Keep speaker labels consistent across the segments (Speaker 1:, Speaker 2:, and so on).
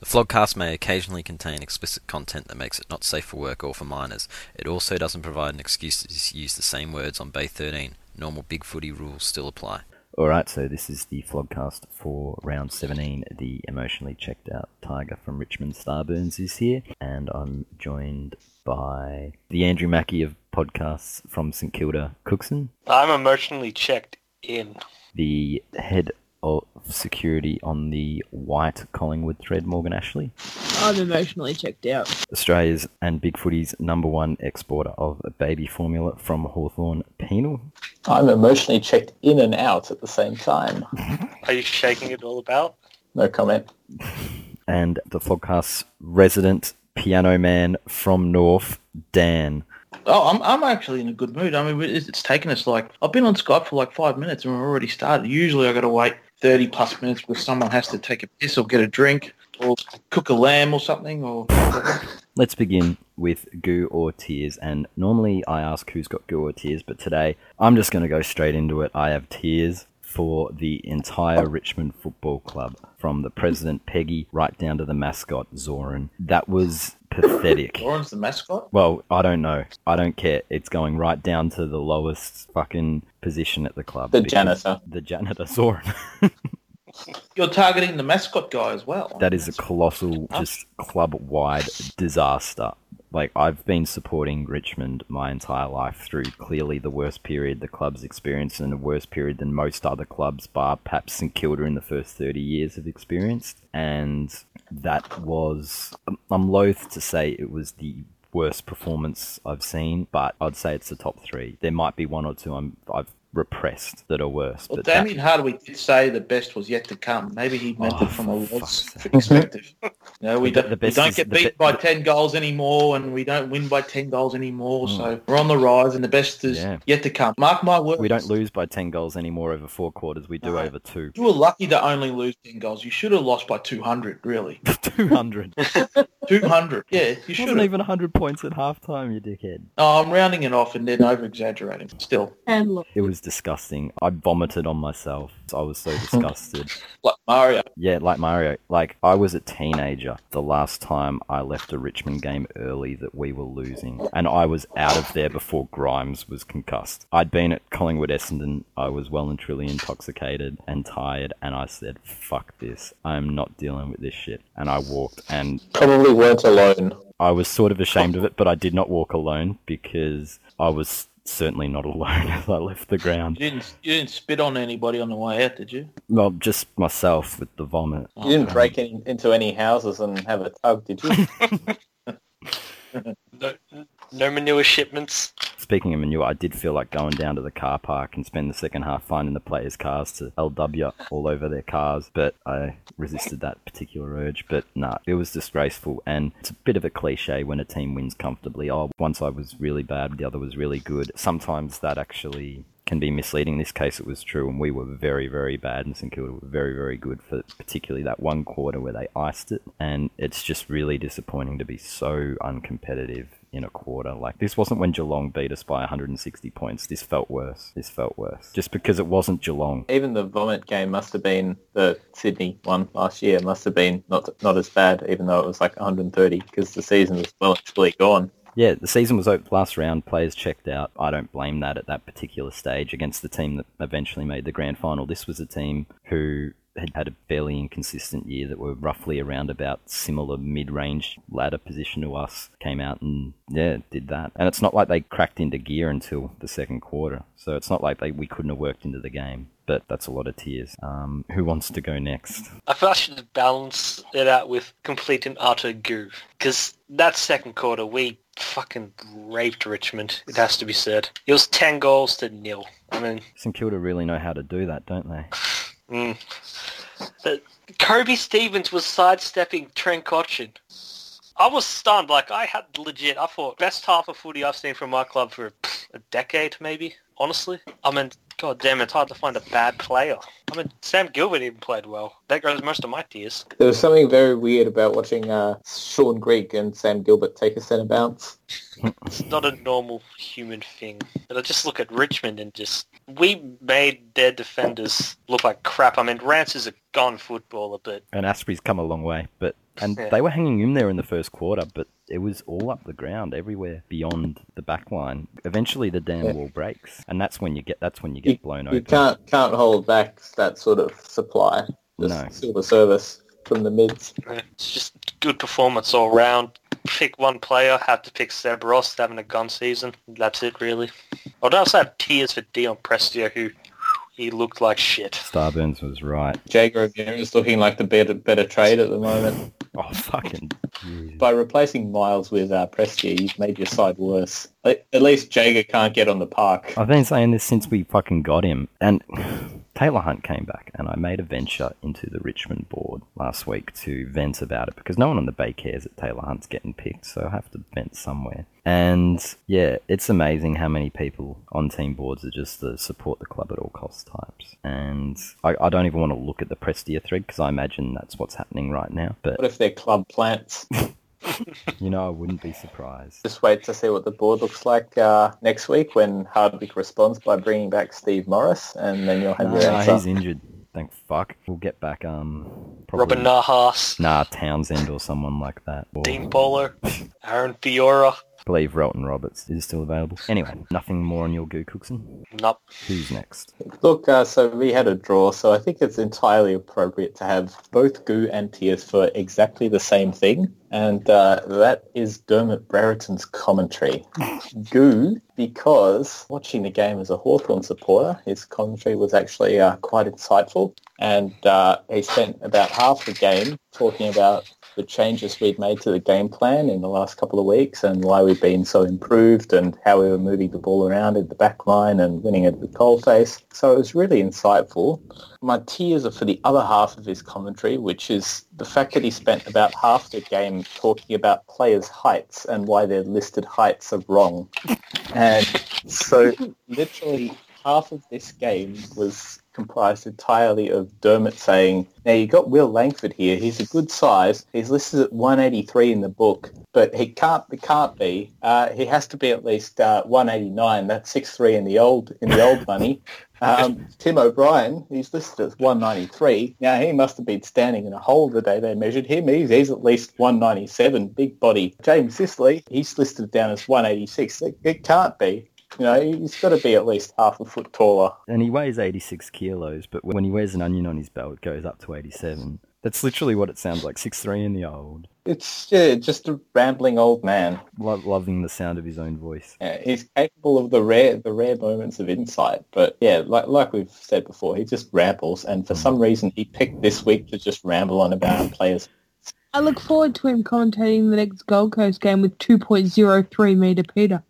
Speaker 1: The Flogcast may occasionally contain explicit content that makes it not safe for work or for minors. It also doesn't provide an excuse to use the same words on Bay 13. Normal Big Footy rules still apply.
Speaker 2: All right, so this is the Flogcast for round 17. The emotionally checked out Tiger from Richmond Starburns is here, and I'm joined by the Andrew Mackey of podcasts from St Kilda, Cookson,
Speaker 3: I'm emotionally checked in.
Speaker 2: the head of security on the white Collingwood thread, Morgan Ashley,
Speaker 4: I'm emotionally checked out.
Speaker 2: Australia's and Big Footy's number one exporter of baby formula from Hawthorn Penal,
Speaker 5: I'm emotionally checked in and out at the same time.
Speaker 3: Are you shaking it all about?
Speaker 5: No comment.
Speaker 2: and the Flogcast's resident piano man from North, Dan.
Speaker 6: Oh, I'm, I'm actually in a good mood. I mean, we- it's, it's taken us like I've been on Skype for like five minutes and we've already started. Usually, I got to wait thirty plus minutes because someone has to take a piss or get a drink or cook a lamb or something. Or
Speaker 2: Let's begin with goo or tears. And normally I ask who's got goo or tears, but today I'm just going to go straight into it. I have tears for the entire Richmond Football Club, from the president Peggy right down to the mascot Zoran. That was pathetic.
Speaker 6: Lauren's the mascot.
Speaker 2: Well, I don't know. I don't care. It's going right down to the lowest fucking position at the club.
Speaker 5: The
Speaker 2: because-
Speaker 5: janitor.
Speaker 2: The janitor Zoran.
Speaker 6: You're targeting the mascot guy as well.
Speaker 2: that is a colossal, just club wide disaster. Like, I've been supporting Richmond my entire life through clearly the worst period the club's experienced and a worse period than most other clubs, bar perhaps St Kilda in the first 30 years, have experienced. And that was, I'm- I'm loath to say it was the worst performance I've seen, but I'd say it's the top three. There might be one or two I'm, I've repressed that are worse.
Speaker 6: Well,
Speaker 2: but that-
Speaker 6: Damien Hardwick did say the best was yet to come. Maybe he meant
Speaker 2: Oh,
Speaker 6: it from a
Speaker 2: for
Speaker 6: Lord's
Speaker 2: fuck's sake.
Speaker 6: perspective. no, we
Speaker 2: The-
Speaker 6: don't,
Speaker 2: the
Speaker 6: we
Speaker 2: best
Speaker 6: don't
Speaker 2: is-
Speaker 6: get
Speaker 2: the
Speaker 6: beat
Speaker 2: be-
Speaker 6: by
Speaker 2: the-
Speaker 6: 10 goals anymore and we don't win by 10 goals anymore. So we're on the rise and the best is
Speaker 2: Hmm. Yeah.
Speaker 6: yet to come. Mark my words.
Speaker 2: we don't lose by 10 goals anymore over four quarters. We do
Speaker 6: No.
Speaker 2: over two.
Speaker 6: You were lucky to only lose 10 goals. You should have lost by 200, really.
Speaker 2: 200.
Speaker 6: 200. Yeah, you should
Speaker 2: wasn't
Speaker 6: have.
Speaker 2: even 100 points at halftime, you dickhead.
Speaker 6: No, Oh, I'm rounding it off and then over-exaggerating. Still,
Speaker 4: And look,
Speaker 2: It was disgusting. I vomited on myself. I was so disgusted.
Speaker 6: like Mario.
Speaker 2: yeah, like Mario, like I was a teenager the last time I left a Richmond game early that we were losing. And I was out of there before Grimes was concussed. I'd been at Collingwood Essendon. I was well and truly intoxicated and tired. And I said, fuck this. I'm not dealing with this shit. And I walked and
Speaker 5: Probably weren't alone.
Speaker 2: I was sort of ashamed of it, but I did not walk alone because I was certainly not alone as I left the
Speaker 6: You
Speaker 2: ground.
Speaker 6: didn't, you didn't spit on anybody on the way out, did you?
Speaker 2: Well, just myself with the vomit.
Speaker 6: Oh,
Speaker 5: You didn't break in, into any houses and have a tug, did you?
Speaker 3: No, no manure shipments.
Speaker 2: Speaking of manure, I did feel like going down to the car park and spend the second half finding the players' cars to LW all over their cars, but I resisted that particular urge. But nah, it was disgraceful, and it's a bit of a cliche when a team wins comfortably. Oh, one side was really bad, the other was really good. Sometimes that actually can be misleading. In this case, it was true, and we were very, very bad, and St Kilda were very, very good for particularly that one quarter where they iced it. And it's just really disappointing to be so uncompetitive in a quarter. Like this wasn't when Geelong beat us by 160 points. This felt worse. This felt worse, just because it wasn't Geelong.
Speaker 5: Even the vomit game must have been the Sydney one last year. Must have been not not as bad, even though it was like 130 because the season was well and truly gone.
Speaker 2: Yeah, the season was over last round. Players checked out. I don't blame that at that particular stage against the team that eventually made the grand final. This was a team who had had a fairly inconsistent year that were roughly around about similar mid-range ladder position to us. Came out and yeah, did that. And it's not like they cracked into gear until the second quarter. So it's not like they we couldn't have worked into the game. But that's a lot of tears. Um, who wants to go next?
Speaker 3: I feel I should balance it out with complete and utter goo. Because that second quarter, we fucking raped Richmond, it has to be said. It was 10 goals to nil. I mean,
Speaker 2: St Kilda really know how to do that, don't they?
Speaker 3: mm. But Kobe Stevens was sidestepping Trent Cotchin. I was stunned. Like, I had legit, I thought, best half of footy I've seen from my club for pff, a decade, maybe, honestly. I mean, god damn, it's hard to find a bad player. I mean, Sam Gilbert even played well. That goes most of my tears.
Speaker 5: There was something very weird about watching uh, Sean Greek and Sam Gilbert take a centre bounce.
Speaker 3: It's not a normal human thing. But I just look at Richmond and just we made their defenders look like crap. I mean, Rance is a gone footballer, but
Speaker 2: And Asprey's come a long way, but And
Speaker 3: Yeah.
Speaker 2: they were hanging in there in the first quarter, but it was all up the ground everywhere beyond the back line. Eventually, the damn
Speaker 5: Yeah.
Speaker 2: wall breaks, and that's when you get that's when you get blown
Speaker 5: You
Speaker 2: open.
Speaker 5: can't can't hold back that sort of supply. Just
Speaker 2: No.
Speaker 5: Silver service from the mids.
Speaker 3: It's just good performance all round. Pick one player, had to pick Seb Ross, having a gun season. That's it, really. I'd also have tears for Dion Prestio, who he looked like shit.
Speaker 2: Starburns was right.
Speaker 5: Jago Rivera is looking like the better better trade at the moment.
Speaker 2: Oh fucking! Jesus.
Speaker 5: By replacing Miles with uh, Prestia, you've made your side worse. At at least Jago can't get on the park.
Speaker 2: I've been saying this since we fucking got him. And Taylor Hunt came back, and I made a venture into the Richmond board last week to vent about it because no one on the Bay cares that Taylor Hunt's getting picked, so I have to vent somewhere. And yeah, it's amazing how many people on team boards are just the support the club at all costs types. And I, I don't even want to look at the Prestia thread because I imagine that's what's happening right now. But
Speaker 5: What if they're club plants?
Speaker 2: you know, I wouldn't be surprised.
Speaker 5: Just wait to see what the board looks like uh, next week when Hardwick responds by bringing back Steve Morris, and then you'll have
Speaker 2: Nah,
Speaker 5: your
Speaker 2: Uh, he's
Speaker 5: answer.
Speaker 2: injured. Thank fuck. We'll get back. Um, probably-
Speaker 3: Robin Nahas,
Speaker 2: Nah, Townsend or someone like that. Or
Speaker 3: Dean Bowler, Aaron Fiora.
Speaker 2: I believe Rolton Roberts is still available. Anyway, nothing more on your goo, Cookson.
Speaker 3: Nope.
Speaker 2: Who's next?
Speaker 5: Look, uh, so we had a draw, so I think it's entirely appropriate to have both Goo and Tears for exactly the same thing, and uh, that is Dermot Brereton's commentary. Goo, because watching the game as a Hawthorn supporter, his commentary was actually uh, quite insightful, and uh, he spent about half the game talking about the changes we'd made to the game plan in the last couple of weeks and why we've been so improved and how we were moving the ball around in the back line and winning at the goalface. So it was really insightful. My tears are for the other half of his commentary, which is the fact that he spent about half the game talking about players' heights and why their listed heights are wrong. And so literally half of this game was comprised entirely of Dermot saying, now you got Will Langford here, he's a good size, he's listed at 183 in the book, but he can't he can't be, uh, he has to be at least uh, 189, that's 6'3 in the old, in the old money. Um, Tim O'Brien, he's listed as 193. Now he must have been standing in a hole the day they measured him. He's, he's at least 197, big body. James Sisley, he's listed down as 186. It, it can't be. You know, he's got to be at least half a foot taller.
Speaker 2: And he weighs 86 kilos, but when he wears an onion on his belt, it goes up to 87. That's literally what it sounds like. 6'3 in the old.
Speaker 5: It's yeah, just a rambling old man.
Speaker 2: Lo- loving the sound of his own voice.
Speaker 5: Yeah, he's capable of the rare the rare moments of insight, but yeah, like like we've said before, he just rambles, and for some reason he picked this week to just ramble on about players.
Speaker 4: I look forward to him commentating the next Gold Coast game with 2.03 meter Peter.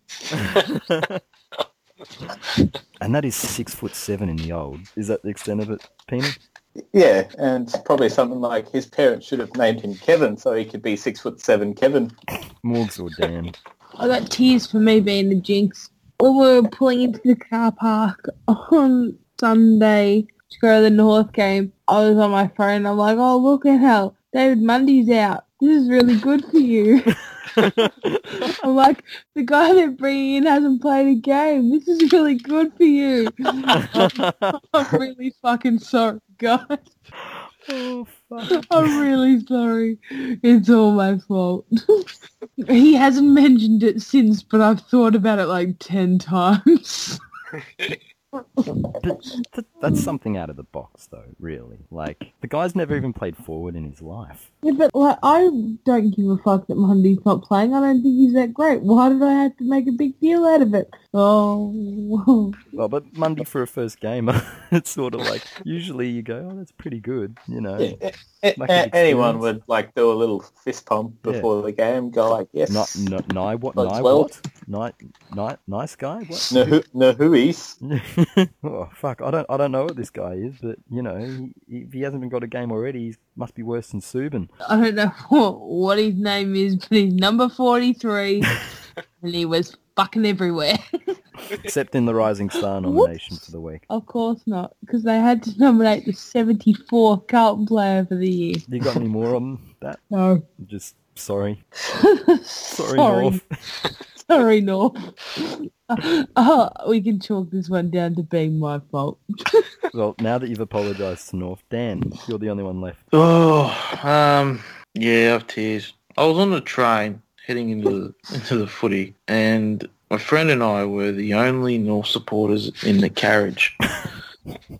Speaker 2: And that is 6 foot 7 in the old. Is that the extent of it, Pina?
Speaker 5: Yeah, and probably something like his parents should have named him Kevin, so he could be six foot seven Kevin.
Speaker 2: Morgs or damned.
Speaker 4: I got tears for me being the jinx. When we were pulling into the car park on Sunday to go to the North game, I was on my phone. I'm like, oh, look at how David Mundy's out. This is really good for you. I'm like, the guy they're bringing in hasn't played a game. This is really good for you. I'm really fucking sorry, guys.
Speaker 2: Oh, fuck.
Speaker 4: I'm really sorry. It's all my fault. he hasn't mentioned it since, but I've thought about it like ten times.
Speaker 2: But th- that's something out of the box, though, really. Like, the guy's never even played forward in his life.
Speaker 4: Yeah, but like I don't give a fuck that Mundy's not playing. I don't think he's that great. Why did I have to make a big deal out of it? Oh,
Speaker 2: Well, but Monday for a first gamer, it's sort of like usually you go, oh, that's pretty good, you know.
Speaker 5: A-
Speaker 2: Like his
Speaker 5: a- anyone
Speaker 2: experience.
Speaker 5: would like do a little fist pump
Speaker 2: Yeah.
Speaker 5: before the game, go like, yes,
Speaker 2: Not, no, ni what,
Speaker 5: Like
Speaker 2: ni
Speaker 5: 12?
Speaker 2: what, ni, ni, nice guy. What?
Speaker 5: Nahu- Nahuis.
Speaker 2: oh fuck, I don't, I don't know what this guy is, but you know, he, if he hasn't even got a game already, he must be worse than Subin.
Speaker 4: I don't know what, what his name is, but he's number forty-three, and he was fucking everywhere.
Speaker 2: Except in the Rising Star nomination for the week.
Speaker 4: Of course not, because they had to nominate the 74th Carlton player for the year.
Speaker 2: You got any more on that?
Speaker 4: No.
Speaker 2: Just sorry, sorry,
Speaker 4: Sorry,
Speaker 2: North.
Speaker 4: Sorry, North. oh, we can chalk this one down to being my fault.
Speaker 2: Well, now that you've apologised to North, Dan, you're the only one left.
Speaker 6: Oh, um, Yeah, I have tears. I was on the train heading into the, into the footy, and my friend and I were the only North supporters in the carriage.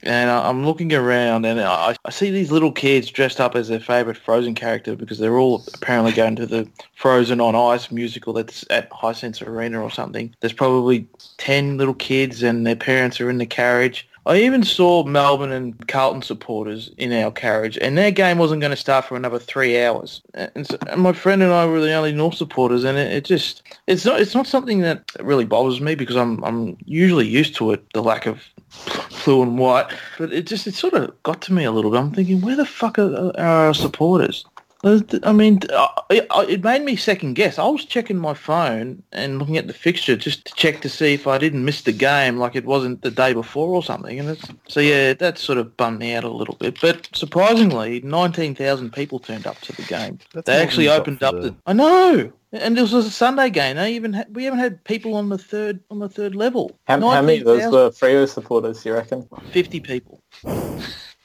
Speaker 6: and I, I'm looking around, and I, I see these little kids dressed up as their favourite Frozen character because they're all apparently going to the Frozen on Ice musical that's at Hisense Arena or something. There's probably ten little kids, and their parents are in the carriage. I even saw Melbourne and Carlton supporters in our carriage, and their game wasn't going to start for another three hours. And, so, and my friend and I were the only North supporters, and it, it just it's not it's not something that really bothers me because I'm I'm usually used to it, the lack of blue and white. But it just it sort of got to me a little bit. I'm thinking, where the fuck are, are our supporters? Uh, I mean, it, it made me second guess. I was checking my phone and looking at the fixture just to check to see if I didn't miss the game, like it wasn't the day before or something. And it's, so yeah, that sort of bummed me out a little bit. But surprisingly, nineteen thousand people turned up to the game.
Speaker 2: That's more
Speaker 6: they
Speaker 2: than
Speaker 6: actually
Speaker 2: you got
Speaker 6: opened
Speaker 2: for
Speaker 6: up
Speaker 2: the-
Speaker 6: the. I know. And this was a Sunday game. They even had, we haven't had people on the third on the third level.
Speaker 5: How, how many of those
Speaker 6: 19,000
Speaker 5: were Freo supporters, you reckon?
Speaker 6: 50 people.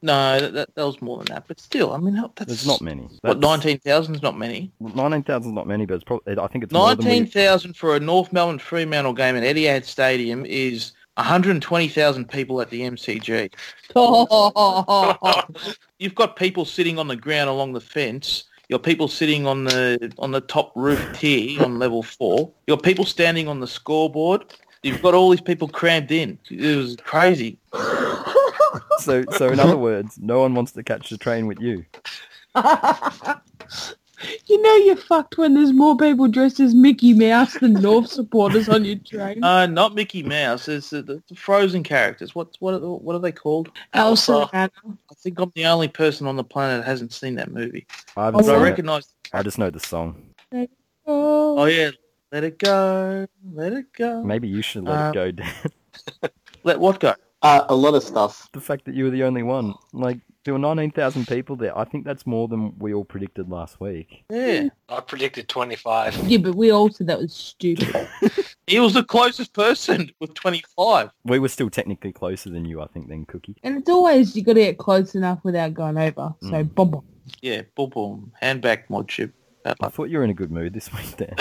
Speaker 6: No, that, that, that was more than that. But still, I mean, how- that's
Speaker 2: There's not many.
Speaker 6: What
Speaker 2: That's-
Speaker 6: nineteen thousand is not many.
Speaker 2: 19,000 is not many, but it's probably, I think it's more than we-
Speaker 6: Nineteen thousand for a North Melbourne Fremantle game at Etihad Stadium is one hundred and twenty thousand people at the MCG. You've got people sitting on the ground along the fence. You've got people sitting on the on the top roof tier on level four. You've got people standing on the scoreboard. You've got all these people crammed in. It was crazy.
Speaker 2: So, so in other words, no one wants to catch the train with you.
Speaker 4: you know you're fucked when there's more people dressed as Mickey Mouse than North supporters on your train.
Speaker 6: Uh, not Mickey Mouse. It's the, the Frozen characters. What what what are they called?
Speaker 4: Elsa, Anna.
Speaker 6: I think I'm the only person on the planet that hasn't seen that movie.
Speaker 2: I haven't
Speaker 4: Oh,
Speaker 6: But
Speaker 2: seen
Speaker 6: I
Speaker 2: it.
Speaker 6: recognise.
Speaker 2: I just know the song.
Speaker 6: Oh
Speaker 4: Oh,
Speaker 6: yeah, let it go, let it go.
Speaker 2: Maybe you should let
Speaker 6: Uh,
Speaker 2: it go, Dan.
Speaker 6: Let what go?
Speaker 5: Uh, a lot of stuff.
Speaker 2: the fact that you were the only one. Like, there were 19,000 people there. I think that's more than we all predicted last week.
Speaker 6: Yeah,
Speaker 3: I predicted 25.
Speaker 4: yeah, but we all said that was stupid.
Speaker 6: he was the closest person with 25.
Speaker 2: We were still technically closer than you, I think, then, Cookie.
Speaker 4: and it's always you got to get close enough without going over. So,
Speaker 2: Mm.
Speaker 4: boom, boom.
Speaker 6: Yeah, boom, boom, hand back, mod chip. Bad
Speaker 2: I
Speaker 6: luck.
Speaker 2: thought you were in a good mood this week, Dan.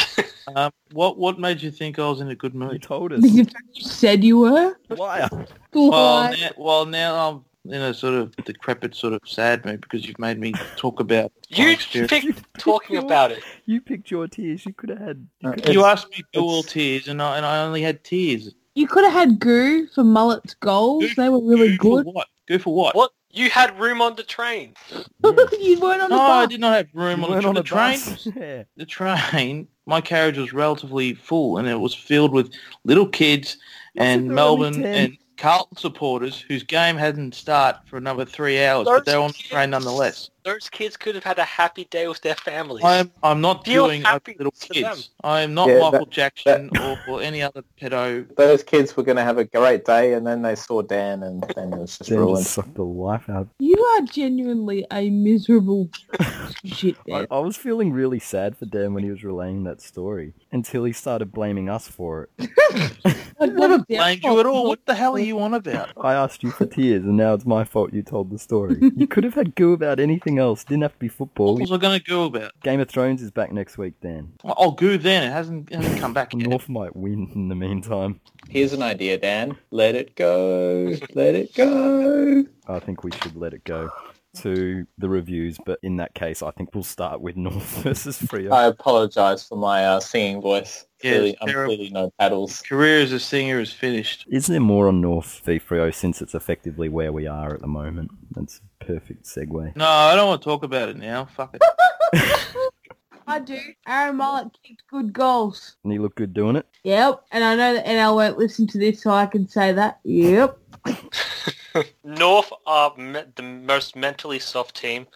Speaker 6: Um, what what made you think I was in a good
Speaker 2: you
Speaker 6: mood?
Speaker 2: told us.
Speaker 4: You said you were.
Speaker 2: Liar.
Speaker 6: Well,
Speaker 4: Like,
Speaker 6: now, well, now I'm in a sort of decrepit, sort of sad mood because you've made me talk about. my
Speaker 3: You
Speaker 6: experience.
Speaker 3: picked talking about it.
Speaker 2: You picked your tears. You could have had...
Speaker 5: Uh,
Speaker 6: you
Speaker 5: it's-
Speaker 6: asked me dual tears, and I and I only had tears.
Speaker 4: You could have had Goo for Mullet's goals. They were really
Speaker 6: Goo
Speaker 4: good.
Speaker 6: For what? Go for what?
Speaker 3: What? You had room on the train.
Speaker 4: you weren't on the
Speaker 6: No, I
Speaker 4: bus.
Speaker 6: did not have room
Speaker 2: You
Speaker 6: on the,
Speaker 2: weren't
Speaker 6: tra-
Speaker 2: on
Speaker 6: the
Speaker 2: a
Speaker 6: train.
Speaker 2: bus. Yeah.
Speaker 6: the train, my carriage was relatively full and it was filled with little kids and
Speaker 2: there were only
Speaker 6: Melbourne
Speaker 2: 10.
Speaker 6: and Carlton supporters whose game hadn't started for another three hours, but they were on the train nonetheless.
Speaker 3: Those kids could have had a happy day with their families.
Speaker 6: I'm, I'm not
Speaker 3: Feel
Speaker 6: doing other
Speaker 3: happy
Speaker 6: little
Speaker 3: for them.
Speaker 6: kids. I am not
Speaker 5: Yeah,
Speaker 6: Michael
Speaker 5: that-
Speaker 6: Jackson Or, or any other pedo.
Speaker 5: Those kids were going to have a great day, and then they saw Dan, and then it was just
Speaker 2: Dan
Speaker 5: ruined.
Speaker 2: just sucked the life out.
Speaker 4: You are genuinely a miserable shit.
Speaker 2: I,
Speaker 4: man.
Speaker 2: I was feeling really sad for Dan when he was relaying that story until he started blaming us for it.
Speaker 4: I never
Speaker 6: Blamed you at all. What the hell are you on about?
Speaker 2: I asked you for tears, and now it's my fault you told the story. you could have had goo about anything else. Didn't have to be
Speaker 6: What
Speaker 2: football.
Speaker 6: was I going to go about?
Speaker 2: Game of Thrones is back next week, Dan.
Speaker 6: I'll go then. It hasn't, it hasn't come back yet.
Speaker 2: North might win in the meantime.
Speaker 5: Here's an idea, Dan. Let it go. Let it go.
Speaker 2: I think we should let it go to the reviews, but in that case, I think we'll start with North versus Frio.
Speaker 5: I apologize for my uh, singing voice.
Speaker 6: Yeah,
Speaker 5: Clearly-
Speaker 6: it's
Speaker 5: I'm
Speaker 6: terrible.
Speaker 5: clearly no paddles.
Speaker 6: Career as a singer is finished.
Speaker 2: Is there more on North v Frio since it's effectively where we are at the moment? That's a perfect segue.
Speaker 6: No, I don't want to talk about it now. Fuck it.
Speaker 4: I do. Aaron Mullet kicked good goals.
Speaker 2: And he looked good doing it.
Speaker 4: Yep. And I know that NL won't listen to this, so I can say that. Yep.
Speaker 3: North are me- the most mentally soft team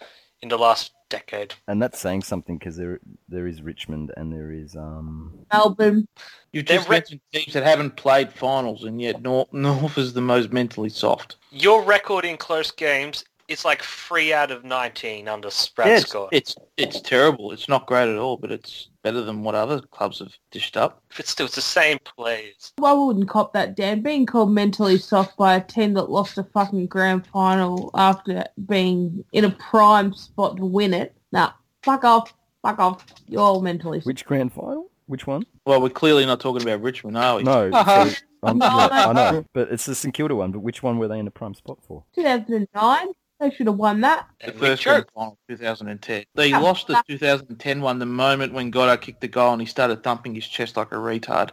Speaker 3: in the last decade.
Speaker 2: And that's saying something because there there is Richmond and there is um
Speaker 4: Melbourne.
Speaker 6: You've
Speaker 3: They're
Speaker 6: just
Speaker 3: re-
Speaker 6: mentioned teams that haven't played finals, and yet North, North is the most mentally soft.
Speaker 3: Your record in close games is like three out of 19 under Sprat
Speaker 6: Yeah, it's,
Speaker 3: Scott.
Speaker 6: it's it's terrible. It's not great at all, but it's better than what other clubs have dished up.
Speaker 3: But still, it's the same players.
Speaker 4: Well, I wouldn't cop that, Dan. Being called mentally soft by a team that lost a fucking grand final after being in a prime spot to win it. Nah, Fuck off. Fuck off. You're all mentally
Speaker 2: Which grand final? Which one?
Speaker 6: Well, we're clearly not talking about Richmond, are we?
Speaker 2: No.
Speaker 3: Uh-huh.
Speaker 2: see, I'm- no, I know, but it's the St Kilda one. But which one were they in the prime spot for?
Speaker 4: 2009. They should have won that.
Speaker 6: The
Speaker 3: And we
Speaker 6: first
Speaker 3: choked.
Speaker 6: grand final, 2010. They
Speaker 4: Yeah.
Speaker 6: lost the 2010 one the moment when Goddard kicked the goal and he started thumping his chest like a retard.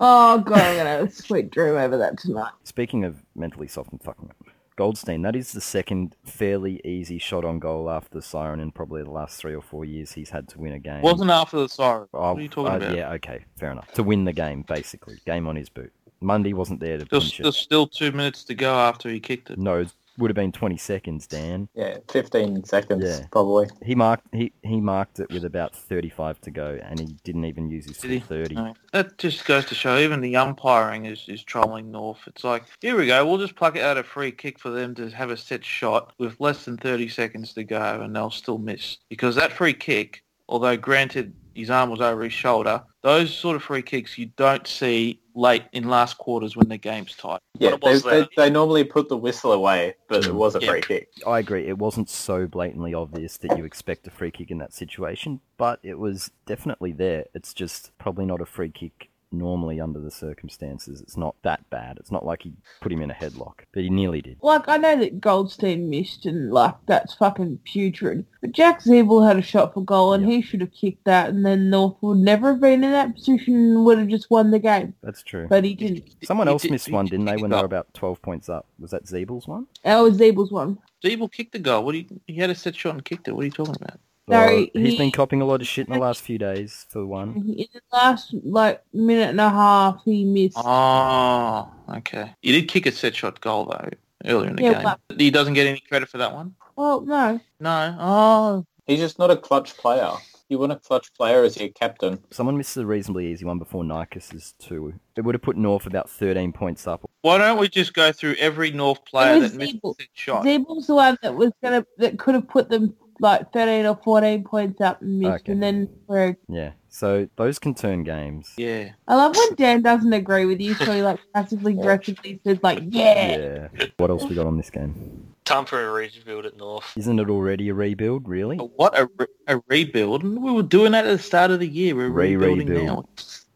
Speaker 4: oh god, I'm gonna have a sweet dream over that tonight.
Speaker 2: Speaking of mentally soft and fucking up, Goldstein, that is the second fairly easy shot on goal after Siren in probably the last three or four years he's had to win a game.
Speaker 6: Wasn't after the siren.
Speaker 2: Oh,
Speaker 6: what are you talking
Speaker 2: uh,
Speaker 6: about?
Speaker 2: Yeah, okay, fair enough. To win the game, basically. Game on his boot. Mundy wasn't there to
Speaker 6: There's,
Speaker 2: punch it.
Speaker 6: there's still two minutes to go after he kicked it.
Speaker 2: No, it would have been 20 seconds, Dan.
Speaker 5: Yeah, 15 seconds
Speaker 2: Yeah.
Speaker 5: probably.
Speaker 2: He marked he, he marked it with about 35 to go, and he didn't even use his
Speaker 6: Did he?
Speaker 2: full 30.
Speaker 6: No. That just goes to show even the umpiring is, is trolling North. It's like, here we go, we'll just pluck it out a free kick for them to have a set shot with less than 30 seconds to go and they'll still miss. Because that free kick, although granted his arm was over his shoulder, those sort of free kicks you don't see late in last quarters when the game's tight.
Speaker 5: Yeah,
Speaker 3: What
Speaker 5: they,
Speaker 3: was
Speaker 5: they,
Speaker 3: that?
Speaker 5: they normally put the whistle away, but it was a
Speaker 3: Yeah.
Speaker 5: free kick.
Speaker 2: I agree. It wasn't so blatantly obvious that you expect a free kick in that situation, but it was definitely there. It's just probably not a free kick normally under the circumstances. It's not that bad. It's not like he put him in a headlock, but he nearly did.
Speaker 4: Like I know that Goldstein missed and like that's fucking putrid. But Jack Zeeble had a shot for goal and he should have kicked that and then North would never have been in that position and would have just won the game.
Speaker 2: That's true.
Speaker 4: But he didn't.
Speaker 2: Someone
Speaker 6: He
Speaker 2: else
Speaker 6: did-
Speaker 2: missed
Speaker 6: he
Speaker 2: one,
Speaker 6: did
Speaker 2: didn't they,
Speaker 6: kick
Speaker 2: when
Speaker 6: it
Speaker 2: they were
Speaker 6: up.
Speaker 2: about 12 points up? Was that Zeebel's one?
Speaker 4: That was Zeeble's one.
Speaker 6: Zeeble kicked the goal. What do you, he had a set shot and kicked it. What are you talking about?
Speaker 4: No,
Speaker 2: he's
Speaker 4: he-
Speaker 2: been copping a lot of shit in the last few days, for one.
Speaker 4: In the last like minute and a half he missed.
Speaker 6: Uh-huh. Oh, okay. He did kick a set shot goal though earlier in the
Speaker 4: Yeah,
Speaker 6: game. He doesn't get any credit for that one.
Speaker 4: Well, no.
Speaker 6: No. Oh,
Speaker 5: He's just not a clutch player. You want a clutch player as your captain.
Speaker 2: Someone missed a reasonably easy one before Nikas's two. It would have put North about 13 points up.
Speaker 6: Why don't we just go through every North player
Speaker 4: was
Speaker 6: that missed
Speaker 4: Zeeble.
Speaker 6: a set shot?
Speaker 4: Zeeble's the one that was gonna that could have put them like thirteen or fourteen points up and missed
Speaker 2: Okay.
Speaker 4: and then through.
Speaker 2: Yeah, so those can turn games.
Speaker 6: Yeah.
Speaker 4: I love when Dan doesn't agree with you, so he like passively aggressively says like, yeah.
Speaker 2: Yeah. What else we got on this game?
Speaker 3: Time for a rebuild at North.
Speaker 2: Isn't it already a rebuild, really?
Speaker 6: But What a, re- a rebuild! And We were doing that at the start of the year. We're
Speaker 2: Re-rebuild.
Speaker 6: rebuilding now.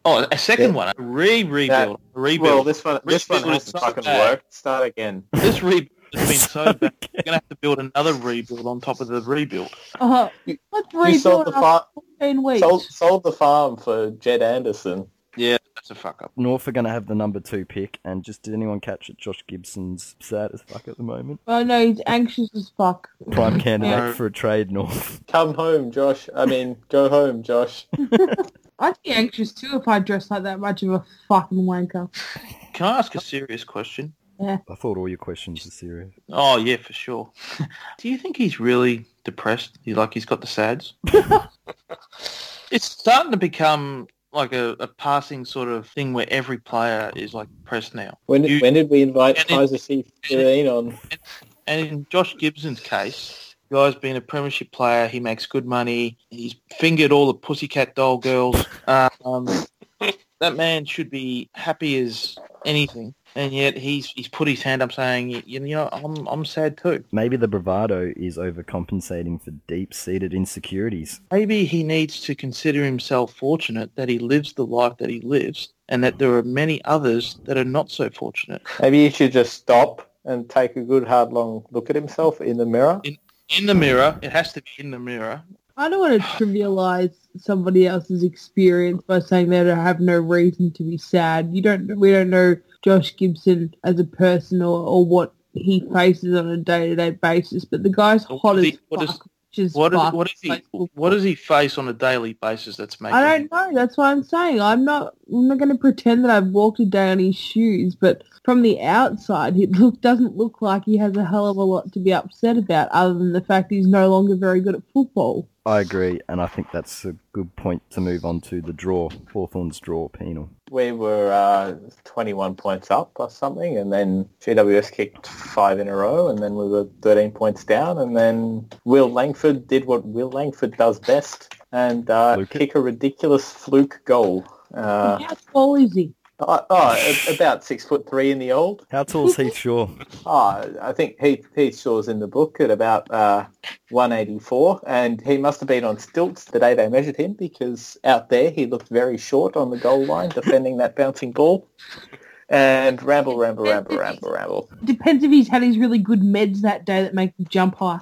Speaker 6: Oh, a second
Speaker 5: Yeah.
Speaker 6: one. A re-rebuild. A
Speaker 5: Well,
Speaker 6: rebuild.
Speaker 5: this one,
Speaker 6: Rich
Speaker 5: this one
Speaker 6: people
Speaker 5: hasn't
Speaker 6: suck
Speaker 5: fucking
Speaker 6: bad.
Speaker 5: worked. Start again.
Speaker 6: this, rebuild has been so bad. We're gonna have to build another rebuild on top of the rebuild.
Speaker 4: Uh, let's
Speaker 5: You
Speaker 4: rebuild
Speaker 5: sold the,
Speaker 4: after
Speaker 5: far-
Speaker 4: 14 weeks.
Speaker 5: sold, sold the farm for Jed Anderson.
Speaker 6: Yeah, that's a fuck up.
Speaker 2: North are going to have the number two pick, and just did anyone catch it? Josh Gibson's sad as fuck at the moment.
Speaker 4: Well, no, he's anxious as fuck.
Speaker 2: Prime
Speaker 6: No.
Speaker 2: candidate for a trade, North.
Speaker 5: Come home, Josh. I mean, go home, Josh.
Speaker 4: I'd be anxious too if I dressed like that much of a fucking wanker.
Speaker 6: Can I ask a serious question?
Speaker 2: I thought all your questions were serious.
Speaker 6: Oh yeah, for sure. Do you think he's really depressed? He, like he's got the sads? it's starting to become like a, a passing sort of thing where every player is like depressed now.
Speaker 5: When,
Speaker 6: You-
Speaker 5: when did we invite
Speaker 6: and it-
Speaker 5: Kaiser C15 on?
Speaker 6: And in Josh Gibson's case, the guy's been a premiership player. He makes good money. He's fingered all the pussycat doll girls. Um, that man should be happy as anything. And yet he's he's put his hand up saying, you, you know, I'm I'm sad too.
Speaker 2: Maybe the bravado is overcompensating for deep-seated insecurities.
Speaker 6: Maybe he needs to consider himself fortunate that he lives the life that he lives and that there are many others that are not so fortunate.
Speaker 5: Maybe he should just stop and take a good hard long look at himself in the mirror.
Speaker 6: In the mirror, it has to be in the mirror.
Speaker 4: I don't want to trivialize somebody else's experience by saying they don't have no reason to be sad. You don't. We don't know Josh Gibson as a person or, or what he faces on a day-to-day basis, but the guy's
Speaker 6: What
Speaker 4: hot
Speaker 6: is
Speaker 4: as
Speaker 6: he- what is-
Speaker 4: fuck. which is
Speaker 6: What is,
Speaker 4: fuck.
Speaker 6: what is he what does he face on a daily basis that's making
Speaker 4: I don't know. That's what I'm saying. I'm not. I'm not going to pretend that I've walked a day on his shoes, but from the outside, he look doesn't look like he has a hell of a lot to be upset about, other than the fact he's no longer very good at football.
Speaker 2: I agree, and I think that's a good point to move on to the draw, Hawthorn's draw penal.
Speaker 5: We were uh, 21 points up or something, and then GWS kicked five in a row, and then we were 13 points down, and then Will Langford did what Will Langford does best and uh,
Speaker 2: Fluke it.
Speaker 5: kick a ridiculous fluke goal. Uh,
Speaker 4: How tall is he?
Speaker 5: Oh, oh, a- about six foot three in the old.
Speaker 2: How tall is Heath Shaw?
Speaker 5: Ah, I think Heath, Heath Shaw's in the book at about uh, 184, and he must have been on stilts the day they measured him because out there he looked very short on the goal line defending that bouncing ball. And ramble, ramble, ramble, ramble, ramble.
Speaker 4: Depends if he's had his really good meds that day that make him jump high.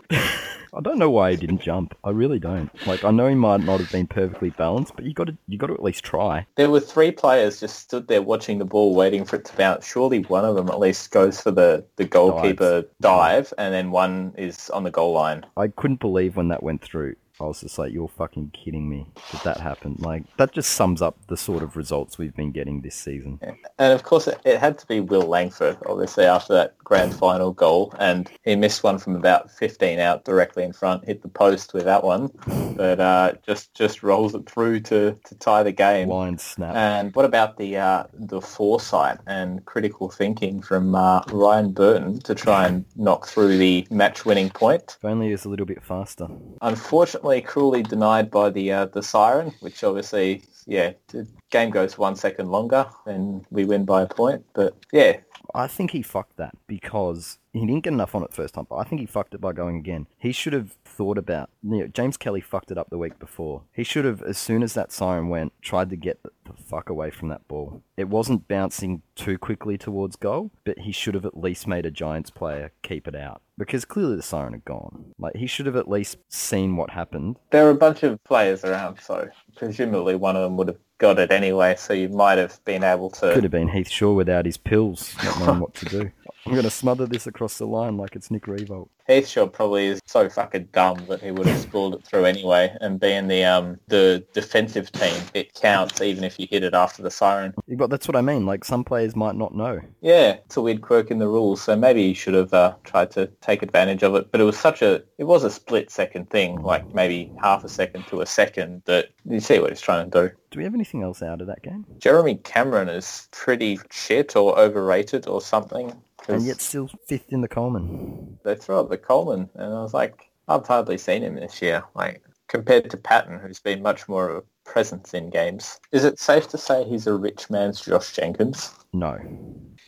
Speaker 2: I don't know why he didn't jump. I really don't. Like I know he might not have been perfectly balanced, but you got to you got to at least try.
Speaker 5: There were three players just stood there watching the ball, waiting for it to bounce. Surely one of them at least goes for the, the goalkeeper dive, and then one is on the goal line.
Speaker 2: I couldn't believe when that went through. I was just like, "You're fucking kidding me that that happened." Like that just sums up the sort of results we've been getting this season.
Speaker 5: And of course, it, it had to be Will Langford, obviously, after that grand final goal. And he missed one from about 15 out directly in front, hit the post with that one, but uh, just just rolls it through to, to tie the game.
Speaker 2: Line snap.
Speaker 5: And what about the uh, the foresight and critical thinking from uh, Ryan Burton to try and knock through the match-winning point?
Speaker 2: if only it was a little bit faster.
Speaker 5: Unfortunately, cruelly denied by the uh, the siren, which obviously, yeah, the game goes one second longer and we win by a point. But yeah,
Speaker 2: I think he fucked that because he didn't get enough on it first time, but I think he fucked it by going again. He should have thought about. You know, James Kelly fucked it up the week before. He should have, as soon as that siren went, tried to get the, the fuck away from that ball. It wasn't bouncing too quickly towards goal, but he should have at least made a Giants player keep it out because clearly the siren had gone. Like he should have at least seen what happened.
Speaker 5: there were a bunch of players around, so presumably one of them would have got it anyway. So you might have been able to.
Speaker 2: Could have been Heath Shaw without his pills, not knowing what to do. I'm gonna smother this across the line like it's Nick Revolt.
Speaker 5: Heath Shaw probably is so fucking dumb that he would have spooled it through anyway. And being the um the defensive team, it counts even if you hit it after the siren.
Speaker 2: But that's what I mean. Like some players might not know.
Speaker 5: Yeah, it's a weird quirk in the rules, so maybe you should have uh, tried to take advantage of it. But it was such a, it was a split second thing, like maybe half a second to a second that you see what he's trying to do.
Speaker 2: Do we have anything else out of that game?
Speaker 5: Jeremy Cameron is pretty shit or overrated or something. 'cause
Speaker 2: And yet still fifth in the Coleman.
Speaker 5: they throw up the Coleman, and I was like, I've hardly seen him this year, like compared to Patton, who's been much more of a presence in games. Is it safe to say he's a rich man's Josh Jenkins?
Speaker 2: No,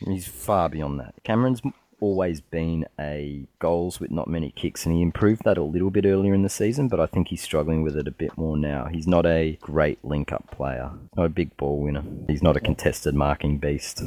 Speaker 2: he's far beyond that. Cameron's m- always been a goals with not many kicks, and he improved that a little bit earlier in the season, but I think he's struggling with it a bit more now. He's not a great link-up player, not a big ball winner. He's not a contested marking beast.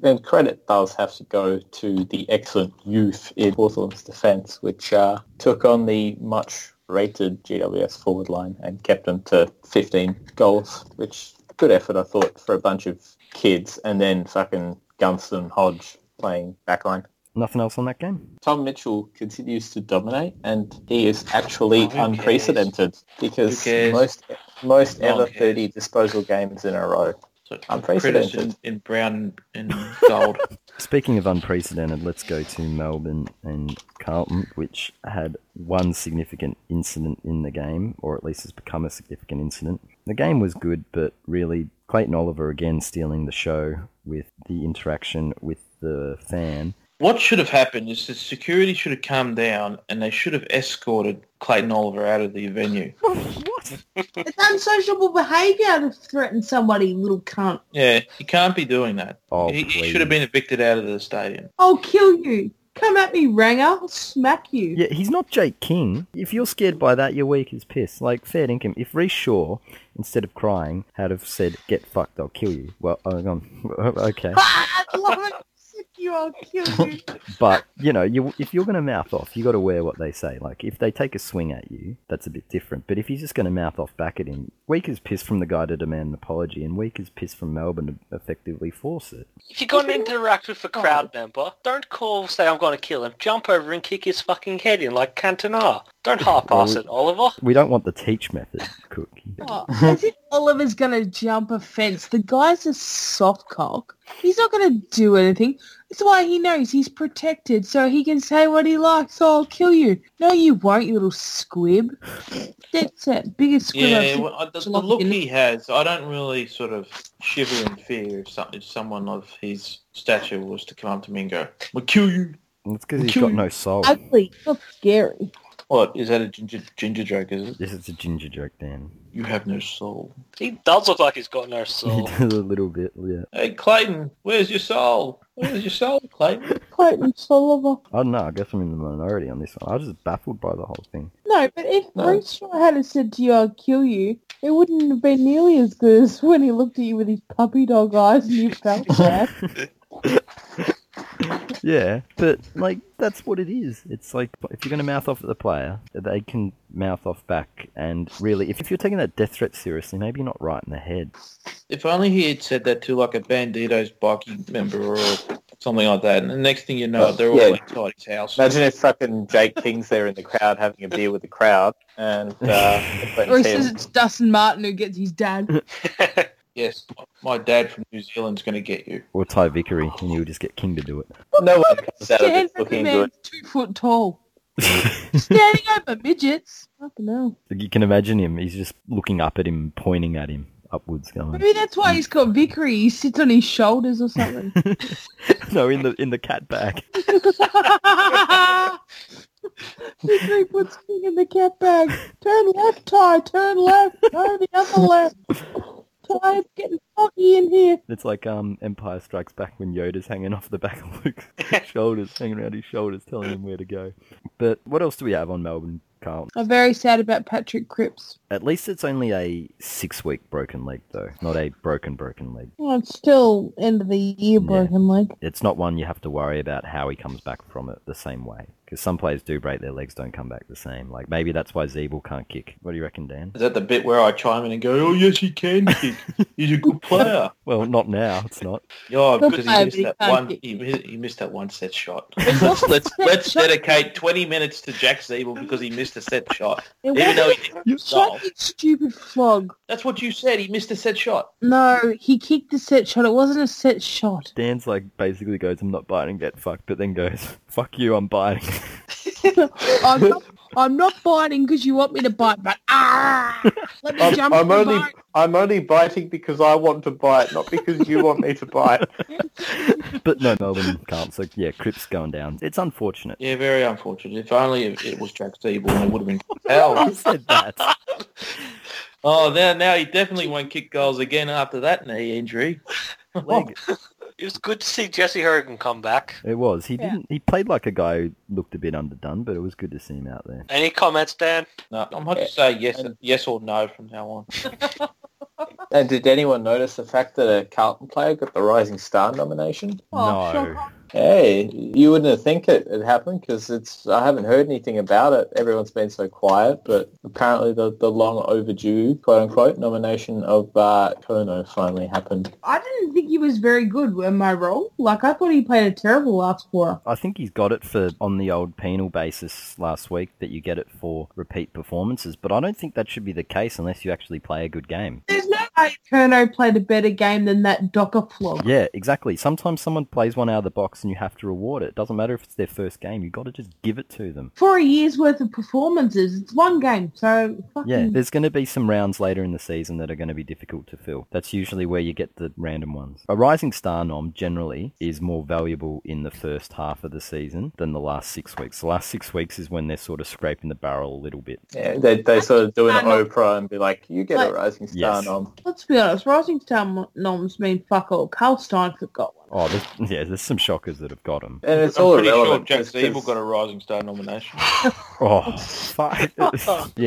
Speaker 5: Then credit does have to go to the excellent youth in Hawthorne's defence, which uh, took on the much rated GWS forward line and kept them to 15 goals, which good effort, I thought, for a bunch of kids. And then fucking Gunston Hodge playing backline.
Speaker 2: Nothing else on that game.
Speaker 5: Tom Mitchell continues to dominate, and he is actually
Speaker 6: Oh, Who cares?
Speaker 5: unprecedented because
Speaker 6: Who cares?
Speaker 5: most most
Speaker 6: No one
Speaker 5: ever
Speaker 6: cares.
Speaker 5: 30 disposal games in a row.
Speaker 6: So it's
Speaker 5: Unprecedented.
Speaker 6: Critters in, in brown and gold.
Speaker 2: Speaking of unprecedented, let's go to Melbourne and Carlton, which had one significant incident in the game, or at least has become a significant incident. The game was good, but really, Clayton Oliver again stealing the show with the interaction with the fan.
Speaker 6: What should have happened is that security should have come down and they should have escorted Clayton Oliver out of the venue.
Speaker 4: It's unsociable behaviour to threaten somebody, little cunt.
Speaker 6: Yeah, you can't be doing that.
Speaker 2: Oh,
Speaker 6: he, he
Speaker 2: please.
Speaker 6: should have been evicted out of the stadium.
Speaker 4: I'll kill you. Come at me, Ranger. I'll smack you.
Speaker 2: Yeah, he's not Jake King. If you're scared by that, you're weak as piss. Like, fair dinkum. If Reece Shaw, instead of crying, had have said, get fucked, I'll kill you. Well, hang on. okay.
Speaker 4: Ah, I love it. Sick you, I'll kill you.
Speaker 2: But you know, you if you're going to mouth off, you got to wear what they say. Like if they take a swing at you, that's a bit different. But if he's just going to mouth off back at him, weak as piss from the guy to demand an apology, and weak as piss from Melbourne to effectively force it.
Speaker 3: If you're going to interact with a crowd member, don't call say I'm going to kill him. Jump over and kick his fucking head in like Cantona. Don't half ass it, Oliver.
Speaker 2: We don't want the teach method, Cook.
Speaker 4: Oh, as if Oliver's gonna jump a fence. The guy's a soft cock. He's not gonna do anything. That's why he knows he's protected, so he can say what he likes. Oh, I'll kill you. No, you won't, you little squib. That's it. Biggest squib I've
Speaker 6: Yeah,
Speaker 4: seen.
Speaker 6: well, I- the, the look he has, I don't really sort of shiver in fear if, some, if someone of his stature was to come up to me and go, "We'll kill you."
Speaker 2: That's because he's got no soul.
Speaker 4: Ugly. Not scary.
Speaker 6: What is that? A ginger ginger joke? Is it?
Speaker 2: This is a ginger joke, Dan.
Speaker 6: You have no soul.
Speaker 3: He does look like he's got no
Speaker 2: He
Speaker 3: soul.
Speaker 2: does a little bit, yeah.
Speaker 6: Hey Clayton, where's your soul? Where's your soul, Clayton?
Speaker 4: Clayton Sullivan.
Speaker 2: I don't know. I guess I'm in the minority on this one. I was just baffled by the whole thing.
Speaker 4: No, but if
Speaker 6: No.
Speaker 4: Bruce Shaw had have said to you, I'll kill you, it wouldn't have been nearly as good as when he looked at you with his puppy dog eyes and you felt that.
Speaker 2: Yeah, but like that's what it is. It's like if you're going to mouth off at the player, they can mouth off back. And really, if, if you're taking that death threat seriously, maybe you're not right in the head.
Speaker 6: If only he had said that to like a Bandito's bikie member or something like that. And the next thing you know, they're all
Speaker 5: Yeah.
Speaker 6: inside his house.
Speaker 5: Imagine if fucking Jake King's there in the crowd having a beer with the crowd, and uh, Clinton
Speaker 4: or he
Speaker 5: says,
Speaker 4: says it's Dustin Martin who gets his dad.
Speaker 6: Yes, my dad from New Zealand's going to get you.
Speaker 2: Or Ty Vickery, and you'll just get King to do it.
Speaker 5: "No one comes out of
Speaker 4: Stand
Speaker 5: this
Speaker 4: for the
Speaker 5: looking good."
Speaker 4: man two foot tall. Standing over midgets. Fucking hell.
Speaker 2: Like, you can imagine him. He's just looking up at him, pointing at him upwards, going.
Speaker 4: Maybe that's why he's called Vickery. He sits on his shoulders or something.
Speaker 2: no, in the in the cat bag.
Speaker 4: Vickery puts King in the cat bag. Turn left, Ty. Turn left. Turn the other left. Ty, it's getting foggy in here.
Speaker 2: It's like um Empire Strikes Back when Yoda's hanging off the back of Luke's shoulders, hanging around his shoulders, telling him where to go. But what else do we have on Melbourne, Carl?
Speaker 4: I'm very sad about Patrick Cripps.
Speaker 2: At least it's only a six-week broken leg, though, not a broken broken leg.
Speaker 4: Well, Oh, it's still end of the year
Speaker 2: Yeah.
Speaker 4: broken leg.
Speaker 2: It's not one you have to worry about how he comes back from it the same way. Because some players do break their legs, don't come back the same. Like maybe that's why Zeeble can't kick. What do you reckon, Dan?
Speaker 6: Is that the bit where I chime in and go, oh, yes, he can kick. He's a good player.
Speaker 2: Well, not now. It's not.
Speaker 6: Yeah,
Speaker 4: Good
Speaker 6: because
Speaker 4: player,
Speaker 6: he missed
Speaker 4: but he
Speaker 6: that
Speaker 4: can't
Speaker 6: one.
Speaker 4: kick.
Speaker 6: He, mi- he missed that one set shot.
Speaker 4: It
Speaker 6: let's
Speaker 4: wasn't
Speaker 6: let's,
Speaker 4: a set
Speaker 6: let's
Speaker 4: shot.
Speaker 6: dedicate 20 minutes to Jack Zeeble because he missed a set shot.
Speaker 4: It
Speaker 6: Even
Speaker 4: wasn't
Speaker 6: though he didn't
Speaker 4: a shot,
Speaker 6: solve.
Speaker 4: you stupid flog.
Speaker 6: That's what you said. He missed a set shot.
Speaker 4: No, he kicked a set shot. It wasn't a set shot.
Speaker 2: Dan's like basically goes, "I'm not biting, get fucked," but then goes, "Fuck you, I'm biting."
Speaker 4: I'm not, I'm not biting because you want me to bite, but ah, let me
Speaker 5: I'm,
Speaker 4: jump.
Speaker 5: I'm
Speaker 4: and
Speaker 5: only
Speaker 4: bite.
Speaker 5: I'm only biting because I want to bite, not because you want me to bite.
Speaker 2: But no, Melbourne can't. So yeah, Cripps going down. It's unfortunate.
Speaker 6: Yeah, very unfortunate. If only it, it was Jack Zeeble, it would have been hell.
Speaker 2: Who said that?
Speaker 6: Oh, now now he definitely won't kick goals again after that knee injury.
Speaker 2: Leg.
Speaker 3: it was good to see Jesse Hogan come back.
Speaker 2: It was. He
Speaker 4: Yeah.
Speaker 2: didn't. He played like a guy who looked a bit underdone, but it was good to see him out there.
Speaker 3: Any comments, Dan?
Speaker 6: No, I'm going to say yes, yes or no from now on.
Speaker 5: And did anyone notice the fact that a Carlton player got the Rising Star nomination?
Speaker 4: Oh,
Speaker 2: no.
Speaker 4: shock.
Speaker 5: Hey, you wouldn't think it it happened because it's I haven't heard anything about it. Everyone's been so quiet, but apparently the, the long overdue quote unquote nomination of uh, Kono finally happened.
Speaker 4: I didn't think he was very good. Am I wrong? Like I thought he played a terrible last quarter.
Speaker 2: I think he's got it for on the old penal basis last week that you get it for repeat performances, but I don't think that should be the case unless you actually play a good game.
Speaker 4: There's no way Kerno played a better game than that Docker flog.
Speaker 2: Yeah, exactly. Sometimes someone plays one out of the box and you have to reward it. Doesn't matter if it's their first game, you've got to just give it to them.
Speaker 4: For a year's worth of performances, it's one game, so fucking
Speaker 2: Yeah, there's going to be some rounds later in the season that are going to be difficult to fill. That's usually where you get the random ones. A rising star nom generally is more valuable in the first half of the season than the last six weeks. The last six weeks is when they're sort of scraping the barrel a little bit.
Speaker 5: Yeah, they they sort of do an
Speaker 4: Star nom.
Speaker 5: Oprah and be like, "You get a
Speaker 4: Like-
Speaker 5: Rising Star
Speaker 2: Yes.
Speaker 5: nom."
Speaker 4: Let's be honest, Rising Star noms mean fuck all. Carl Steinford got one.
Speaker 2: Oh, there's, yeah, there's some shockers that have got them.
Speaker 5: And it's
Speaker 6: I'm
Speaker 5: all
Speaker 6: pretty
Speaker 5: irrelevant.
Speaker 6: sure Jack
Speaker 5: just
Speaker 6: Zeeble
Speaker 5: 'cause-
Speaker 6: got a Rising Star nomination.
Speaker 2: Oh, fuck. yeah,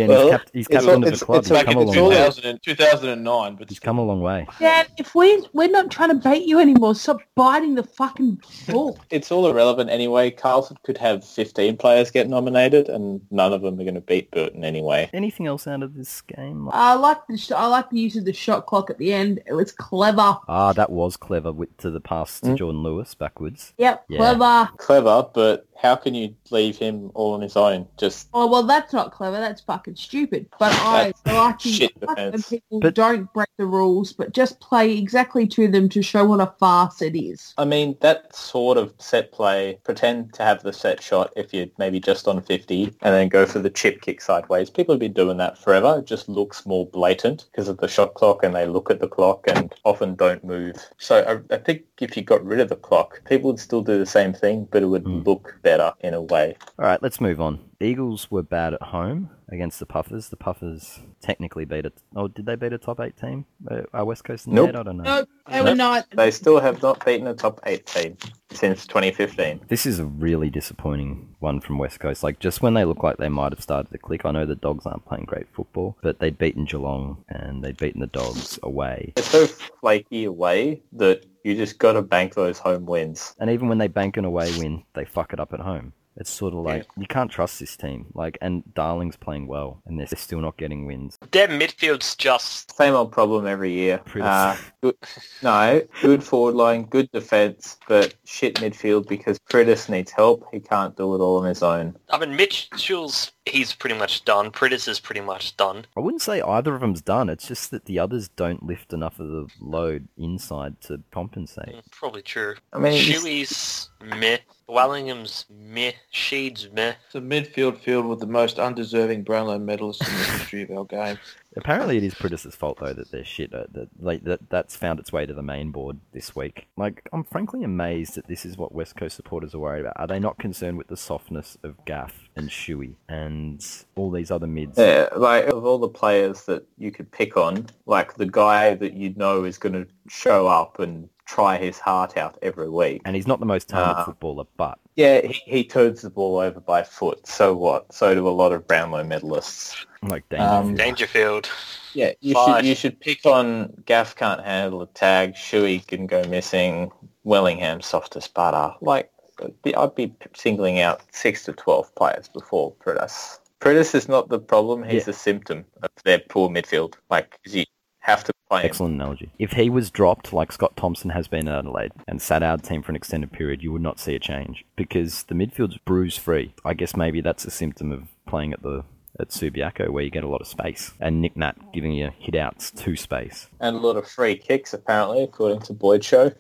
Speaker 2: and
Speaker 5: Well,
Speaker 2: he's, cap- he's
Speaker 5: it's
Speaker 2: captain
Speaker 5: all-
Speaker 2: of
Speaker 5: it's-
Speaker 2: the club.
Speaker 5: it's
Speaker 2: He's
Speaker 5: like
Speaker 2: come
Speaker 6: Back
Speaker 2: a
Speaker 6: in
Speaker 5: it's
Speaker 2: long
Speaker 5: all-
Speaker 2: way.
Speaker 6: 2000 and, 2009, but
Speaker 2: He's come a long way.
Speaker 4: Dan, if we we're not trying to bait you anymore, stop biting the fucking ball.
Speaker 5: it's all irrelevant anyway. Carlton could have 15 players get nominated, and none of them are going to beat Burton anyway.
Speaker 2: Anything else out of this game? Like-
Speaker 4: I like the sh- I like the use of the shot clock at the end. It was clever.
Speaker 2: Ah, that was clever with, to the pass to
Speaker 5: Mm.
Speaker 2: Jordan Lewis backwards.
Speaker 4: Yep,
Speaker 2: Yeah.
Speaker 4: clever.
Speaker 5: Clever, but how can you leave him all on his own? Just
Speaker 4: Oh well, that's not clever. That's fucking stupid. But I like the-
Speaker 5: shit
Speaker 4: I like when
Speaker 5: defense.
Speaker 4: people
Speaker 2: But-
Speaker 4: don't break the rules, but just play exactly to them to show what a farce it is.
Speaker 5: I mean, that sort of set play, pretend to have the set shot if you're maybe just on 50 and then go for the chip kick sideways. People have been doing that forever. It just looks more blatant because of the shot clock and they look at the clock and often don't move. So I, I think if you got rid of the clock, people would still do the same thing, but it would
Speaker 2: Mm.
Speaker 5: look better in a way.
Speaker 2: All right, let's move on. Eagles were bad at home against the Puffers. The Puffers technically beat it. Oh, did they beat a top eight team? Uh, Are West Coast in
Speaker 5: Nope.
Speaker 2: there? I don't know.
Speaker 4: Nope, they were not.
Speaker 5: They still have not beaten a top eight team since 2015.
Speaker 2: This is a really disappointing one from West Coast. Like just when they look like they might have started to click. I know the Dogs aren't playing great football, but they'd beaten Geelong and they'd beaten the Dogs away.
Speaker 5: It's so flaky away that you just got to bank those home wins.
Speaker 2: And even when they bank an away win, they fuck it up at home. It's sort of like you can't trust this team. Like and Darling's playing well, and they're still not getting wins.
Speaker 3: Their midfield's just
Speaker 5: Same old problem every year.
Speaker 2: Pretty
Speaker 5: Uh, good, no, good forward line, good defense, but shit midfield because Pritis needs help. He can't do it all on his own.
Speaker 3: I mean, Mitchell's, he's pretty much done. Prittis is pretty much done.
Speaker 2: I wouldn't say either of them's done. It's just that the others don't lift enough of the load inside to compensate.
Speaker 3: Probably true.
Speaker 5: I mean, it's-
Speaker 3: Shuey's meh. Wellingham's meh. Sheed's meh.
Speaker 6: It's a midfield field with the most undeserving Brownlow medalists in the history of our game.
Speaker 2: Apparently, it is Pritis's fault though that they're shit. uh, That like that that's found its way to the main board this week. Like I'm frankly amazed that this is what West Coast supporters are worried about. Are they not concerned with the softness of Gaff and Shuey and all these other mids?
Speaker 5: Yeah, like of all the players that you could pick on, like the guy that you know is going to show up and try his heart out every week.
Speaker 2: And he's not the most talented
Speaker 5: Uh,
Speaker 2: footballer, but
Speaker 5: Yeah, he, he turns the ball over by foot. So what? So do a lot of Brownlow medalists.
Speaker 2: like
Speaker 5: Um,
Speaker 2: Dangerfield.
Speaker 3: Dangerfield.
Speaker 5: Yeah, you
Speaker 3: Fine.
Speaker 5: should you should pick on Gaff can't handle a tag. Shuey can go missing. Wellingham softest butter. Like the- I'd be singling out six to twelve players before Pritis. Pritis is not the problem. He's a symptom of their poor midfield. Like 'cause you have to play him.
Speaker 2: Excellent analogy. If he was dropped, like Scott Thompson has been in Adelaide, and sat out of the team for an extended period, you would not see a change because the midfield's bruise free. I guess maybe that's a symptom of playing at the at Subiaco where you get a lot of space and Nick Nat giving you hit outs to space.
Speaker 5: and a lot of free kicks apparently, according to Boyd Show.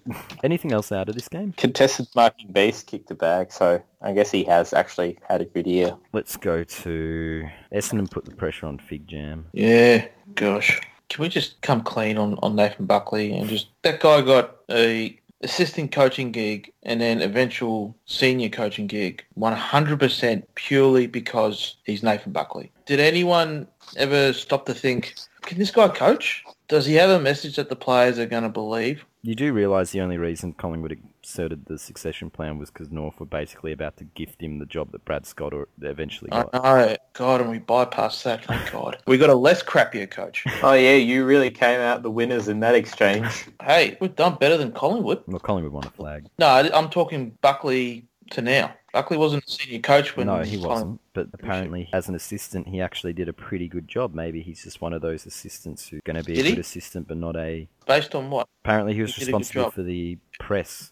Speaker 2: Anything else out of this game?
Speaker 5: Contested marking beast kicked a bag, so I guess he has actually had a good year.
Speaker 2: Let's go to Essendon put the pressure on Fig Jam.
Speaker 6: Yeah, gosh. Can we just come clean on, on Nathan Buckley and just that guy got a assistant coaching gig and then eventual senior coaching gig 100% purely because he's Nathan Buckley. Did anyone ever stop to think, can this guy coach? Does he have a message that the players are going to believe?
Speaker 2: You do realise the only reason Collingwood asserted the succession plan was because North were basically about to gift him the job that Brad Scott or- eventually
Speaker 6: I
Speaker 2: got.
Speaker 6: know. God, and we bypassed that. Thank God. We got a less crappier coach.
Speaker 5: Oh yeah, you really came out the winners in that exchange.
Speaker 6: Hey, we've done better than Collingwood.
Speaker 2: Well, Collingwood won a flag.
Speaker 6: No, I- I'm talking Buckley to now. Buckley wasn't a senior coach when
Speaker 2: no, he
Speaker 6: Colin-
Speaker 2: wasn't. But apparently, as an assistant, he actually did a pretty good job. Maybe he's just one of those assistants who's going to be
Speaker 6: Did
Speaker 2: a
Speaker 6: he?
Speaker 2: good assistant, but not a.
Speaker 6: Based on what?
Speaker 2: Apparently, he was
Speaker 6: He did a good
Speaker 2: responsible
Speaker 6: job.
Speaker 2: for the press.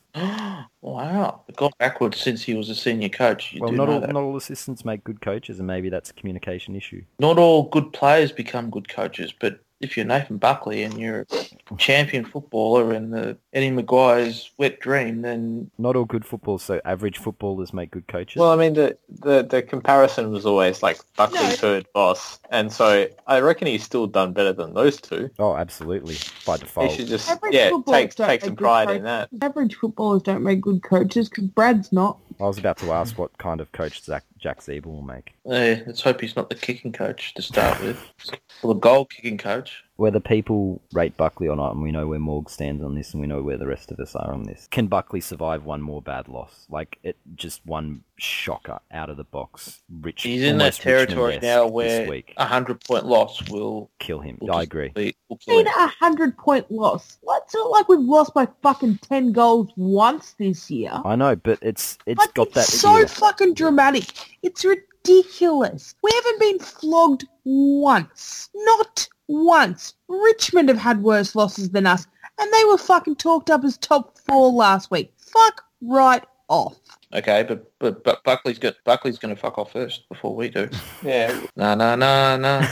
Speaker 6: wow, it got backwards since he was a senior coach. You
Speaker 2: well,
Speaker 6: do
Speaker 2: not
Speaker 6: know
Speaker 2: all
Speaker 6: that.
Speaker 2: not all assistants make good coaches, and maybe that's a communication issue.
Speaker 6: Not all good players become good coaches, but if you're Nathan Buckley and you're a champion footballer and the Eddie Maguire's wet dream, then
Speaker 2: Not all good footballers, so average footballers make good coaches.
Speaker 5: well, I mean the, the the comparison was always like Buckley's third boss, and so I reckon he's still done better than those two.
Speaker 2: oh, absolutely, by
Speaker 5: He
Speaker 2: default.
Speaker 5: should just
Speaker 4: Average
Speaker 5: yeah
Speaker 4: footballers
Speaker 5: take
Speaker 4: don't
Speaker 5: take
Speaker 4: make
Speaker 5: some
Speaker 4: good
Speaker 5: pride
Speaker 4: coaches.
Speaker 5: in that.
Speaker 4: Average footballers don't make good coaches because Brad's not.
Speaker 2: I was about to ask what kind of coach Zach, Jack Zeeble will make.
Speaker 6: eh, let's hope he's not the kicking coach to start with, or the goal kicking coach.
Speaker 2: Whether people rate Buckley or not, and we know where Morg stands on this, and we know where the rest of us are on this. Can Buckley survive one more bad loss? Like it, just one shocker out of the box. Rich,
Speaker 6: He's in that
Speaker 2: almost
Speaker 6: territory
Speaker 2: Richmond-esque
Speaker 6: now
Speaker 2: this
Speaker 6: where
Speaker 2: week
Speaker 6: a hundred point loss will.
Speaker 2: kill him.
Speaker 6: will
Speaker 2: I
Speaker 6: just
Speaker 2: agree.
Speaker 6: be- will kill
Speaker 4: Been
Speaker 6: him.
Speaker 4: a hundred point loss. It's not like we've lost by fucking ten goals once this year.
Speaker 2: I know, but it's it's
Speaker 4: But
Speaker 2: got that.
Speaker 4: it's so
Speaker 2: ear.
Speaker 4: fucking dramatic. It's ridiculous. We haven't been flogged once. Not once. Richmond have had worse losses than us, and they were fucking talked up as top four last week. Fuck right off.
Speaker 6: Okay, but but but Buckley's got Buckley's going to fuck off first before we do.
Speaker 5: Yeah,
Speaker 6: Na na na na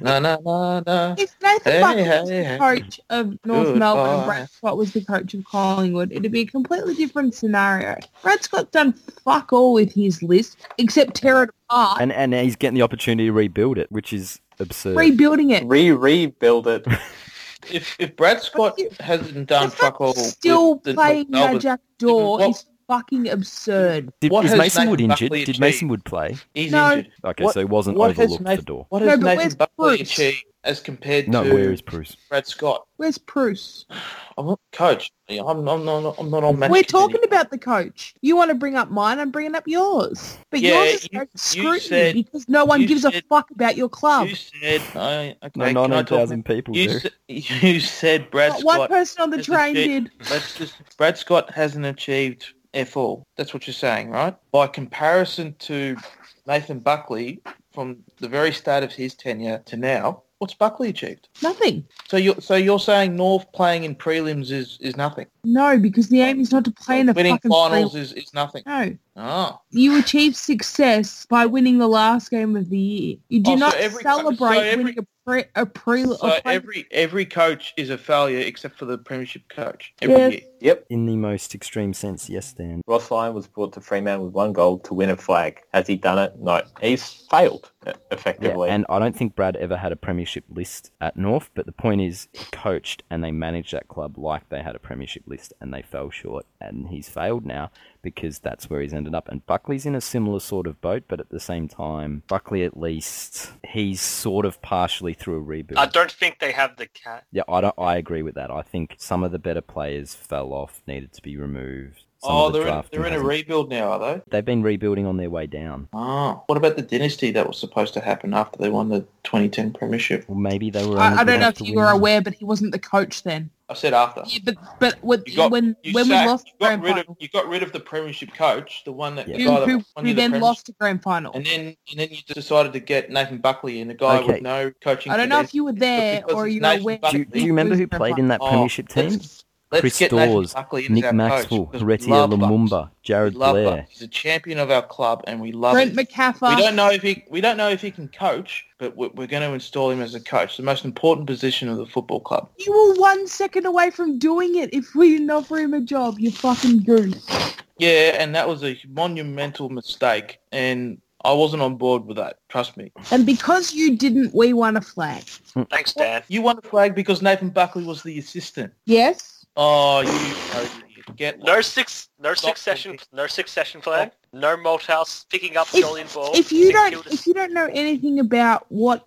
Speaker 6: na na na na.
Speaker 4: If Nathan
Speaker 6: Hey,
Speaker 4: Buckley was
Speaker 6: hey,
Speaker 4: the
Speaker 6: hey.
Speaker 4: coach of North
Speaker 6: Goodbye.
Speaker 4: Melbourne and Brad Scott was the coach of Collingwood, it'd be a completely different scenario. Brad Scott's done fuck all with his list, except tear it apart,
Speaker 2: And uh, and he's getting the opportunity to rebuild it, which is absurd.
Speaker 4: rebuilding it.
Speaker 5: re rebuild it.
Speaker 6: If if Brad Scott hasn't done
Speaker 4: The fact
Speaker 6: fuck all,
Speaker 4: he's still
Speaker 6: with the
Speaker 4: playing
Speaker 6: Melbourne-
Speaker 4: no Jack Door
Speaker 6: Well,
Speaker 4: is fucking absurd.
Speaker 2: Did,
Speaker 6: What
Speaker 2: is
Speaker 6: has
Speaker 2: Mason Wood
Speaker 6: Nathan
Speaker 2: injured?
Speaker 6: Buckley
Speaker 2: Did
Speaker 6: achieved?
Speaker 2: Mason Wood play?
Speaker 6: He's
Speaker 4: No.
Speaker 6: injured.
Speaker 2: Okay,
Speaker 5: What-
Speaker 2: so he wasn't
Speaker 6: what has
Speaker 2: overlooked for
Speaker 6: Nathan-
Speaker 2: door.
Speaker 6: What
Speaker 4: No,
Speaker 6: has
Speaker 4: but where's
Speaker 6: Nathan Buckley
Speaker 4: Bruce?
Speaker 6: achieved as compared
Speaker 2: No,
Speaker 6: to
Speaker 2: where is Bruce?
Speaker 6: Brad Scott?
Speaker 4: Where's Bruce?
Speaker 6: I'm not coach. I'm, I'm, not, I'm not on match.
Speaker 4: We're
Speaker 6: committee.
Speaker 4: talking about the coach. You want to bring up mine, I'm bringing up yours. But
Speaker 6: Yeah,
Speaker 4: yours is
Speaker 6: you-
Speaker 4: under
Speaker 6: you
Speaker 4: scrutiny
Speaker 6: said-
Speaker 4: because no one
Speaker 6: you
Speaker 4: gives a
Speaker 6: said-
Speaker 4: fuck about your club.
Speaker 6: You said no. Okay,
Speaker 2: No,
Speaker 6: can I talk
Speaker 2: 9,000 people
Speaker 6: You,
Speaker 2: do.
Speaker 6: s- you said Brad
Speaker 4: Not one
Speaker 6: Scott.
Speaker 4: person on the
Speaker 6: is
Speaker 4: train
Speaker 6: legit.
Speaker 4: did.
Speaker 6: Let's just. Brad Scott hasn't achieved f all. That's what you're saying, right? By comparison to Nathan Buckley from the very start of his tenure to now, what's Buckley achieved?
Speaker 4: Nothing.
Speaker 6: So you're so you're saying North playing in prelims is is nothing.
Speaker 4: No, because the aim is not to play in a
Speaker 6: Winning
Speaker 4: fucking
Speaker 6: finals
Speaker 4: play-
Speaker 6: is is nothing.
Speaker 4: No.
Speaker 6: Oh.
Speaker 4: You achieve success by winning the last game of the year. You do
Speaker 6: Oh, so
Speaker 4: not
Speaker 6: every-
Speaker 4: celebrate
Speaker 6: so every-
Speaker 4: winning a pre a pre a
Speaker 6: So
Speaker 4: play-
Speaker 6: every every coach is a failure except for the premiership coach every
Speaker 4: Yes.
Speaker 6: year.
Speaker 5: Yep.
Speaker 2: In the most extreme sense, yes, Dan.
Speaker 5: Ross Lyon was brought to Fremantle with one goal to win a flag. Has he done it? No. He's failed, e-
Speaker 2: Yeah,
Speaker 5: effectively.
Speaker 2: and I don't think Brad ever had a premiership list at North, but the point is he coached and they managed that club like they had a premiership list and they fell short and he's failed now because that's where he's ended up. And Buckley's in a similar sort of boat, but at the same time, Buckley at least he's sort of partially through a reboot.
Speaker 3: I don't think they have the cat.
Speaker 2: Yeah, I don't, I agree with that. I think some of the better players fell off, needed to be removed. Some
Speaker 6: Oh,
Speaker 2: of the
Speaker 6: they're in,
Speaker 2: drafting
Speaker 6: they're in a
Speaker 2: hasn't-
Speaker 6: rebuild now, are they?
Speaker 2: They've been rebuilding on their way down.
Speaker 6: Oh. What about the dynasty that was supposed to happen after they won the 2010 Premiership?
Speaker 2: Well, maybe they were. only
Speaker 4: I, I
Speaker 2: good
Speaker 4: don't know
Speaker 2: enough
Speaker 4: if
Speaker 2: to
Speaker 4: you
Speaker 2: win
Speaker 4: were
Speaker 2: them.
Speaker 4: aware, but he wasn't the coach then.
Speaker 6: I said after.
Speaker 4: Yeah, but but when
Speaker 6: Oh. You got-
Speaker 4: when,
Speaker 6: You,
Speaker 4: when we
Speaker 6: sacked-
Speaker 4: lost
Speaker 6: you
Speaker 4: the
Speaker 6: got
Speaker 4: grand
Speaker 6: rid of
Speaker 4: final,
Speaker 6: you got rid of the Premiership coach, the one that the
Speaker 4: you,
Speaker 6: guy that
Speaker 4: who,
Speaker 6: won
Speaker 4: who
Speaker 6: you the
Speaker 4: then
Speaker 6: premiership.
Speaker 4: lost the grand final.
Speaker 6: and then and then you decided to get Nathan Buckley in, a guy
Speaker 2: Okay.
Speaker 6: with no coaching.
Speaker 4: I don't know if
Speaker 6: credentials.
Speaker 4: you were there
Speaker 6: because
Speaker 4: or
Speaker 6: it's
Speaker 4: you were
Speaker 6: Nathan
Speaker 4: aware.
Speaker 2: Do you,
Speaker 6: Buckley.
Speaker 2: do you remember who played in that
Speaker 6: Oh,
Speaker 2: Premiership team?
Speaker 6: let's- Let's
Speaker 2: Chris
Speaker 6: get Nathan
Speaker 2: Dawes,
Speaker 6: Buckley in as
Speaker 2: Nick
Speaker 6: our
Speaker 2: Maxwell,
Speaker 6: coach, because we
Speaker 2: Retia
Speaker 6: love Bucks.
Speaker 2: Lumumba,
Speaker 6: We
Speaker 2: Jared
Speaker 6: love
Speaker 2: Blair.
Speaker 6: Bucks. He's a champion of our club, and we love
Speaker 4: Brent
Speaker 6: him. We
Speaker 4: McCaffer.
Speaker 6: don't know if he we don't know if he can coach, but we're, we're going to install him as a coach, the most important position of the football club.
Speaker 4: You were one second away from doing it if we didn't offer him a job, you fucking goose.
Speaker 6: Yeah, and that was a monumental mistake, and I wasn't on board with that. Trust me.
Speaker 4: And because you didn't, we won a flag.
Speaker 3: Thanks, Dan.
Speaker 6: You won the flag because Nathan Buckley was the assistant.
Speaker 4: Yes?
Speaker 6: Oh, you know, get
Speaker 3: No six, no
Speaker 6: Stop
Speaker 3: succession,
Speaker 6: thinking.
Speaker 3: no succession flag. No Malthouse picking up
Speaker 4: If-
Speaker 3: Jolien ball.
Speaker 4: If you
Speaker 3: St.
Speaker 4: don't,
Speaker 3: Kilda's-
Speaker 4: if you don't know anything about what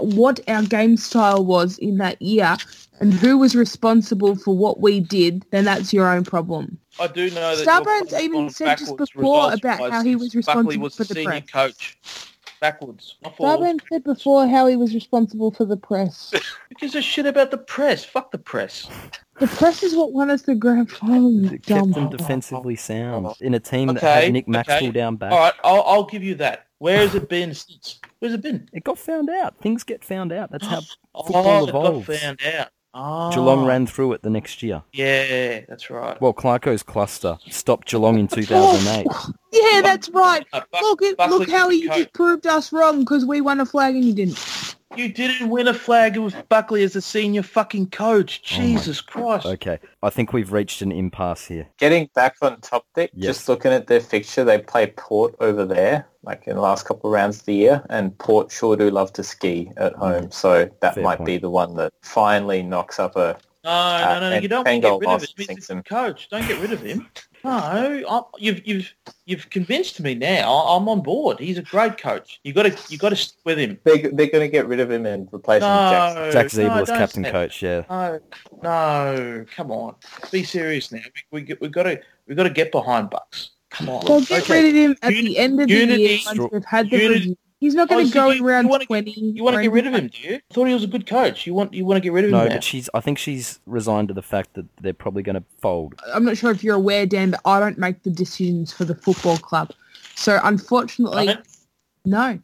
Speaker 4: what our game style was in that year and who was responsible for what we did, then that's your own problem.
Speaker 6: I do know that
Speaker 4: Starburns
Speaker 6: your club's
Speaker 4: even
Speaker 6: gone
Speaker 4: said just
Speaker 6: backwards
Speaker 4: before
Speaker 6: results-wise
Speaker 4: about how he was
Speaker 6: since Buckley
Speaker 4: responsible
Speaker 6: was
Speaker 4: for
Speaker 6: the
Speaker 4: the
Speaker 6: senior
Speaker 4: press.
Speaker 6: coach. Backwards. Not forwards.
Speaker 4: Starburn said before how he was responsible for the press.
Speaker 6: Who gives a shit about the press? Fuck the press.
Speaker 4: The press is what won us the grand final. you
Speaker 2: It
Speaker 4: dumb
Speaker 2: kept them
Speaker 4: fuck.
Speaker 2: defensively sound in a team that
Speaker 6: Oh. Okay,
Speaker 2: had Nick Maxwell
Speaker 6: okay.
Speaker 2: down back.
Speaker 6: All right, I'll, I'll give you that. Where has it been since? Where's it been?
Speaker 2: It got found out. Things get found out. That's how
Speaker 6: oh,
Speaker 2: football
Speaker 6: it
Speaker 2: evolves.
Speaker 6: got found out. Oh,
Speaker 2: Geelong ran through it the next year.
Speaker 6: Yeah, that's right.
Speaker 2: Well, Clarko's cluster stopped Geelong in 2008.
Speaker 6: Oh.
Speaker 4: Yeah, that's right.
Speaker 6: Uh, Buck-
Speaker 4: Look, it,
Speaker 6: Buckley
Speaker 4: look how
Speaker 6: was
Speaker 4: you
Speaker 6: the coach.
Speaker 4: just proved us wrong because we won a flag and you didn't.
Speaker 6: You didn't win a flag with Buckley as the senior fucking coach.
Speaker 2: Oh my-
Speaker 6: Jesus Christ.
Speaker 2: Okay, I think we've reached an impasse here.
Speaker 5: Getting back on topic,
Speaker 2: Yes.
Speaker 5: just looking at their fixture, they play Port over there, like in the last couple of rounds of the year, and Port sure do love to ski at home, so that
Speaker 2: Mm-hmm. Fair
Speaker 5: might
Speaker 2: point.
Speaker 5: be the one that finally knocks up a...
Speaker 2: uh,
Speaker 6: No, no, no, no.
Speaker 5: and
Speaker 6: You don't want
Speaker 5: Pengol
Speaker 6: to get rid of him.
Speaker 5: lost
Speaker 6: He's
Speaker 5: sinks
Speaker 6: the
Speaker 5: him.
Speaker 6: coach. Don't get rid of him. No, I, you've you've you've convinced me now. I- I'm on board. He's a great coach. You got to you got to stick with him.
Speaker 5: They, they're going to get rid of him and replace him with Jackson.
Speaker 6: No,
Speaker 2: Jack Zeeble
Speaker 6: no,
Speaker 2: is
Speaker 6: don't
Speaker 2: captain
Speaker 6: say-
Speaker 2: coach, yeah.
Speaker 6: No, no, come on. Be serious now. We we we got to we got to get behind Bucks. Come on.
Speaker 4: Well, get
Speaker 6: Okay.
Speaker 4: rid of him at
Speaker 6: Uni-
Speaker 4: the end of
Speaker 6: unity-
Speaker 4: the year once we've had the
Speaker 6: unity-
Speaker 4: review. He's not
Speaker 6: Oh,
Speaker 4: going
Speaker 6: so
Speaker 4: to go
Speaker 6: you-
Speaker 4: in round
Speaker 6: you wanna-
Speaker 4: 20.
Speaker 6: You want to get rid of him, do you? I thought he was a good coach. You want you want to get rid of him
Speaker 2: No,
Speaker 6: now.
Speaker 2: but she's. I think she's resigned to the fact that they're probably going to fold.
Speaker 4: I'm not sure if you're aware, Dan, but I don't make the decisions for the football club. So unfortunately,
Speaker 6: Don't
Speaker 4: no.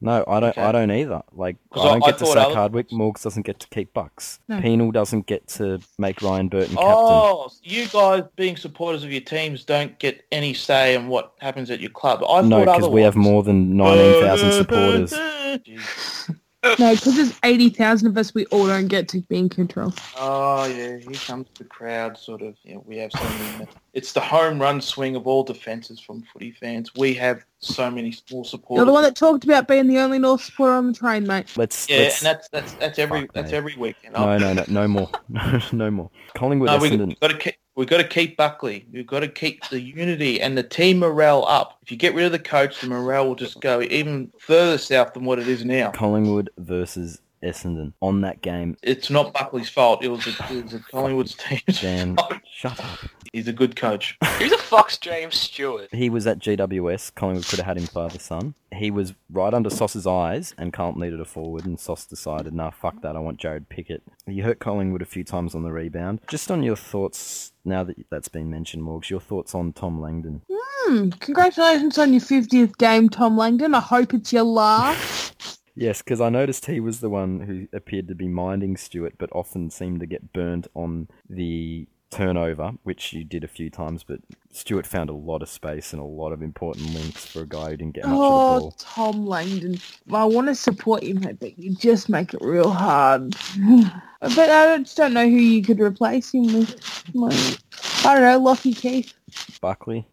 Speaker 2: No, I don't.
Speaker 6: Okay.
Speaker 2: I don't either. Like, I
Speaker 6: 'Cause I-
Speaker 2: don't
Speaker 6: I
Speaker 2: get to
Speaker 6: thought
Speaker 2: sack
Speaker 6: other-
Speaker 2: Hardwick. Morgs doesn't get to keep Bucks.
Speaker 4: No.
Speaker 2: Penal doesn't get to make Ryan Burton captain.
Speaker 6: Oh, so you guys being supporters of your teams don't get any say in what happens at your club. I
Speaker 2: no,
Speaker 6: thought
Speaker 2: because we have more than nineteen thousand supporters.
Speaker 4: No, because there's 80,000 of us, we all don't get to be in control.
Speaker 6: Oh yeah, here comes the crowd. Sort of, you know, we have something. It's the home run swing of all defences from footy fans. We have so many small
Speaker 4: You're
Speaker 6: supporters.
Speaker 4: the one that talked about being the only North supporter on the train, mate.
Speaker 2: Let's
Speaker 6: yeah,
Speaker 2: let's
Speaker 6: and that's that's that's every
Speaker 2: Fuck,
Speaker 6: that's
Speaker 2: mate.
Speaker 6: every weekend.
Speaker 2: no, no, no, no more, no, no more. Collingwood,
Speaker 6: No, we,
Speaker 2: Essendon.
Speaker 6: we've got to keep we've got to keep Buckley. We've got to keep the unity and the team morale up. If you get rid of the coach, the morale will just go even further south than what it is now.
Speaker 2: Collingwood versus Essendon on that game.
Speaker 6: It's not Buckley's fault. It was a, it was a Collingwood's team's
Speaker 2: Damn,
Speaker 6: fault.
Speaker 2: shut up.
Speaker 6: He's a good coach.
Speaker 3: Who's the fuck's James Stewart?
Speaker 2: He was at GWS. Collingwood could have had him father son. He was right under Sauce's eyes, and Carlton needed a forward. And Sauce decided, nah, fuck that. I want Jared Pickett. He hurt Collingwood a few times on the rebound. Just on your thoughts now that that's been mentioned, Morgs. Your thoughts on Tom Langdon?
Speaker 4: Hmm. Congratulations on your 50th game, Tom Langdon. I hope it's your last.
Speaker 2: Yes, because I noticed he was the one who appeared to be minding Stewart, but often seemed to get burnt on the turnover, which he did a few times. But Stewart found a lot of space and a lot of important links for a guy who didn't get much of the
Speaker 4: Oh,
Speaker 2: ball.
Speaker 4: Tom Langdon. I want to support you, mate, but you just make it real hard. but I don't, just don't know who you could replace him with. Like, I don't know, Lockie Keith.
Speaker 2: Buckley,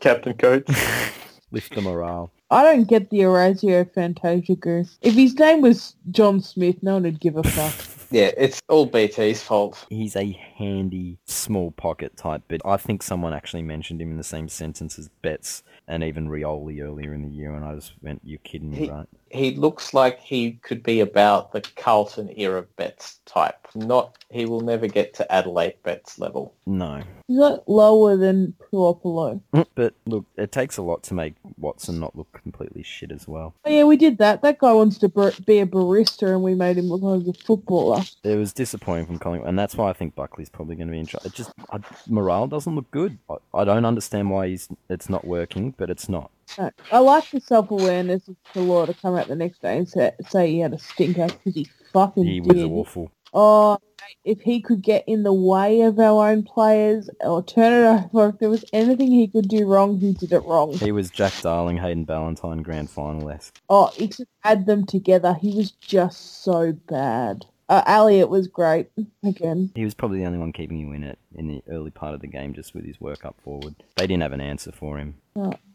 Speaker 5: Captain Coach.
Speaker 2: lift the morale.
Speaker 4: I don't get the Orazio Fantasia goo. If his name was John Smith, no one would give a fuck.
Speaker 5: Yeah, it's all BT's fault.
Speaker 2: He's a handy, small pocket type, but I think someone actually mentioned him in the same sentence as Betts and even Rioli earlier in the year, and I just went, you're kidding me,
Speaker 5: He-
Speaker 2: right?
Speaker 5: He looks like he could be about the Carlton era Betts type. Not he will never get to Adelaide Betts level.
Speaker 2: No.
Speaker 4: He's like lower than Puopolo.
Speaker 2: But look, it takes a lot to make Watson not look completely shit as well.
Speaker 4: Oh yeah, we did that. That guy wants to bar- be a barista and we made him look like a footballer.
Speaker 2: It was disappointing from Collingwood, and that's why I think Buckley's probably going to be in charge. It just I, morale doesn't look good. I, I don't understand why he's it's not working, but it's not.
Speaker 4: No. I like the self-awareness of Talor to come out the next day and say, say he had a stinker because he fucking
Speaker 2: He
Speaker 4: did.
Speaker 2: was awful.
Speaker 4: Oh, mate, if he could get in the way of our own players or turn it over, if there was anything he could do wrong, he did it wrong.
Speaker 2: He was Jack Darling, Hayden Ballantyne, grand final esque.
Speaker 4: Oh, you could add them together. He was just so bad. Uh, Elliot was great again.
Speaker 2: He was probably the only one keeping you in it in the early part of the game, just with his work up forward. They didn't have an answer for him.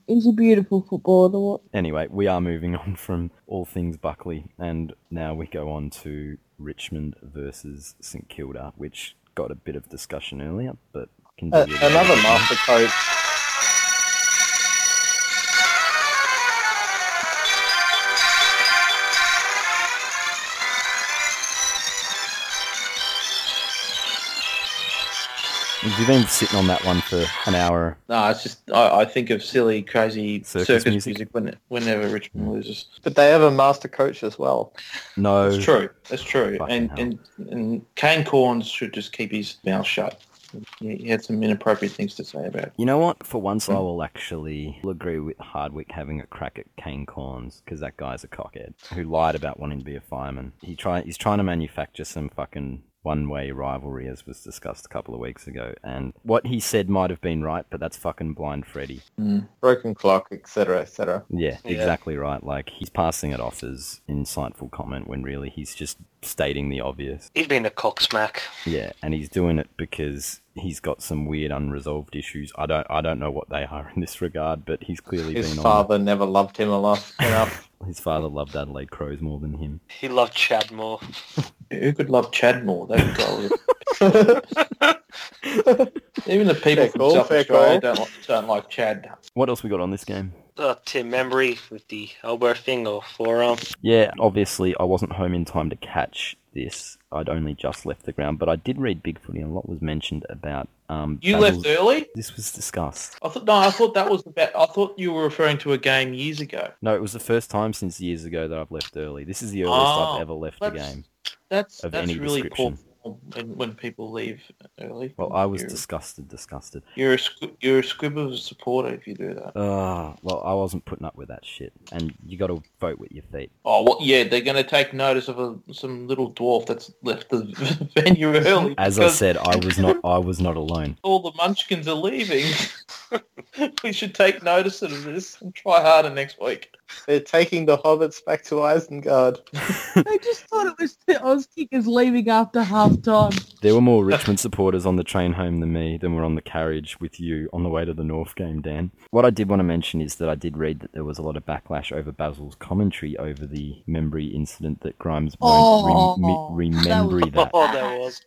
Speaker 4: He's a beautiful footballer to watch.
Speaker 2: Anyway, we are moving on from all things Buckley, and now we go on to Richmond versus St Kilda, which got a bit of discussion earlier, but can
Speaker 5: A-
Speaker 2: do it
Speaker 5: Uh, another
Speaker 2: again.
Speaker 5: master coach.
Speaker 2: You've been sitting on that one for an hour.
Speaker 6: No, it's just I, I think of silly, crazy
Speaker 2: Circus
Speaker 6: circus,
Speaker 2: music. Mm.
Speaker 6: music, when, whenever Richmond loses.
Speaker 5: But they have a master coach as well.
Speaker 2: No,
Speaker 6: It's true. That's true.
Speaker 2: Fucking
Speaker 6: And,
Speaker 2: hell.
Speaker 6: and and Kane Corns should just keep his mouth shut. He he had some inappropriate things to say about.
Speaker 2: You know what? For once, I will actually agree with Hardwick having a crack at Kane Corns because that guy's a cockhead who lied about wanting to be a fireman. He try he's trying to manufacture some fucking one-way rivalry as was discussed a couple of weeks ago, and what he said might have been right, but that's fucking blind Freddy.
Speaker 5: Broken clock, etc., etc.
Speaker 2: Yeah,
Speaker 3: Yeah.
Speaker 2: exactly right. Like he's passing it off as insightful comment when really he's just stating the obvious.
Speaker 3: He's been a cocksmack.
Speaker 2: Yeah, and he's doing it because he's got some weird unresolved issues. I don't I don't know what they are in this regard, but he's clearly
Speaker 5: His
Speaker 2: been
Speaker 5: father never loved him enough. enough.
Speaker 2: on his father loved Adelaide Crows more than him.
Speaker 3: He loved Chad more.
Speaker 6: Who could love Chad more? That guy was- Even the people
Speaker 5: Fair
Speaker 6: from
Speaker 5: call,
Speaker 6: South
Speaker 5: fair
Speaker 6: Australia
Speaker 5: call.
Speaker 6: don't, li- don't like Chad.
Speaker 2: What else we got on this game?
Speaker 3: Uh, Tim Memory with the elbow thing or forearm.
Speaker 2: Yeah, obviously I wasn't home in time to catch this. I'd only just left the ground, but I did read Bigfooty and a lot was mentioned about um
Speaker 6: You
Speaker 2: battles-
Speaker 6: left early.
Speaker 2: This was discussed.
Speaker 6: I thought no. I thought that was about. I thought you were referring to a game years ago.
Speaker 2: No, it was the first time since years ago that I've left early. This is the earliest
Speaker 6: Oh,
Speaker 2: I've ever left the
Speaker 6: let's-
Speaker 2: game.
Speaker 6: That's
Speaker 2: Of
Speaker 6: that's
Speaker 2: any
Speaker 6: really poor
Speaker 2: description.
Speaker 6: form when, when people leave early.
Speaker 2: Well, I was
Speaker 6: You're,
Speaker 2: disgusted, disgusted.
Speaker 6: you're a squ- you're a squib of a supporter if you do that.
Speaker 2: Ah, well, I wasn't putting up with that shit. And you got to vote with your feet.
Speaker 6: Oh well, yeah, they're going to take notice of a, some little dwarf that's left the venue early
Speaker 2: As I
Speaker 6: because
Speaker 2: said, I was not. I was not alone.
Speaker 6: all the munchkins are leaving. we should take notice of this and try harder next week.
Speaker 5: They're taking the hobbits back to Isengard.
Speaker 4: I just thought it was the Oz kickers leaving after half time.
Speaker 2: There were more Richmond supporters on the train home than me than were on the carriage with you on the way to the North game, Dan. What I did want to mention is that I did read that there was a lot of backlash over Basil's commentary over the Membry incident that Grimes won't
Speaker 4: Oh,
Speaker 2: rem- remember that.
Speaker 3: Oh, there was.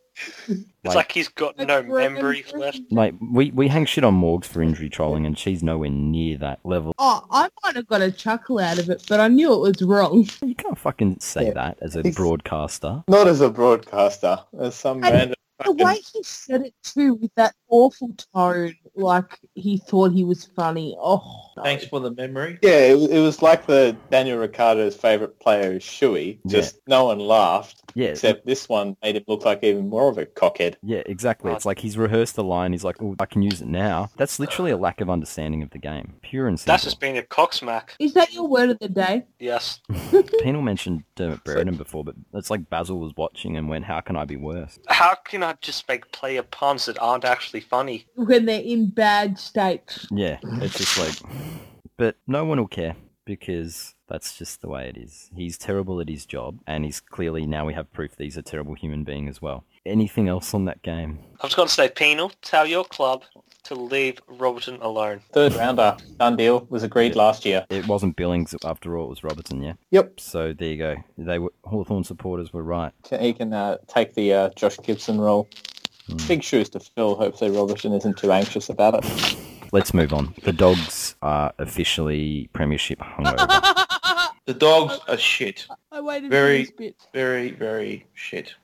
Speaker 3: It's
Speaker 2: Like-
Speaker 3: like he's got no
Speaker 4: Grimm's
Speaker 3: memory
Speaker 4: freaking-
Speaker 3: left.
Speaker 2: Like we, we hang shit on Morgs for injury trolling, and she's nowhere near that level.
Speaker 4: Oh, I might have got a chuckle out of it, but I knew it was wrong.
Speaker 2: You can't fucking say
Speaker 5: Yeah.
Speaker 2: that as a
Speaker 5: He's-
Speaker 2: broadcaster.
Speaker 5: Not as a broadcaster, as some
Speaker 4: I-
Speaker 5: random.
Speaker 4: The
Speaker 5: fucking-
Speaker 4: way he said it too, with that awful tone, like he thought he was funny. Oh, no.
Speaker 6: Thanks for the memory.
Speaker 5: Yeah, it, it was like the Daniel Ricciardo's favourite player, Shui. Just no one laughed,
Speaker 2: Yeah,
Speaker 5: except this one made him look like even more of a cockhead.
Speaker 2: yeah, exactly. It's like he's rehearsed the line. He's like, "Oh, I can use it now." That's literally a lack of understanding of the game, pure and simple.
Speaker 3: That's just being a cocksmack.
Speaker 4: Is that your word of the day?
Speaker 3: Yes.
Speaker 2: Penal mentioned Dermot Brereton before, but it's like Basil was watching and went, "How can I be worse?"
Speaker 3: How can I just make player puns that aren't actually funny?
Speaker 4: When they're in bad state.
Speaker 2: Yeah, it's just like, but no one will care because that's just the way it is. He's terrible at his job, and he's clearly now we have proof that he's a terrible human being as well. Anything else on that game?
Speaker 3: I was going to say, Penal, tell your club to leave Robertson alone.
Speaker 5: Third rounder, done deal, was agreed last year.
Speaker 2: It wasn't Billings after all; it was Robertson. Yeah.
Speaker 5: Yep.
Speaker 2: So there you go. They were Hawthorn supporters were right.
Speaker 5: He can uh, take the uh, Josh Gibson role. Big shoes to fill. Hopefully Robertson isn't too anxious about it.
Speaker 2: Let's move on. The dogs are officially premiership hungover.
Speaker 6: The dogs are shit.
Speaker 4: I waited
Speaker 6: Very-
Speaker 4: for this bit.
Speaker 6: Very, very shit.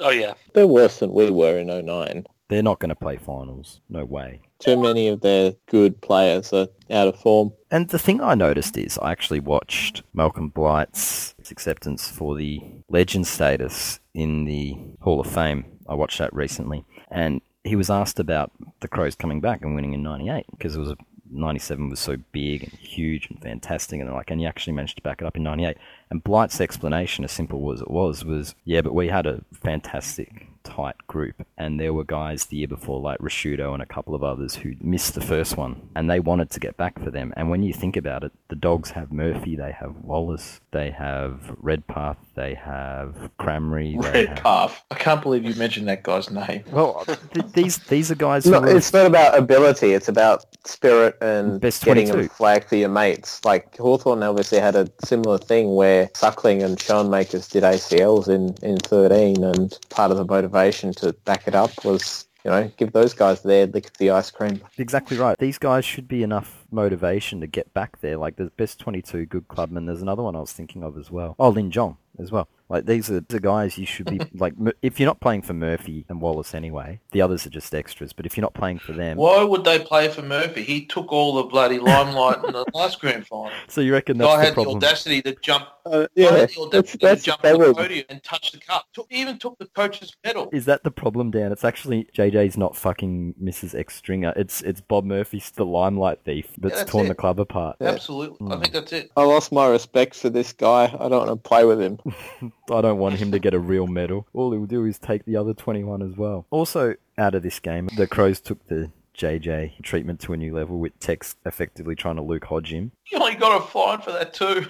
Speaker 3: Oh, yeah.
Speaker 5: They're worse than we were in 09.
Speaker 2: They're not going to play finals. No way.
Speaker 5: Too many of their good players are out of form.
Speaker 2: And the thing I noticed is I actually watched Malcolm Blight's acceptance for the legend status in the Hall of Fame. I watched that recently. And he was asked about the Crows coming back and winning in 98 because it was a 97 was so big and huge and fantastic and like and he actually managed to back it up in 98 and blight's explanation as simple as it was was yeah but we had a fantastic tight group and there were guys the year before like Rashudo and a couple of others who missed the first one and they wanted to get back for them and when you think about it the dogs have Murphy they have Wallace they have Redpath they have Cramry they
Speaker 6: Red
Speaker 2: have...
Speaker 6: path. I can't believe you mentioned that guy's name.
Speaker 2: well th- these these are guys who
Speaker 5: No,
Speaker 2: were-
Speaker 5: it's not about ability. It's about spirit and
Speaker 2: Best
Speaker 5: getting a
Speaker 2: 22.
Speaker 5: flag for your mates. Like Hawthorn obviously had a similar thing where Suckling and Sean Makers did ACLs in, in 13 and part of the motivation to back it up was, you know, give those guys their lick of the ice cream.
Speaker 2: Exactly right. These guys should be enough motivation to get back there. Like there's best 22 good clubmen. There's another one I was thinking of as well. Oh, Lin Jong as well. Like these are the guys you should be like. Mur- If you're not playing for Murphy and Wallace anyway, the others are just extras. But if you're not playing for them,
Speaker 6: Why would they play for Murphy? He took all the bloody limelight in the last grand final.
Speaker 2: so you reckon
Speaker 6: Guy
Speaker 2: that's the
Speaker 6: had the
Speaker 2: problem?
Speaker 6: audacity to jump
Speaker 5: Uh,
Speaker 6: I
Speaker 5: yeah,
Speaker 6: had the
Speaker 5: that's,
Speaker 6: audacity to
Speaker 5: that's,
Speaker 6: jump
Speaker 5: they
Speaker 6: on
Speaker 5: were,
Speaker 6: the podium and touch the cup. Took, even took the coach's medal.
Speaker 2: Is that the problem, Dan? It's actually JJ's not fucking Mrs. X Stringer. It's it's Bob Murphy's the limelight thief that's,
Speaker 6: that's
Speaker 2: torn
Speaker 6: it.
Speaker 2: the club apart.
Speaker 5: Yeah.
Speaker 6: Absolutely. I
Speaker 2: Hmm.
Speaker 6: think that's it.
Speaker 5: I lost my respect for this guy. I don't want to play with him.
Speaker 2: I don't want him to get a real medal. All he'll do is take the other 21 as well. Also, out of this game, the Crows took the JJ treatment to a new level with Tex effectively trying to Luke Hodge him.
Speaker 6: He only got a fine for that too.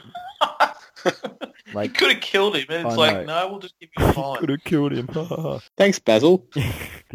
Speaker 6: He
Speaker 2: Like,
Speaker 6: could have killed him, and it's
Speaker 2: I
Speaker 6: like, no, we'll just give you a fine.
Speaker 2: could have killed him. the
Speaker 5: Thanks, Basil.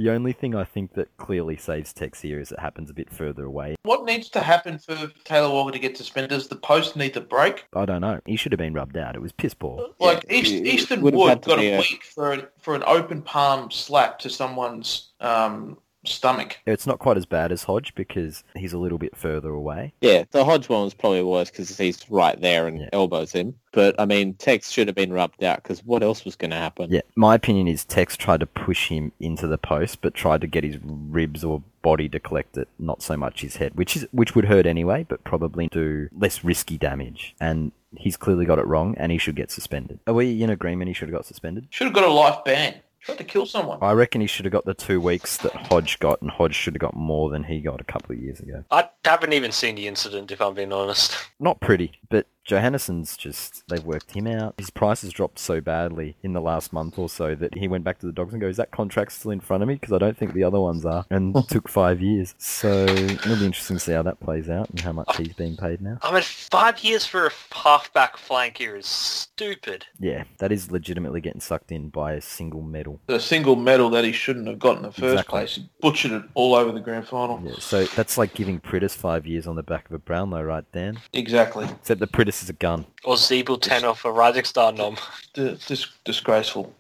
Speaker 2: only thing I think that clearly saves Tex here is it happens a bit further away.
Speaker 6: what needs to happen for Taylor Walker to get suspended? Does the post need to break?
Speaker 2: I don't know. He should have been rubbed out. It was piss poor.
Speaker 6: Like
Speaker 5: Yeah,
Speaker 6: East,
Speaker 5: it- it
Speaker 6: Eastern
Speaker 5: would have
Speaker 6: Wood
Speaker 5: had to
Speaker 6: got
Speaker 5: be
Speaker 6: a
Speaker 5: a-
Speaker 6: week for an, for an open palm slap to someone's um, stomach.
Speaker 2: It's not quite as bad as Hodge because he's a little bit further away.
Speaker 5: Yeah, the Hodge one was probably worse because he's right there and
Speaker 2: Yeah.
Speaker 5: elbows him. But, I mean, Tex should have been rubbed out because what else was going to happen?
Speaker 2: Yeah, my opinion is Tex tried to push him into the post, but tried to get his ribs or body to collect it, not so much his head, which is which would hurt anyway, but probably do less risky damage. And he's clearly got it wrong, and he should get suspended. Are we in agreement? He should have got suspended.
Speaker 6: Should have got a life ban. Tried to kill someone.
Speaker 2: I reckon he should have got the two weeks that Hodge got, and Hodge should have got more than he got a couple of years ago.
Speaker 3: I haven't even seen the incident, if I'm being honest.
Speaker 2: Not pretty, but Johannesson's just they've worked him out. His price has dropped so badly in the last month or so that he went back to the dogs and goes, "That contract's still in front of me because I don't think the other ones are." And took five years, so it'll be interesting to see how that plays out and how much he's being paid now.
Speaker 3: I mean, five years for a halfback flank here is stupid.
Speaker 2: Yeah, that is legitimately getting sucked in by a single medal.
Speaker 6: The single medal that he shouldn't have got in the first
Speaker 2: Exactly.
Speaker 6: place, he butchered it all over the grand final.
Speaker 2: Yeah, so that's like giving Pritis five years on the back of a Brownlow, right, Dan?
Speaker 6: Exactly.
Speaker 2: Except the Pritis is a gun.
Speaker 3: Or Zebul 10 off a Rising Star nom.
Speaker 6: D- dis- disgraceful.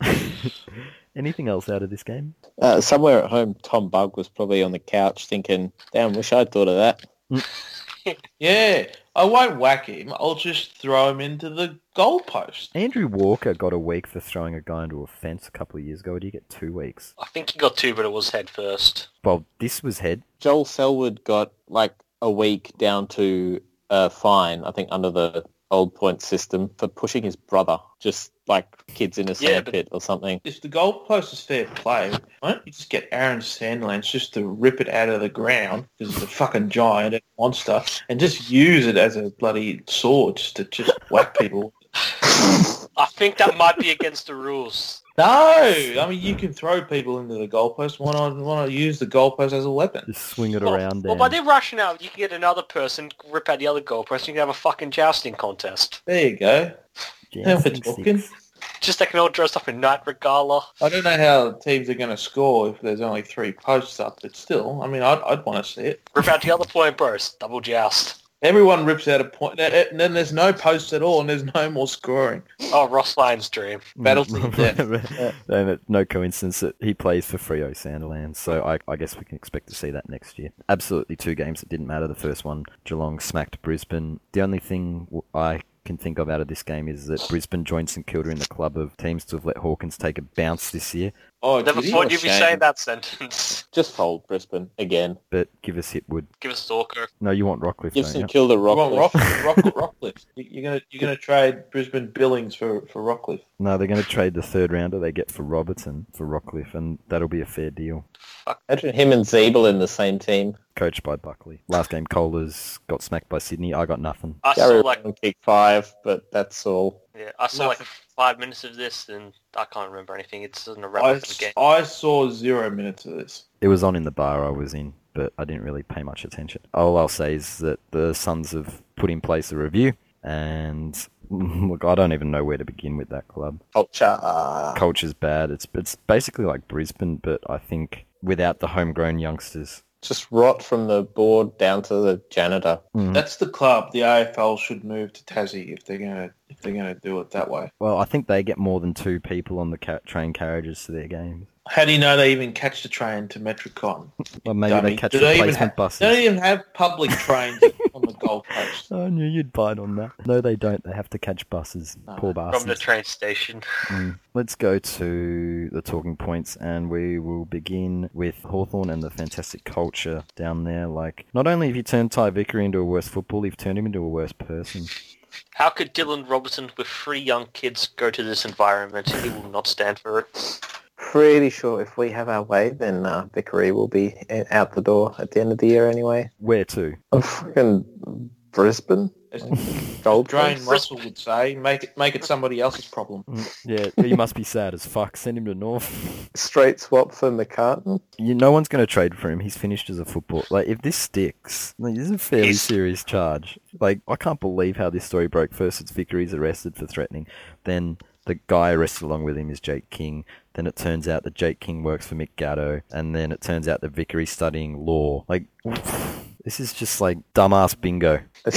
Speaker 2: Anything else out of this game?
Speaker 5: Uh, somewhere at home, Tom Bug was probably on the couch thinking, damn, wish I'd thought of that.
Speaker 6: Yeah, I won't whack him. I'll just throw him into the goalpost.
Speaker 2: Andrew Walker got a week for throwing a guy into a fence a couple of years ago. Or did he get two weeks?
Speaker 3: I think he got two, but it was head first.
Speaker 2: Well, this was head.
Speaker 5: Joel Selwood got like a week down to a fine, I think, under the old point system for pushing his brother, just like kids in a
Speaker 3: Yeah,
Speaker 5: sand
Speaker 3: but-
Speaker 5: pit or something.
Speaker 6: If the goalpost is fair play, why don't you just get Aaron Sandlands just to rip it out of the ground because it's a fucking giant and monster, and just use it as a bloody sword just to just whack people.
Speaker 3: I think that might be against the rules.
Speaker 6: No, I mean you can throw people into the goalpost. Why not? Why not use the goalpost as a weapon?
Speaker 2: Just swing it
Speaker 3: Well,
Speaker 2: around.
Speaker 3: well,
Speaker 2: Dan.
Speaker 3: by their rationale, you can get another person, rip out the other goalpost, and you can have a fucking jousting contest.
Speaker 6: There you go. Now
Speaker 2: Jan
Speaker 6: we're
Speaker 2: six,
Speaker 6: talking.
Speaker 2: six.
Speaker 3: Just they can all dress up in night regala.
Speaker 6: I don't know how teams are going to score if there's only three posts up, but still, I mean, I'd, I'd want to see it.
Speaker 3: Rip out the other point post, double joust.
Speaker 6: Everyone rips out a point, and- and then there's no posts at all, and there's no more scoring.
Speaker 3: Oh, Ross Lane's dream.
Speaker 6: Battle to the death.
Speaker 2: And it- no coincidence that he plays for Frio Sanderland, so I, I guess we can expect to see that next year. Absolutely two games that didn't matter. The first one, Geelong smacked Brisbane. The only thing w- I can think of out of this game is that Brisbane joined St Kilda in the club of teams to have let Hawkins take a bounce this year,
Speaker 6: Oh,
Speaker 3: Never
Speaker 6: did he?
Speaker 3: thought you'd be
Speaker 5: shame.
Speaker 3: saying that sentence.
Speaker 5: Just fold Brisbane again.
Speaker 2: but give us Hitwood.
Speaker 3: Give us Stalker.
Speaker 2: No, you want Rockcliffe,
Speaker 5: Give
Speaker 2: don't
Speaker 5: some
Speaker 2: you?
Speaker 5: kill the
Speaker 6: You want
Speaker 5: rock.
Speaker 6: Rock, Rock, Rockcliffe. You- You're gonna you're gonna trade Brisbane Billings for for Rockcliffe.
Speaker 2: No, they're going to trade the third rounder they get for Robertson for Rockcliffe, and that'll be a fair deal.
Speaker 5: Imagine him and Zeeble in the same team.
Speaker 2: Coached by Buckley. Last game, Colas got smacked by Sydney. I got nothing.
Speaker 3: I saw
Speaker 5: Gary
Speaker 3: like
Speaker 5: Rowan kick five, but that's all.
Speaker 3: yeah, I saw like five minutes of this, and I can't remember anything. It's in a wrap
Speaker 6: I,
Speaker 3: of the game.
Speaker 6: I saw zero minutes of this.
Speaker 2: It was on in the bar I was in, but I didn't really pay much attention. All I'll say is that the Suns have put in place a review, and look, I don't even know where to begin with that club.
Speaker 5: Culture. ah.
Speaker 2: Culture's bad. It's it's basically like Brisbane, but I think without the homegrown youngsters.
Speaker 5: Just rot from the board down to the janitor.
Speaker 2: Hmm.
Speaker 6: That's the club. The AFL should move to Tassie if they're gonna if they're gonna do it that way.
Speaker 2: Well, I think they get more than two people on the ca- train carriages to their games.
Speaker 6: How do you know they even catch the train to Metricon?
Speaker 2: Well, maybe
Speaker 6: Dummy.
Speaker 2: they catch
Speaker 6: Do they even
Speaker 2: replacement
Speaker 6: have-
Speaker 2: buses.
Speaker 6: They don't e-, even have public trains on the Gold Coast.
Speaker 2: I knew Oh, you'd bite on that. No, they don't. They have to catch buses.
Speaker 6: No.
Speaker 2: Poor
Speaker 3: From the
Speaker 2: bastards.
Speaker 3: train station.
Speaker 2: Mm. Let's go to the talking points, and we will begin with Hawthorn and the fantastic culture down there. Like, not only have you turned Ty Vickery into a worse football, you've turned him into a worse person.
Speaker 3: How could Dylan Robertson with three young kids go to this environment? He will not stand for it.
Speaker 5: Pretty sure if we have our way, then uh, Vickery will be in- out the door at the end of the year anyway.
Speaker 2: Where to?
Speaker 5: Oh, fucking Brisbane?
Speaker 6: As
Speaker 5: Gold
Speaker 6: Drain
Speaker 5: Coast?
Speaker 6: Russell would say, make it make it somebody else's problem.
Speaker 2: Mm, Yeah, you must be sad as fuck. Send him to North.
Speaker 5: Straight swap for McCartan?
Speaker 2: You, no one's going to trade for him. He's finished as a football. Like, if this sticks, like, this is a fairly
Speaker 3: He's-
Speaker 2: serious charge. Like, I can't believe how this story broke. First, it's Vickery's arrested for threatening. Then the guy arrested along with him is Jake King. Then it turns out that Jake King works for Mick Gatto. And then it turns out that Vickery's studying law. Like, this is just like dumbass bingo.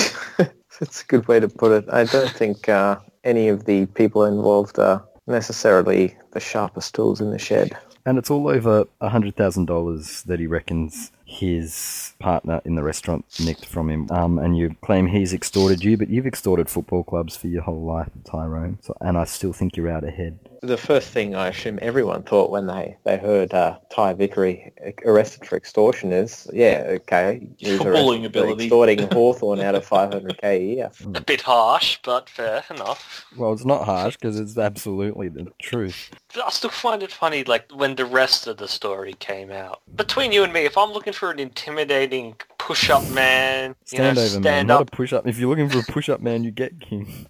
Speaker 5: That's a good way to put it. I don't think uh, any of the people involved are necessarily the sharpest tools in the shed.
Speaker 2: And it's all over $100,000 that he reckons his partner in the restaurant nicked from him. Um, and you claim he's extorted you, but you've extorted football clubs for your whole life, Tyrone. So, and I still think you're out ahead.
Speaker 5: The first thing I assume everyone thought when they, they heard uh, Ty Vickery arrested for extortion is, yeah, okay, he's
Speaker 6: For
Speaker 5: arrested
Speaker 6: bullying
Speaker 5: for
Speaker 6: ability.
Speaker 5: extorting Hawthorne out of 500k a year.
Speaker 3: A bit harsh, but fair enough.
Speaker 2: Well, it's not harsh because it's absolutely the truth.
Speaker 3: But I still find it funny, like, when the rest of the story came out. Between you and me, if I'm looking for an intimidating, push-up man, you know,
Speaker 2: Stand over man,
Speaker 3: stand
Speaker 2: not
Speaker 3: up.
Speaker 2: a push up. If you're looking for a push up man, you get King.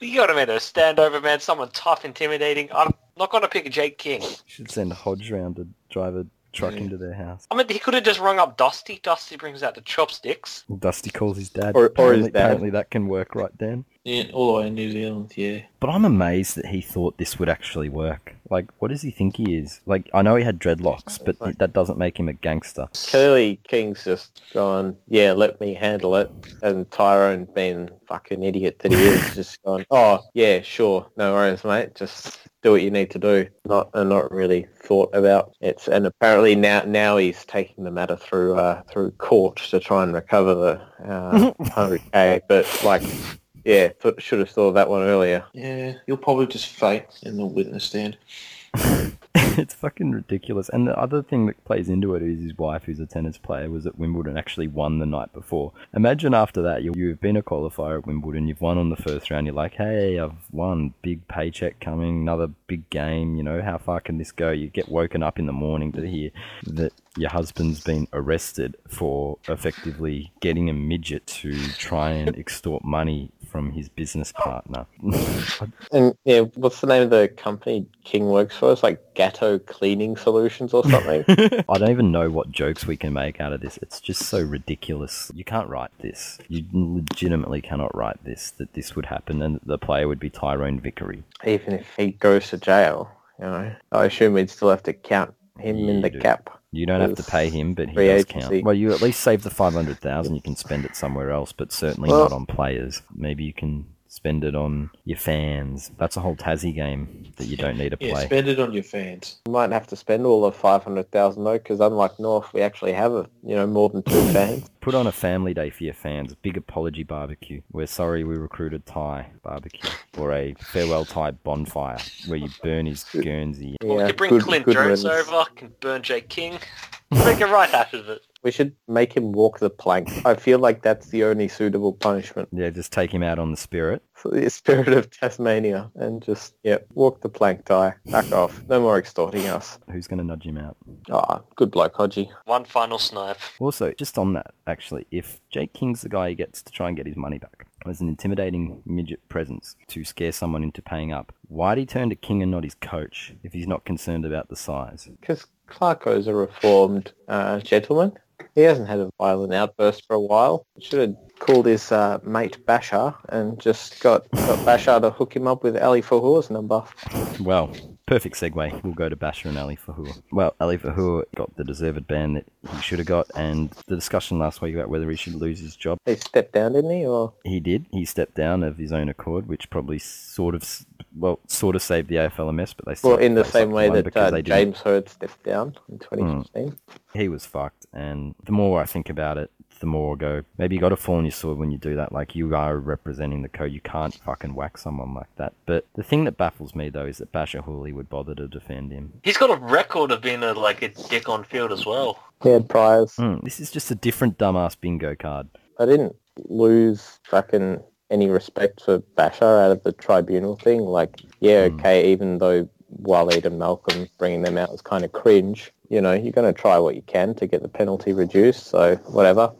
Speaker 3: You got to mean, a standover man, someone tough, intimidating. I'm not going to pick Jake King.
Speaker 2: Should send Hodge round to drive a truck into their house.
Speaker 3: I mean, he could have just rung up Dusty. Dusty brings out the chopsticks.
Speaker 2: Dusty calls his dad.
Speaker 5: Or- or his
Speaker 2: apparently,
Speaker 5: dad.
Speaker 2: apparently that can work, right, Dan?
Speaker 6: Yeah, all the way in New Zealand, yeah.
Speaker 2: But I'm amazed that he thought this would actually work. Like, what does he think he is? Like, I know he had dreadlocks, but th- that doesn't make him a gangster.
Speaker 5: Clearly, King's just gone, yeah, let me handle it. And Tyrone, being fucking idiot that he is, just gone, oh, yeah, sure. No worries, mate. Just do what you need to do. Not and not really thought about it. And apparently now now he's taking the matter through uh, through court to try and recover the uh, 100K. But, like, yeah, th- should have thought of that one earlier.
Speaker 6: Yeah, you'll probably just faint in the witness stand.
Speaker 2: it's fucking ridiculous. And the other thing that plays into it is his wife, who's a tennis player, was at Wimbledon actually won the night before. Imagine after that, you, you've been a qualifier at Wimbledon, you've won on the first round, you're like, hey, I've won, big paycheck coming, another big game, you know, how far can this go? You get woken up in the morning to hear that your husband's been arrested for effectively getting a midget to try and extort money from his business partner.
Speaker 5: And, yeah, what's the name of the company King works for? It's like Gatto Cleaning Solutions or something.
Speaker 2: I don't even know what jokes we can make out of this. It's just so ridiculous. You can't write this. You legitimately cannot write this that this would happen and that the player would be Tyrone Vickery.
Speaker 5: even if he goes to jail, you know, I assume we'd still have to count him in
Speaker 2: You
Speaker 5: the
Speaker 2: do.
Speaker 5: cap.
Speaker 2: You don't have to pay him, but he
Speaker 5: Free
Speaker 2: does
Speaker 5: agency.
Speaker 2: count. Well, you at least save the 500,000 you can spend it somewhere else, but certainly
Speaker 5: Well-
Speaker 2: not on players. Maybe you can spend it on your fans. That's a whole Tassie game that you don't need to
Speaker 6: Yeah,
Speaker 2: play.
Speaker 6: spend it on your fans.
Speaker 5: We might have to spend all of five hundred thousand though, because unlike North, we actually have a, you know more than two fans.
Speaker 2: Put on a family day for your fans. Big apology barbecue. We're sorry we recruited Thai barbecue. Or a farewell Thai bonfire where you burn his Guernsey.
Speaker 3: Or we
Speaker 5: Yeah,
Speaker 3: could bring
Speaker 5: good-
Speaker 3: Clint
Speaker 5: good
Speaker 3: Jones
Speaker 5: riddance.
Speaker 3: over, can burn Jake King. Make a right out of it.
Speaker 5: We should make him walk the plank. I feel like that's the only suitable punishment
Speaker 2: Yeah, just take him out on the spirit.
Speaker 5: for the spirit of Tasmania, and just yeah, walk the plank, die, back off. No more extorting us.
Speaker 2: Who's going to nudge him out?
Speaker 5: Ah, good bloke, Hodgie.
Speaker 3: One final snipe.
Speaker 2: Also, just on that, actually, if Jake King's the guy who gets to try and get his money back, there's an intimidating midget presence to scare someone into paying up. Why'd he turn to King and not his coach if he's not concerned about the size?
Speaker 5: Because Clarko's a reformed uh, gentleman. He hasn't had a violent outburst for a while. Should have called his uh, mate Bashar and just got, got Bashar to hook him up with Ali Fahur's number.
Speaker 2: Well, perfect segue. We'll go to Basher and Ali Fahur. Well, Ali Fahur got the deserved ban that he should have got, and the discussion last week about whether he should lose his job.
Speaker 5: He stepped down, didn't he? Or
Speaker 2: He did. He stepped down of his own accord, which probably sort of, s- well, sort of saved the AFLMS, but they still
Speaker 5: well, in the
Speaker 2: they sucked
Speaker 5: same way
Speaker 2: one
Speaker 5: that
Speaker 2: because
Speaker 5: uh,
Speaker 2: they didn't Hmm.
Speaker 5: James Heard stepped down in 2015.
Speaker 2: he was fucked. And the more I think about it, the more I go, maybe you got to fall on your sword when you do that. Like, you are representing the code. You can't fucking whack someone like that. But the thing that baffles me, though, is that Basher Hooley would bother to defend him.
Speaker 3: He's got a record of being a, like a dick on field as well.
Speaker 5: He had priors.
Speaker 2: Hmm, this is just a different dumbass bingo card.
Speaker 5: I didn't lose fucking any respect for Bashar out of the tribunal thing. Like, yeah, okay, even though Waleed and Malcolm bringing them out was kind of cringe, you know, you're going to try what you can to get the penalty reduced, so whatever.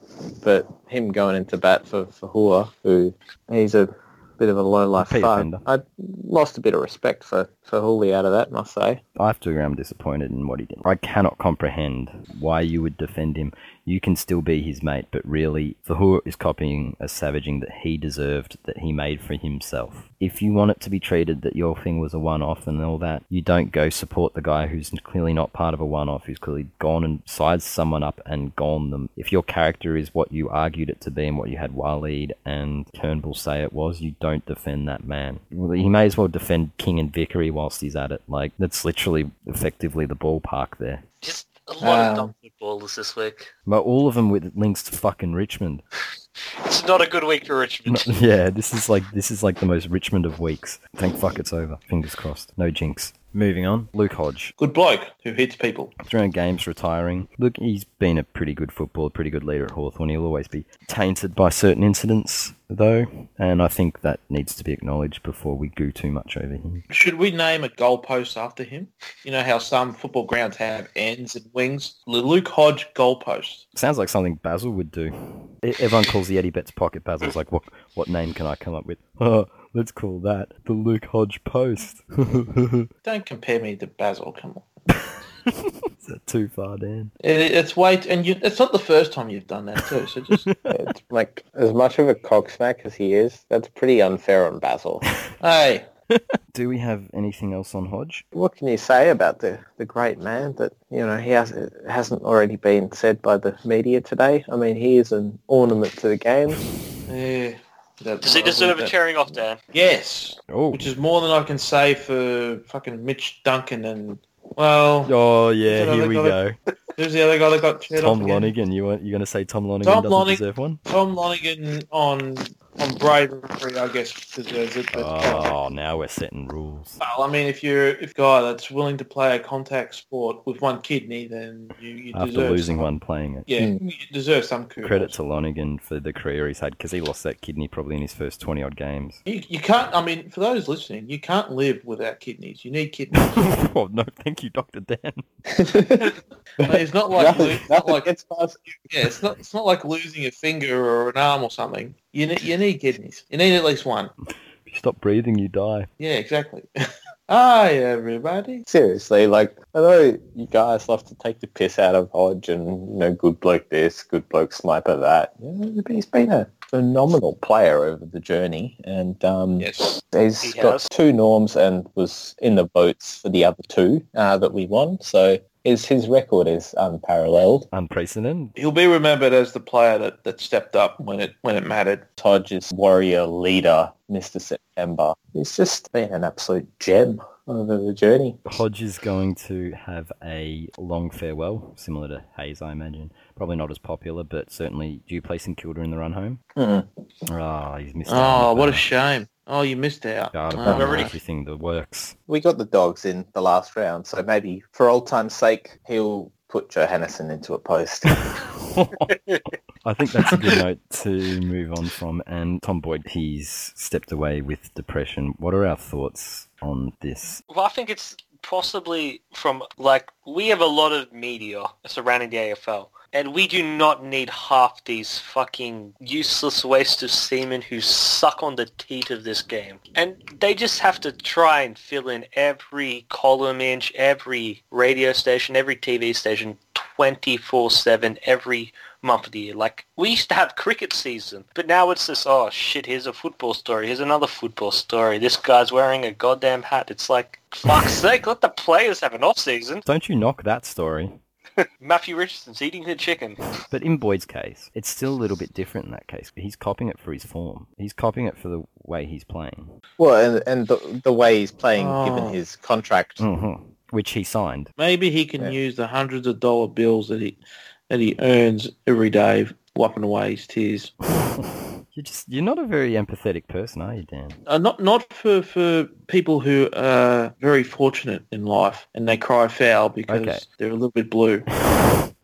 Speaker 5: But him going into bat for, for Hua, who he's a bit of a low-life
Speaker 2: Repeat
Speaker 5: thug,
Speaker 2: offender.
Speaker 5: I lost a bit of respect for, for Hooley out of that, must say.
Speaker 2: I have to agree, I'm disappointed in what he did. I cannot comprehend why you would defend him. You can still be his mate, but really, Fahur is copying a savaging that he deserved, that he made for himself. If you want it to be treated that your thing was a one off and all that, you don't go support the guy who's clearly not part of a one off, who's clearly gone and sized someone up and gone them. If your character is what you argued it to be and what you had Waleed and Turnbull say it was, you don't defend that man. Well, He may as well defend King and Vickery whilst he's at it. Like, that's literally effectively the ballpark there.
Speaker 3: Just a lot
Speaker 6: Um.
Speaker 3: of dumb footballers this week.
Speaker 2: But all of them with links to fucking Richmond.
Speaker 3: It's not a good week for Richmond.
Speaker 2: yeah, this is like this is like the most Richmond of weeks. Thank fuck it's over. Fingers crossed. No jinx. Moving on, Luke Hodge.
Speaker 6: Good bloke who hits people.
Speaker 2: 300 games retiring. Look, he's been a pretty good footballer, pretty good leader at Hawthorn. He'll always be tainted by certain incidents, though, and I think that needs to be acknowledged before we goo too much over him.
Speaker 6: Should we name a goalpost after him? You know how some football grounds have ends and wings. Luke Hodge goalpost.
Speaker 2: Sounds like something Basil would do. E- Everyone calls the Eddie Betts pocket Basil. It's like, what, what name can I come up with? Oh, let's call that the Luke Hodge post. Is
Speaker 6: Don't compare me to Basil. Come on.
Speaker 2: that too far, Dan?
Speaker 6: It, it's way t- and you, it's not the first time you've done that too. So just
Speaker 5: It's like as much of a cocksmack as he is, that's pretty unfair on Basil.
Speaker 6: hey,
Speaker 2: Do we have anything else on Hodge?
Speaker 5: What can you say about the, the great man that you know he has it hasn't already been said by the media today? I mean, he is an ornament to the game.
Speaker 6: yeah, that-
Speaker 3: Does he deserve a cheering off, Dan?
Speaker 6: Yes,
Speaker 2: Oh,
Speaker 6: which is more than I can say for fucking Mitch Duncan and well,
Speaker 2: oh yeah,
Speaker 6: Another
Speaker 2: here we go.
Speaker 6: guy- who's the other guy that got cheered
Speaker 2: Tom
Speaker 6: off again?
Speaker 2: Lonigan. You want, you going to say Tom Lonigan
Speaker 6: Tom
Speaker 2: doesn't
Speaker 6: Lonig-
Speaker 2: deserve one?
Speaker 6: Tom Lonigan on on bravery, I guess, deserves it. But uh,
Speaker 2: Oh, now we're setting rules.
Speaker 6: well, I mean, if you're if a guy that's willing to play a contact sport with one kidney, then you, you
Speaker 2: After
Speaker 6: deserve
Speaker 2: losing
Speaker 6: some-
Speaker 2: one playing it.
Speaker 6: Yeah,
Speaker 5: Hmm.
Speaker 6: you deserve some kudos.
Speaker 2: Credit to Lonigan for the career he's had because he lost that kidney probably in his first 20 odd games.
Speaker 6: You, you can't. I mean, for those listening, you can't live without kidneys. You need kidneys.
Speaker 2: oh, no, thank you, Dr. Dan.
Speaker 6: I mean, it's not like lo- it's not
Speaker 5: Nothing
Speaker 6: like
Speaker 5: gets past
Speaker 6: yeah, it's not it's not like losing a finger or an arm or something. You need you need kidneys. You need at least one.
Speaker 2: If you stop breathing, you die.
Speaker 6: Yeah, exactly. Hi everybody.
Speaker 5: Seriously, like I know you guys love to take the piss out of Hodge and you know, good bloke this, good bloke sniper that. You know, he's been a phenomenal player over the journey, and um,
Speaker 6: Yes.
Speaker 5: he's
Speaker 3: He
Speaker 5: got
Speaker 3: has.
Speaker 5: two norms and was in the votes for the other two uh, that we won. So his his record is unparalleled.
Speaker 2: Unprecedented.
Speaker 6: He'll be remembered as the player that, that stepped up when it when it mattered.
Speaker 5: Hodge is warrior leader, Mister September. He's just been an absolute gem over the journey.
Speaker 2: Hodge is going to have a long farewell, similar to Hayes, I imagine. Probably not as popular, but certainly. Do you play St Kilda in the run home?
Speaker 5: Hmm.
Speaker 2: Ah, he's missed out
Speaker 6: Oh,
Speaker 2: on
Speaker 6: Mm-hmm. what a
Speaker 2: that.
Speaker 6: shame. Oh, you missed out.
Speaker 2: God,
Speaker 6: Oh,
Speaker 2: I've
Speaker 3: I've
Speaker 2: done
Speaker 3: already-
Speaker 2: everything that works.
Speaker 5: We got the dogs in the last round, so maybe for old time's sake, he'll put Johannesson into a post.
Speaker 2: I think that's a good note to move on from. And Tom Boyd, he's stepped away with depression. What are our thoughts on this?
Speaker 3: Well, I think it's possibly from like we have a lot of media surrounding the AFL, and we do not need half these fucking useless waste of semen who suck on the teat of this game. And they just have to try and fill in every column inch, every radio station, every TV station, twenty four seven, every month of the year. Like we used to have cricket season, but now it's this. Oh shit! Here's a football story. Here's another football story. This guy's wearing a goddamn hat. It's like fuck's sake. Let the players have an off season.
Speaker 2: Don't you knock that story.
Speaker 3: Matthew Richardson's eating the chicken.
Speaker 2: But in Boyd's case, it's still a little bit different in that case. He's copying it for his form. He's copying it for the way he's playing,
Speaker 5: well, and, and the, the way he's playing,
Speaker 6: Oh.
Speaker 5: given his contract,
Speaker 2: Mhm. which he signed.
Speaker 6: Maybe he can
Speaker 5: Yeah.
Speaker 6: use the hundreds of dollar bills that he that he earns every day, wiping away his tears.
Speaker 2: You're just you're not a very empathetic person, are you, Dan?
Speaker 6: Uh, not not for, for people who are very fortunate in life and they cry foul because
Speaker 2: Okay.
Speaker 6: they're a little bit blue.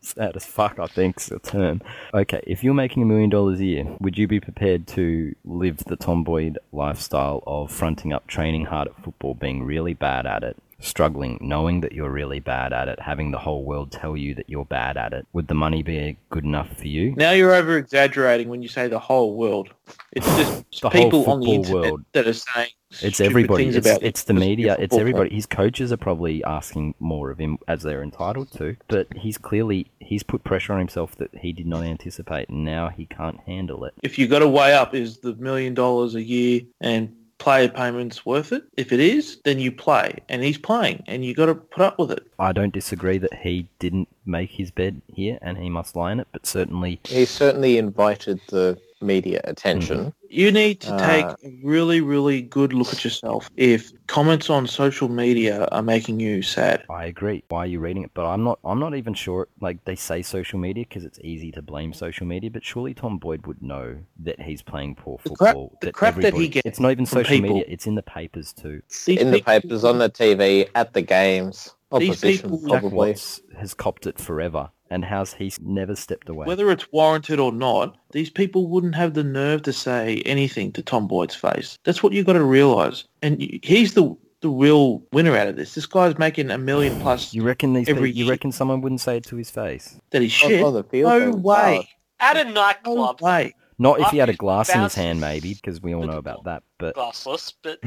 Speaker 2: Sad as fuck, I think's the term. Okay, if you're making a million dollars a year, would you be prepared to live the Tom Boyd lifestyle of fronting up, training hard at football, being really bad at it, struggling, knowing that you're really bad at it, having the whole world tell you that you're bad at it? Would the money be good enough for you?
Speaker 6: Now you're over exaggerating when you say the whole world. It's just
Speaker 2: The whole
Speaker 6: people on the
Speaker 2: football
Speaker 6: internet
Speaker 2: world.
Speaker 6: that are saying
Speaker 2: It's
Speaker 6: stupid
Speaker 2: everybody.
Speaker 6: things
Speaker 2: It's,
Speaker 6: about
Speaker 2: it's the
Speaker 6: your
Speaker 2: media. It's
Speaker 6: football
Speaker 2: everybody. His coaches are probably asking more of him as they're entitled to, but he's clearly he's put pressure on himself that he did not anticipate, and now he can't handle it.
Speaker 6: if you got to weigh up is the million dollars a year and player payments worth it? If it is, then you play, and he's playing, and you got to put up with it.
Speaker 2: I don't disagree that he didn't make his bed here and he must lie in it, but certainly
Speaker 5: he certainly invited the media attention.
Speaker 6: You need to take
Speaker 5: Uh,
Speaker 6: a really, really good look at yourself if comments on social media are making you sad.
Speaker 2: I agree. Why are you reading it? But I'm not. I'm not even sure. Like they say, social media because it's easy to blame social media. But surely Tom Boyd would know that he's playing poor
Speaker 6: The crap-
Speaker 2: football.
Speaker 6: the crap that he
Speaker 2: everybody-
Speaker 6: gets
Speaker 2: It's not even
Speaker 6: from
Speaker 2: social
Speaker 6: people-
Speaker 2: media. It's in the papers too.
Speaker 6: These
Speaker 5: In the
Speaker 6: people-
Speaker 5: papers, on the TV, at the games,
Speaker 6: These
Speaker 5: opposition
Speaker 6: people-
Speaker 2: Jack
Speaker 5: probably.
Speaker 2: Watts has copped it forever, and how's he never stepped away?
Speaker 6: Whether it's warranted or not, these people wouldn't have the nerve to say anything to Tom Boyd's face. That's what you got to realize. And y- he's the the real winner out of this. This guy's making a million plus
Speaker 2: you reckon these?
Speaker 6: every
Speaker 2: people, you
Speaker 6: year-
Speaker 2: reckon someone wouldn't say it to his face?
Speaker 6: that he's
Speaker 5: On,
Speaker 6: shit.
Speaker 5: on the Ah, field.
Speaker 6: No
Speaker 5: they were
Speaker 6: way.
Speaker 3: At a
Speaker 6: No
Speaker 3: nightclub,
Speaker 6: way.
Speaker 2: Not if he had a
Speaker 3: Obviously,
Speaker 2: glass in his
Speaker 3: bounces-
Speaker 2: hand, maybe, because we all know about that. But
Speaker 3: glassless, but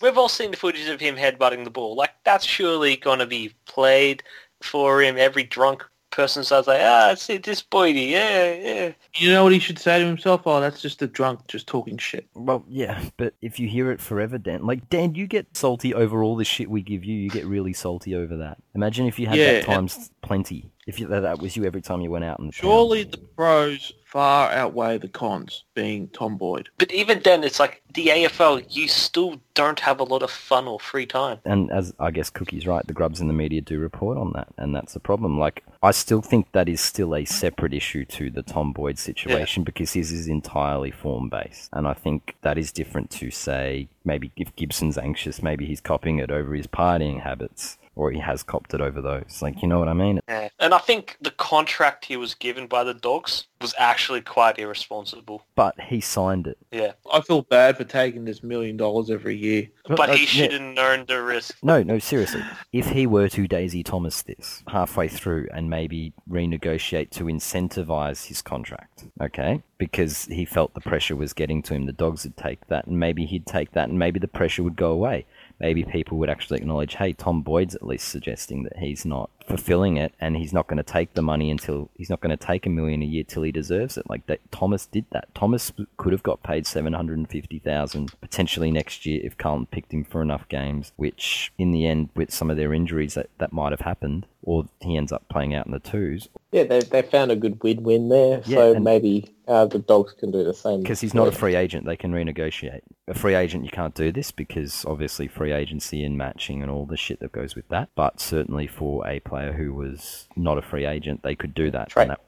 Speaker 3: we've all seen the footage of him headbutting the ball. Like, that's surely going to be played for him. Every drunk person starts like, ah, see this Boydie, yeah, yeah.
Speaker 6: You know what he should say to himself? Oh, that's just a drunk just talking shit.
Speaker 2: well, yeah. But if you hear it forever, Dan, like Dan, you get salty over all the shit we give you. You get really salty over that. Imagine if you had
Speaker 6: Yeah,
Speaker 2: that
Speaker 6: and-
Speaker 2: times plenty. If you, that, that was you every time you went out in the town.
Speaker 6: Surely the pros far outweigh the cons being Tom Boyd.
Speaker 3: But even then, it's like the AFL, you still don't have a lot of fun or free time.
Speaker 2: and as I guess Cookie's right, the grubs in the media do report on that, and that's a problem. Like, I still think that is still a separate issue to the Tom Boyd situation because his is entirely form based, and I think that is different to say maybe if Gibson's anxious, maybe he's copying it over his partying habits, or he has copped it over those. Like, you know what I mean?
Speaker 3: Yeah. And I think the contract he was given by the Dogs was actually quite irresponsible.
Speaker 2: But he signed it.
Speaker 3: Yeah.
Speaker 6: I feel bad for taking this million dollars every year.
Speaker 3: But he
Speaker 2: Uh, Yeah.
Speaker 3: should have known the risk.
Speaker 2: No, no, seriously. If he were to Daisy Thomas this halfway through and maybe renegotiate to incentivize his contract, okay? Because he felt the pressure was getting to him, the dogs would take that, and maybe he'd take that, and maybe the pressure would go away. Maybe people would actually acknowledge, hey, Tom Boyd's at least suggesting that he's not fulfilling it, and he's not going to take the money until he's not going to take a million a year till he deserves it. Like that, Thomas did that. Thomas could have got paid seven hundred and fifty thousand potentially next year if Carlton picked him for enough games. Which, in the end, with some of their injuries, that, that might have happened, or he ends up playing out in the twos
Speaker 5: Yeah, they, they found a good win-win there,
Speaker 2: Yeah,
Speaker 5: so
Speaker 2: and-
Speaker 5: maybe uh, the dogs can do the same.
Speaker 2: because he's not a
Speaker 5: Yeah.
Speaker 2: free agent. They can renegotiate. A free agent, you can't do this because obviously free agency and matching and all the shit that goes with that. But certainly for a player who was not a free agent, they could do that.
Speaker 5: Right.
Speaker 2: And that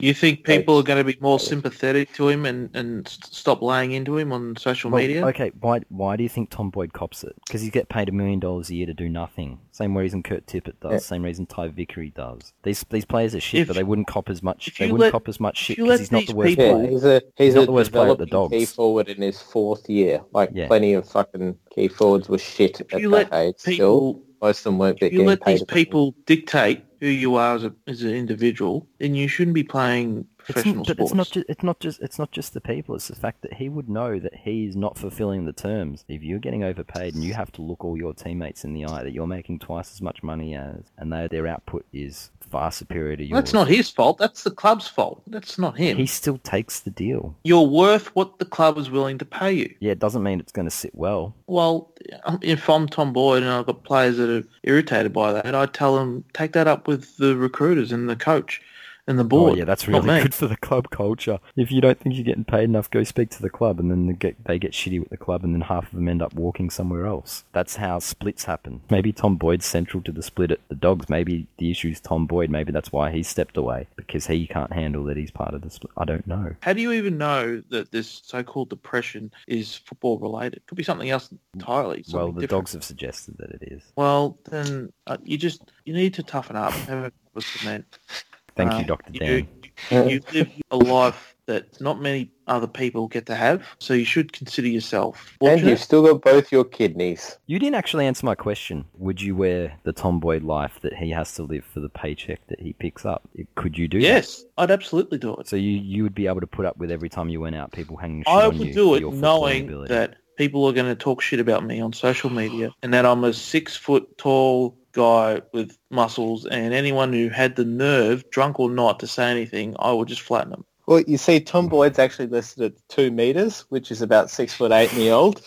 Speaker 6: You think people are going to be more sympathetic to him and, and s- stop laying into him on social
Speaker 2: Well,
Speaker 6: media?
Speaker 2: Okay, why why do you think Tom Boyd cops it? Because he's get paid a million dollars a year to do nothing. Same reason Kurt Tippett does.
Speaker 5: Yeah.
Speaker 2: Same reason Ty Vickery does. These these players are shit,
Speaker 6: If-
Speaker 2: but they wouldn't cop as much.
Speaker 6: if
Speaker 2: They
Speaker 6: you
Speaker 2: wouldn't
Speaker 6: let-
Speaker 2: cop as much shit
Speaker 6: you
Speaker 2: because
Speaker 6: let
Speaker 2: he's not the
Speaker 6: these
Speaker 2: worst
Speaker 6: people-
Speaker 5: Yeah,
Speaker 2: player.
Speaker 5: he's a he's
Speaker 2: not
Speaker 5: a
Speaker 2: the worst player at the
Speaker 5: developing Key
Speaker 2: Dogs.
Speaker 5: forward in his fourth year. Like
Speaker 2: Yeah.
Speaker 5: plenty of fucking key forwards were shit
Speaker 6: If
Speaker 5: at
Speaker 6: you
Speaker 5: that
Speaker 6: let
Speaker 5: age. Still,
Speaker 6: people,
Speaker 5: most of them weren't
Speaker 6: if
Speaker 5: getting
Speaker 6: you let
Speaker 5: paid.
Speaker 6: these people dictate who you are as, a, as an individual, then you shouldn't be playing
Speaker 2: It's,
Speaker 6: professional
Speaker 2: n- but
Speaker 6: sports.
Speaker 2: it's not just it's not just it's not just the people. It's the fact that he would know that he's not fulfilling the terms. If you're getting overpaid and you have to look all your teammates in the eye that you're making twice as much money as, and they, their output is far superior to yours.
Speaker 6: That's not his fault. That's the club's fault. That's not him.
Speaker 2: He still takes the deal.
Speaker 6: You're worth what the club is willing to pay you.
Speaker 2: Yeah, it doesn't mean it's going to sit well.
Speaker 6: Well, I'm- if I'm Tom Boyd and I've got players that are irritated by that, I'd tell them take that up with the recruiters and the coach and the board.
Speaker 2: Oh yeah, that's
Speaker 6: not
Speaker 2: really
Speaker 6: me.
Speaker 2: good for the club culture. If you don't think you're getting paid enough, go speak to the club, and then they get they get shitty with the club, and then half of them end up walking somewhere else. That's how splits happen. Maybe Tom Boyd's central to the split at the Dogs. Maybe the issue's Tom Boyd. Maybe that's why he stepped away because he can't handle that he's part of the split. I don't know.
Speaker 6: How do you even know that this so-called depression is football related? Could be something else entirely.
Speaker 2: well,
Speaker 6: something
Speaker 2: the
Speaker 6: different.
Speaker 2: Dogs have suggested that it is.
Speaker 6: Well, then uh, you just you need to toughen up. Have a cup of cement.
Speaker 2: Thank
Speaker 6: Uh,
Speaker 2: you, Doctor
Speaker 6: you-
Speaker 2: Dan.
Speaker 6: You live a life that not many other people get to have, so you should consider yourself
Speaker 5: and
Speaker 6: fortunate.
Speaker 5: you've still got both your kidneys.
Speaker 2: You didn't actually answer my question. Would you wear the tomboy life that he has to live for the paycheck that he picks up? Could you do that?
Speaker 6: Yes, I'd absolutely do it.
Speaker 2: So you you would be able to put up with every time you went out, people hanging shit
Speaker 6: I
Speaker 2: on
Speaker 6: would
Speaker 2: you
Speaker 6: do
Speaker 2: for
Speaker 6: it
Speaker 2: your footballing
Speaker 6: knowing
Speaker 2: ability.
Speaker 6: that people are going to talk shit about me on social media and that I'm a six foot tall guy with muscles and anyone who had the nerve, drunk or not, to say anything, I would just flatten them.
Speaker 5: Well, you see, Tom Boyd's actually listed at two meters, which is about six foot eight in the old.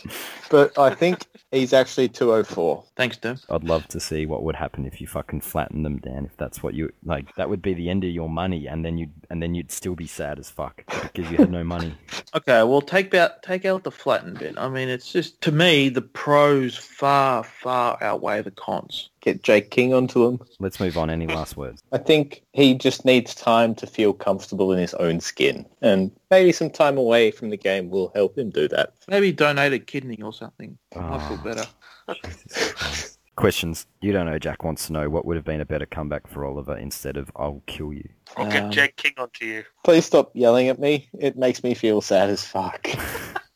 Speaker 5: but I think he's actually 204.
Speaker 6: Thanks, Dev.
Speaker 2: I'd love to see what would happen if you fucking flatten them down. If that's what you like, that would be the end of your money, and then you and then you'd still be sad as fuck because you had no money.
Speaker 6: Okay, well, take out take out the flattened bit. I mean, it's just to me the pros far far outweigh the cons.
Speaker 5: Get Jake King onto him.
Speaker 2: Let's move on. Any last words?
Speaker 5: I think he just needs time to feel comfortable in his own skin. And maybe some time away from the game will help him do that.
Speaker 6: Maybe donate a kidney or something. I feel
Speaker 2: Ah.
Speaker 6: better.
Speaker 2: Questions. You don't know. Jack wants to know what would have been a better comeback for Oliver instead of "I'll kill you."
Speaker 3: I'll get
Speaker 6: Um,
Speaker 3: Jake King onto you.
Speaker 5: Please stop yelling at me. It makes me feel sad as fuck.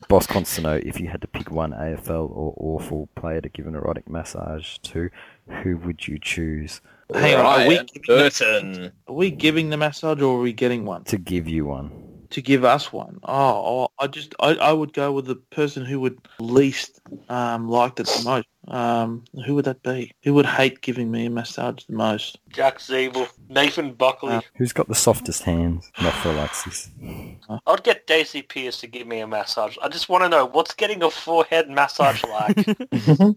Speaker 2: Boss wants to know if you had to pick one AFL or awful player to give an erotic massage to, who would you choose
Speaker 6: Hang on, are we,
Speaker 5: Ryan Burton.
Speaker 6: are we giving the massage or are we getting one
Speaker 2: to give you one?
Speaker 6: to give us one? Oh, oh, I just I, I would go with the person who would least um, liked it the most. Um, who would that be? Who would hate giving me a massage the most?
Speaker 3: Jack Zabel, Nathan Buckley.
Speaker 6: Uh,
Speaker 2: Who's got the softest hands? Not for Alexis.
Speaker 3: I'd get Daisy Pierce to give me a massage. I just want to know what's getting a forehead massage like.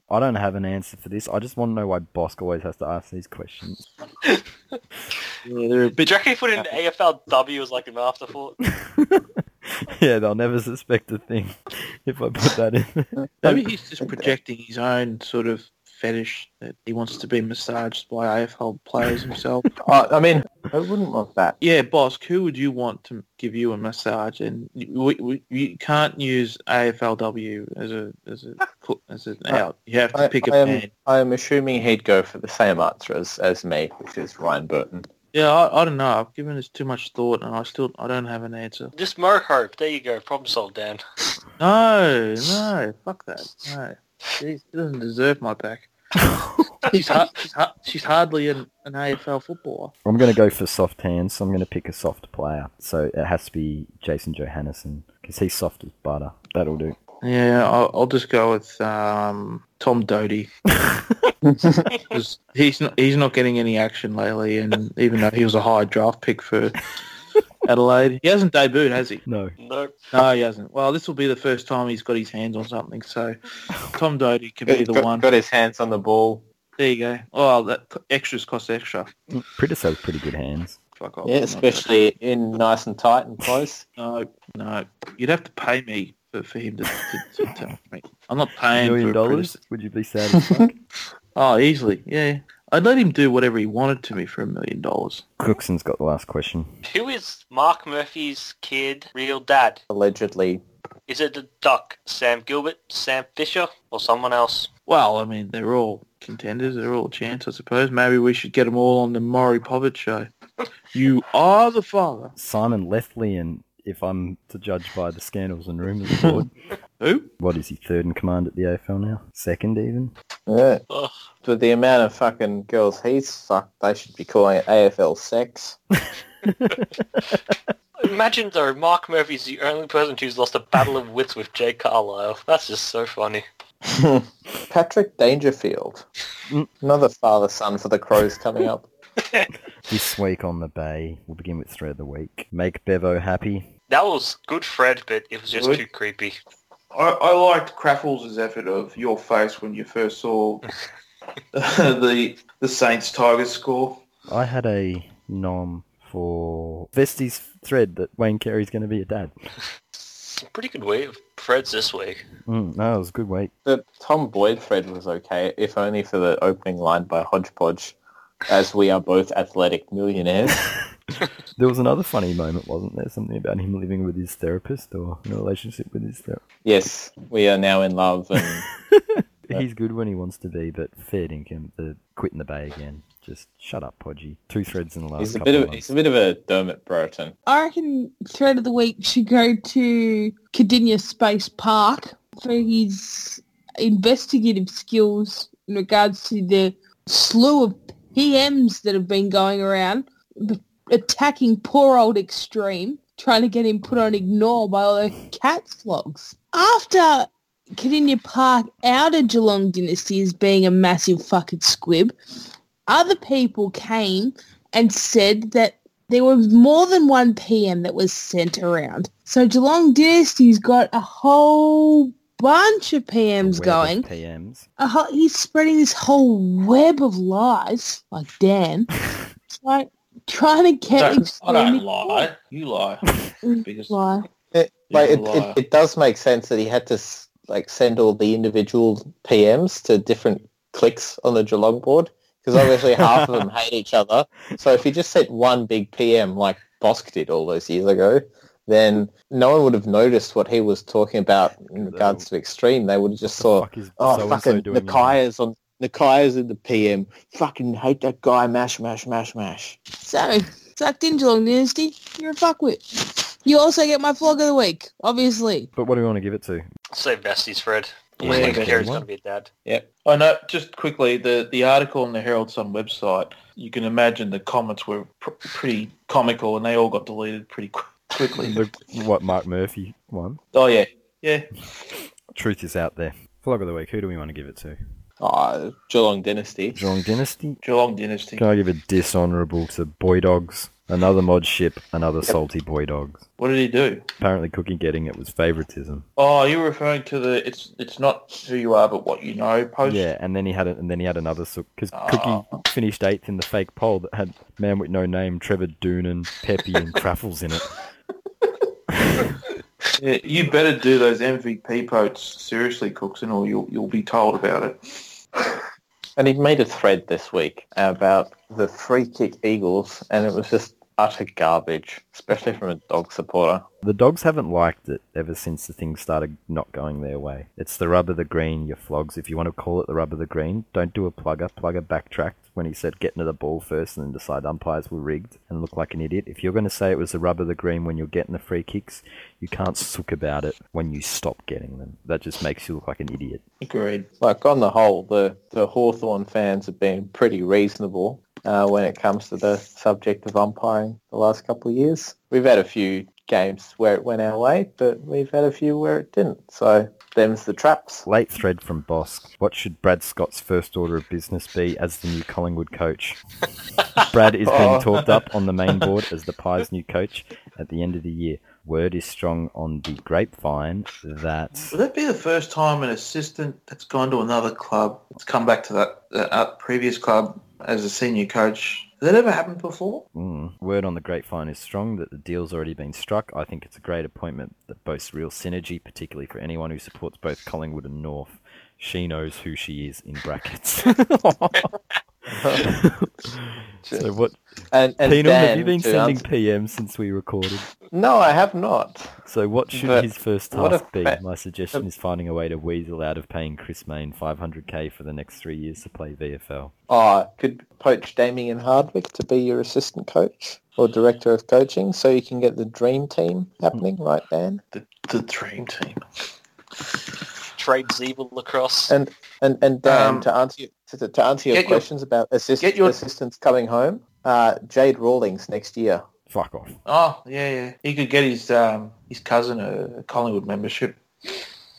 Speaker 2: I don't have an answer for this. I just want to know why Bosk always has to ask these questions.
Speaker 6: Yeah, they're a
Speaker 3: Do
Speaker 6: bit.
Speaker 3: you reckon he put in AFLW as like an afterthought?
Speaker 2: yeah, they'll never suspect a thing if I put that in.
Speaker 6: Maybe he's just projecting his own sort of fetish that he wants to be massaged by AFL players himself.
Speaker 5: I I mean, I wouldn't want that.
Speaker 6: Yeah, Bosk, who would you want to give you a massage? And you, we, you can't use AFLW as a as a put- as an
Speaker 5: I-
Speaker 6: out. You have to
Speaker 5: I,
Speaker 6: pick a
Speaker 5: I am,
Speaker 6: band.
Speaker 5: I am assuming he'd go for the same answer as, as me, which is Ryan Burton.
Speaker 6: Yeah, I, I don't know. I've given this too much thought, and I still I don't have an answer.
Speaker 3: Just Mohope. There you go. Problem solved, Dan.
Speaker 6: No, no, fuck that. No, she doesn't deserve my back. she's, har she's, har she's hardly an, an AFL footballer.
Speaker 2: I'm going to go for soft hands, so I'm going to pick a soft player. So it has to be Jason Johannesson because he's soft as butter. That'll do.
Speaker 6: Yeah, I'll, I'll just go with um, Tom Doty. 'Cause he's not he's not getting any action lately, and even though he was a high draft pick for Adelaide, he hasn't debuted, has he?
Speaker 2: No.
Speaker 3: Nope.
Speaker 6: No, he hasn't. Well, this will be the first time he's got his hands on something. So Tom Doty could be
Speaker 5: He's
Speaker 6: the
Speaker 5: got,
Speaker 6: one.
Speaker 5: got his hands on the ball.
Speaker 6: There you go. Oh, that co- extras cost extra.
Speaker 2: Pritis has pretty good hands.
Speaker 6: Fuck off.
Speaker 5: Yeah, especially in nice and tight and close.
Speaker 6: No, no, you'd have to pay me for, for him to, to, to tell me. I'm not paying for
Speaker 2: Million
Speaker 6: a
Speaker 2: dollars? Would you be sad as fuck?
Speaker 6: Oh, easily, yeah. I'd let him do whatever he wanted to me for a million dollars.
Speaker 2: Crookson's got the last question.
Speaker 3: Who is Mark Murphy's kid real dad?
Speaker 5: Allegedly.
Speaker 3: Is it the duck, Sam Gilbert, Sam Fisher, or someone else?
Speaker 6: Well, I mean, they're all contenders. They're all a chance, I suppose. Maybe we should get them all on the Maury Povich show. You are the father.
Speaker 2: Simon Lethley and if I'm to judge by the scandals and rumours board,
Speaker 6: Who?
Speaker 2: what is he, third in command at the AFL now? Second even?
Speaker 5: Yeah.
Speaker 3: Ugh.
Speaker 5: But the amount of fucking girls he's fucked, they should be calling it AFL sex.
Speaker 3: Imagine though, Mark Murphy's the only person who's lost a battle of wits with Jay Carlisle. That's just so funny.
Speaker 5: Patrick Dangerfield.
Speaker 2: Mm.
Speaker 5: Another father-son for the Crows coming up.
Speaker 2: This week on the Bay, we'll begin with thread of the week. Make Bevo happy.
Speaker 3: That was good, Fred, but it was just
Speaker 6: Good.
Speaker 3: too creepy.
Speaker 6: I, I liked Craffles' effort of your face when you first saw the the Saints Tigers score.
Speaker 2: I had a nom for Vesti's thread that Wayne Carey's going to be a dad.
Speaker 3: Pretty good way of Fred's this week.
Speaker 2: Mm, no, it was a good week.
Speaker 5: The Tom Boyd thread was okay, if only for the opening line by Hodgepodge, as we are both athletic millionaires.
Speaker 2: There was another funny moment, wasn't there? Something about him living with his therapist or in a relationship with his therapist.
Speaker 5: yes, we are now in love and
Speaker 2: He's good when he wants to be, but fair dinkum, the quit in the bay again. Just shut up, Podgy. Two threads in the last
Speaker 5: he's a
Speaker 2: couple
Speaker 5: bit of
Speaker 2: months.
Speaker 5: he's a bit of a Dermot Brereton.
Speaker 4: I reckon thread of the week should go to Cadinia Space Park for his investigative skills in regards to the slew of PMs that have been going around b- attacking poor old Extreme, trying to get him put on ignore by all the cat's logs. After Cadinia Park outed Geelong Dynasty as being a massive fucking squib, other people came and said that there was more than one PM that was sent around. So Geelong Dynasty's got a whole bunch of
Speaker 2: Web
Speaker 4: PMs
Speaker 2: of
Speaker 4: going.
Speaker 2: PMs.
Speaker 4: A ho- he's spreading this whole web of lies, like Dan. It's like trying to get
Speaker 6: Don't- I
Speaker 4: extremely-
Speaker 6: don't lie. You lie. Biggest
Speaker 4: Lie.
Speaker 5: It, like it,
Speaker 6: You're
Speaker 2: uh,
Speaker 6: a liar.
Speaker 5: it, it does make sense that he had to s- like send all the individual PMs to different clicks on the Geelong board because obviously half of them hate each other. So if he just sent one big PM like Bosk did all those years ago, then no one would have noticed what he was talking about in regards to extreme. They would have just saw,
Speaker 2: Fuck is
Speaker 5: oh
Speaker 2: so-and-so
Speaker 5: fucking
Speaker 2: doing in
Speaker 5: Nakaya's on Nakaya's in the PM. Fucking hate that guy. Mash mash mash mash.
Speaker 4: So, sucked in Geelong Dynasty. You're a fuckwit. You also get my flog of the week, obviously.
Speaker 2: But what do we want to give it to?
Speaker 3: Say besties, Fred.
Speaker 5: Yeah,
Speaker 3: My next
Speaker 5: besties.
Speaker 3: character's going to be a dad.
Speaker 6: I know. Just quickly, the the article on the Herald Sun website. You can imagine the comments were pr- pretty comical, and they all got deleted pretty qu- quickly.
Speaker 2: The, what Mark Murphy one?
Speaker 6: oh yeah, yeah.
Speaker 2: Truth is out there. Vlog of the week. Who do we want to give it to?
Speaker 5: Ah, Geelong dynasty.
Speaker 2: Geelong Dynasty.
Speaker 6: Geelong dynasty.
Speaker 2: Can I give a dishonourable to Boy Dogs? Another mod ship. Another salty Boy Dogs.
Speaker 6: What did he do?
Speaker 2: Apparently, Cookie getting it was favouritism.
Speaker 6: Oh, you're referring to the it's it's not who you are, but what you know post.
Speaker 2: Yeah, and then he had it, and then he had another because
Speaker 6: Oh.
Speaker 2: Cookie finished eighth in the fake poll that had man with no name, Trevor Doonan, Peppy, and Craffles in it.
Speaker 6: Yeah, you better do those MVP posts seriously, Cookson, or you'll you'll be told about it.
Speaker 5: And he made a thread this week about the free kick Eagles, and it was just utter garbage, especially from a dog supporter.
Speaker 2: The dogs haven't liked it ever since the thing started not going their way. It's the rub of the green, your flogs. If you want to call it the rub of the green, don't do a plugger. Plugger backtracked when he said get into the ball first and then decide umpires were rigged and look like an idiot. If you're going to say it was the rub of the green when you're getting the free kicks, you can't sook about it when you stop getting them. That just makes you look like an idiot.
Speaker 6: Agreed.
Speaker 5: Like on the whole, the the Hawthorn fans have been pretty reasonable uh, when it comes to the subject of umpiring the last couple of years. We've had a few games where it went our way, but we've had a few where it didn't. So them's the traps.
Speaker 2: Late thread from Bosk. What should Brad Scott's first order of business be as the new Collingwood coach? Brad is being talked up on the main board as the Pies' new coach at the end of the year. Word is strong on the grapevine that
Speaker 6: Would that be the first time an assistant that's gone to another club that's come back to that, that uh, previous club as a senior coach? Has that ever happened before?
Speaker 2: mm, word on the grapevine is strong that the deal's already been struck. I think it's a great appointment that boasts real synergy, particularly for anyone who supports both Collingwood and North. She knows who she is in brackets. so what
Speaker 5: And, and
Speaker 2: Penal, have
Speaker 5: Dan,
Speaker 2: you been
Speaker 5: to
Speaker 2: sending
Speaker 5: answer-
Speaker 2: PMs since we recorded?
Speaker 5: No, I have not.
Speaker 2: So what should
Speaker 5: But
Speaker 2: his first
Speaker 5: what
Speaker 2: task
Speaker 5: if
Speaker 2: be?
Speaker 5: that-
Speaker 2: My suggestion is finding a way to weasel out of paying Chris Main 500k for the next three years to play VFL.
Speaker 5: Oh, could poach Damien Hardwick to be your assistant coach or director of coaching so you can get the dream team happening, right, Dan?
Speaker 6: The, the dream team.
Speaker 3: Trade Zeeble lacrosse.
Speaker 5: And and, and Dan,
Speaker 6: Um,
Speaker 5: to answer your, to, to answer your
Speaker 6: get your-
Speaker 5: questions about assist,
Speaker 6: get your-
Speaker 5: assistants coming home, uh, Jade Rawlings next year.
Speaker 2: Fuck off.
Speaker 6: Oh, yeah, yeah. He could get his um, his cousin a Collingwood membership.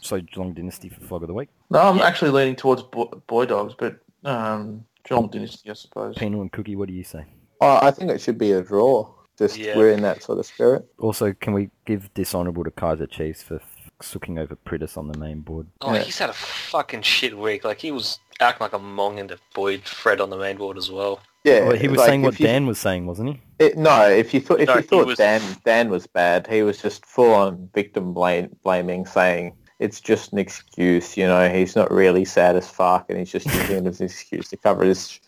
Speaker 2: So Geelong Dynasty for Flog of the Week.
Speaker 6: No, I'm actually leaning towards Bo- Boy Dogs, but um, John Dynasty, I suppose.
Speaker 2: Penal and Cookie, what do you say?
Speaker 5: Oh, I think it should be a draw. Just
Speaker 3: Yeah.
Speaker 5: we're in that sort of spirit.
Speaker 2: Also, can we give dishonourable to Kaiser Chiefs for f- sooking over Pritis on the main board?
Speaker 3: Oh,
Speaker 5: Yeah.
Speaker 3: he's had a fucking shit week. Like, he was acting like a mong into Boyd Fred on the main board as well.
Speaker 5: Yeah,
Speaker 2: Well, he was
Speaker 5: like,
Speaker 2: saying what
Speaker 5: if you-
Speaker 2: Dan was saying, wasn't he?
Speaker 5: It, no, if you thought if
Speaker 3: No,
Speaker 5: you
Speaker 3: he
Speaker 5: thought
Speaker 3: was-
Speaker 5: Dan Dan was bad, he was just full on victim blame, blaming, saying it's just an excuse. You know, he's not really sad as fuck, and he's just using it as an excuse to cover his